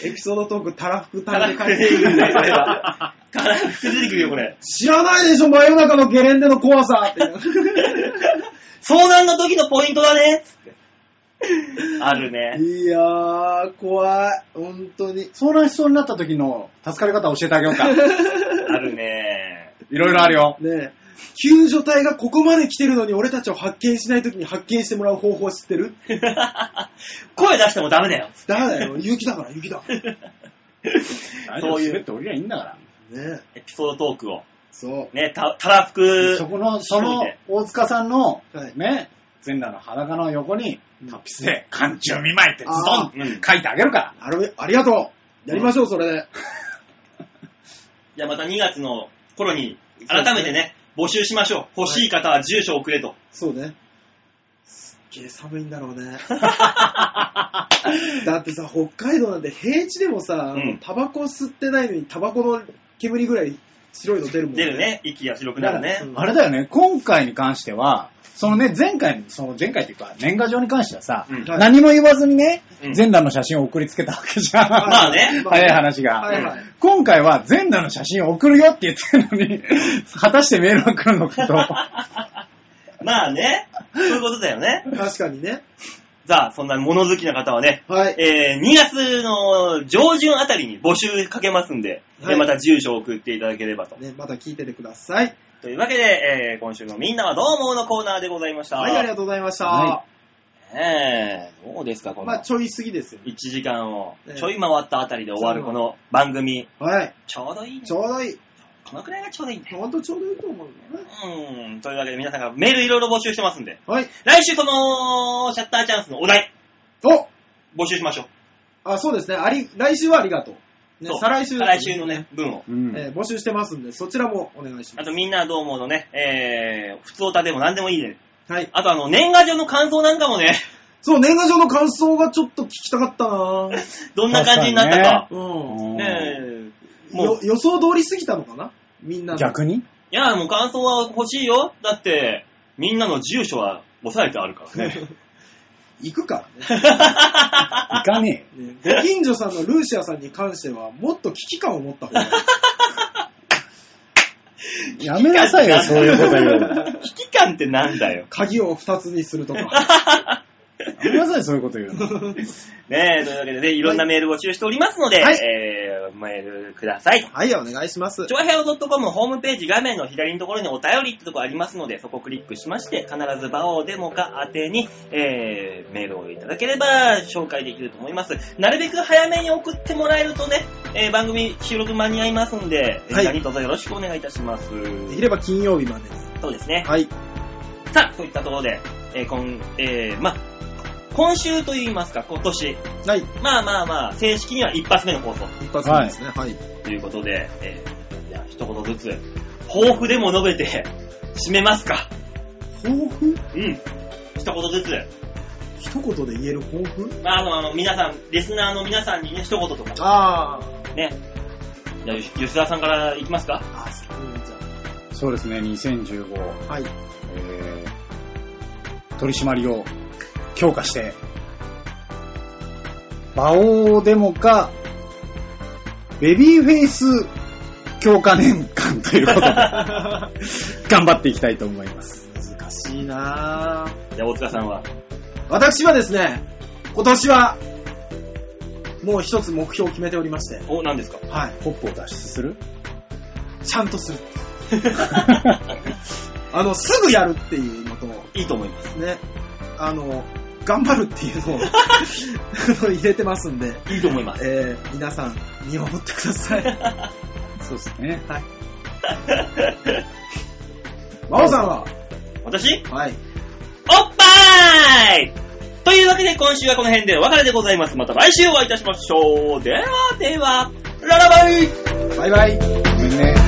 Speaker 3: どエピソードトークたらふくた
Speaker 1: からら
Speaker 3: で帰
Speaker 1: く
Speaker 3: っ
Speaker 1: れ
Speaker 3: てく
Speaker 1: るん
Speaker 3: る
Speaker 1: だよ、これは。からくれ出てくるよ、これ。
Speaker 3: 知らないでしょ真夜中のゲレンデの怖さって
Speaker 4: *laughs*
Speaker 1: 遭難の時のポイントだねつって。あるね。
Speaker 3: いやー怖い本当に
Speaker 4: 遭難しそうになった時の助かり方を教えてあげようか。い
Speaker 1: あるね。
Speaker 4: ろいろあるよ。
Speaker 3: ねえ、救助隊がここまで来てるのに俺たちを発見しないときに発見してもらう方法知ってる
Speaker 1: 声出してもダメだよ。
Speaker 3: だめだよ、雪だから、雪だから。ね
Speaker 1: そういう
Speaker 4: 滑って降りりゃいいんだか
Speaker 3: え、
Speaker 1: エピソードトークを。
Speaker 3: そ
Speaker 1: ね、た、たらふ
Speaker 4: ら。
Speaker 1: く。
Speaker 4: そこの、その
Speaker 1: 一人で、
Speaker 4: 大塚さんの
Speaker 3: はい、
Speaker 4: ね、全裸の裸の横に
Speaker 3: う、ん
Speaker 4: タピスで、寒中見舞いってズドンって
Speaker 1: うん。
Speaker 4: 書いてあげるか
Speaker 3: う。
Speaker 4: ら。
Speaker 3: あれ、ありがとう。やりま
Speaker 4: *laughs*
Speaker 3: しょう、それで。
Speaker 1: じゃあまた2月の頃に、改めてね、募集しましょう。欲しい方は住所をくれと。
Speaker 3: そうね。すっげえ寒いんだろうね。 *laughs* だってさ、北海道なんて平地でもさ、
Speaker 1: うん
Speaker 3: タバコ吸ってないのにタバコの煙ぐらい白いの出るもん
Speaker 1: 出る。ね、息が白くなるね
Speaker 3: う。ん
Speaker 4: あれだよね、今回に関しては、そのね、前回、その前回っていうか、年賀状に関してはさ、
Speaker 1: うん
Speaker 3: はい
Speaker 4: 何も言わずにね、
Speaker 1: うん
Speaker 4: 全裸の写真を送りつけたわけじゃん。
Speaker 1: まあね。
Speaker 4: *laughs* 早い話が。
Speaker 3: はいはい
Speaker 4: 今回は全裸の写真を送るよって言って
Speaker 1: *laughs*
Speaker 4: るのに、果たしてメールが来るのかと。
Speaker 1: まあね。そういうことだよね。
Speaker 3: 確かにね。
Speaker 1: さあ、そんな物好きな方はね、
Speaker 3: はい。
Speaker 1: えー、2月の上旬あたりに募集かけますんで、
Speaker 3: は
Speaker 1: で
Speaker 3: い
Speaker 1: また住所を送っていただければと。
Speaker 3: ね、また聞いててください。
Speaker 1: というわけで、えー、今週のみんなはどう思うのコーナーでございました。
Speaker 3: はい、ありがとうございました。
Speaker 4: は
Speaker 1: えー、どうですか、この
Speaker 3: まあ、ちょい過ぎですよね。
Speaker 1: 1時間を
Speaker 3: ええ
Speaker 1: ちょい回ったあたりで終わるこの番組、
Speaker 3: はい。
Speaker 1: ちょうどいいね
Speaker 3: ち。ょうどいい。
Speaker 1: このくらいがちょうどいいね。
Speaker 3: ほんとちょうどいいと思うね。
Speaker 1: うん、というわけで皆さんからメールいろいろ募集してますんで、
Speaker 3: はい。
Speaker 1: 来週このシャッターチャンスのお題、
Speaker 3: お
Speaker 1: 募集しましょう。
Speaker 3: あ、そうですね。あり、来週はありがとう。ね
Speaker 1: そう、
Speaker 3: 再来週、
Speaker 1: 再来週のね、分を。
Speaker 4: うん
Speaker 3: えー募集してますんで、そちらもお願いしま
Speaker 1: あとみんなどう思うのね、えー、普通歌でも何でもいいね。
Speaker 3: す。はい。
Speaker 1: あとあの、年賀状の感想なんかもね、 *laughs*
Speaker 3: そう、年賀状の感想がちょっと聞きたかったなぁ。
Speaker 1: どんな感じになったか。
Speaker 3: う
Speaker 4: うん
Speaker 1: ねえ
Speaker 3: ん。
Speaker 1: も
Speaker 3: よ
Speaker 1: う、
Speaker 3: 予想通り過ぎたのかなみんなの。
Speaker 4: 逆に
Speaker 1: いや、もう感想は欲しいよ。だって、みんなの住所は押さえてあるから
Speaker 3: *laughs*
Speaker 1: ね。
Speaker 3: 行くから
Speaker 4: いかね
Speaker 3: ねね。ご近所さんのルーシアさんに関しては、もっと危機感を持った方がいい。
Speaker 4: え。やめなさ
Speaker 1: *laughs*
Speaker 4: いよ、そういうこと言うの。
Speaker 1: 危機感ってなんだよ。
Speaker 3: 鍵を二つにするとか。
Speaker 4: ごめんなさい、そういうこと言う
Speaker 1: *laughs*
Speaker 4: の。
Speaker 1: ねえ、というわけでね、いろんなメール募集しておりますので、
Speaker 3: はい
Speaker 1: えー、メールください。
Speaker 3: はい、お願いします。
Speaker 1: 超平洋 .com ホームページ画面の左のところにお便りってとこありますので、そこをクリックしまして、必ず場をデモか宛てに、えー、メールをいただければ紹介できると思います。なるべく早めに送ってもらえるとね、えー、番組収録間に合いますんで、えー
Speaker 3: はい
Speaker 1: 何卒よろしくお願いいたします。
Speaker 3: できれば金曜日までに。
Speaker 1: そうですね。
Speaker 3: はい。
Speaker 1: さあ、そういったところで、えー、今、えー、ま、今週といいますか、今年、
Speaker 3: はい。
Speaker 1: まあまあまあ、正式には一発目の放送
Speaker 3: 一発目ですね。はい。
Speaker 1: ということで、えー、じゃあ一言ずつ、抱負でも述べて、締めますか。
Speaker 3: 抱負
Speaker 1: うん。一言ずつ。
Speaker 3: 一言で言える抱負
Speaker 1: まあ、あの、あの皆さん、リスナーの皆さんにね、一言とか、
Speaker 3: あ
Speaker 1: ね。じゃあ、吉田さんからいきますか。
Speaker 3: あ。あ、そうじゃ
Speaker 4: そうですね、2015。
Speaker 3: あはい。
Speaker 4: えー取り締まりを強化して、馬王デモか、ベビーフェイス強化年間ということで、頑張っていきたいと思います。
Speaker 3: 難しいなぁ。
Speaker 1: じゃあ、大塚さんは。
Speaker 3: 私はですね、今年は、もう一つ目標を決めておりまして、
Speaker 1: お、何ですか
Speaker 3: はい。
Speaker 4: ポップを脱出する
Speaker 3: ちゃんとする。あの、すぐやるっていうのと、
Speaker 1: いいと思います。
Speaker 3: ね、あの、頑張るっていうのをあ *laughs* の入れてますんで、
Speaker 1: いいと思います。 *laughs*
Speaker 3: えー、皆さん見守ってください。 *laughs*
Speaker 4: そうですね。
Speaker 3: 真央さんは
Speaker 1: 私
Speaker 3: はい。
Speaker 1: おっぱーいというわけで今週はこの辺でお別れでございます。また来週お会いいたしましょう。ではでは、ララバイ
Speaker 3: バイバイ。
Speaker 4: ごめんね。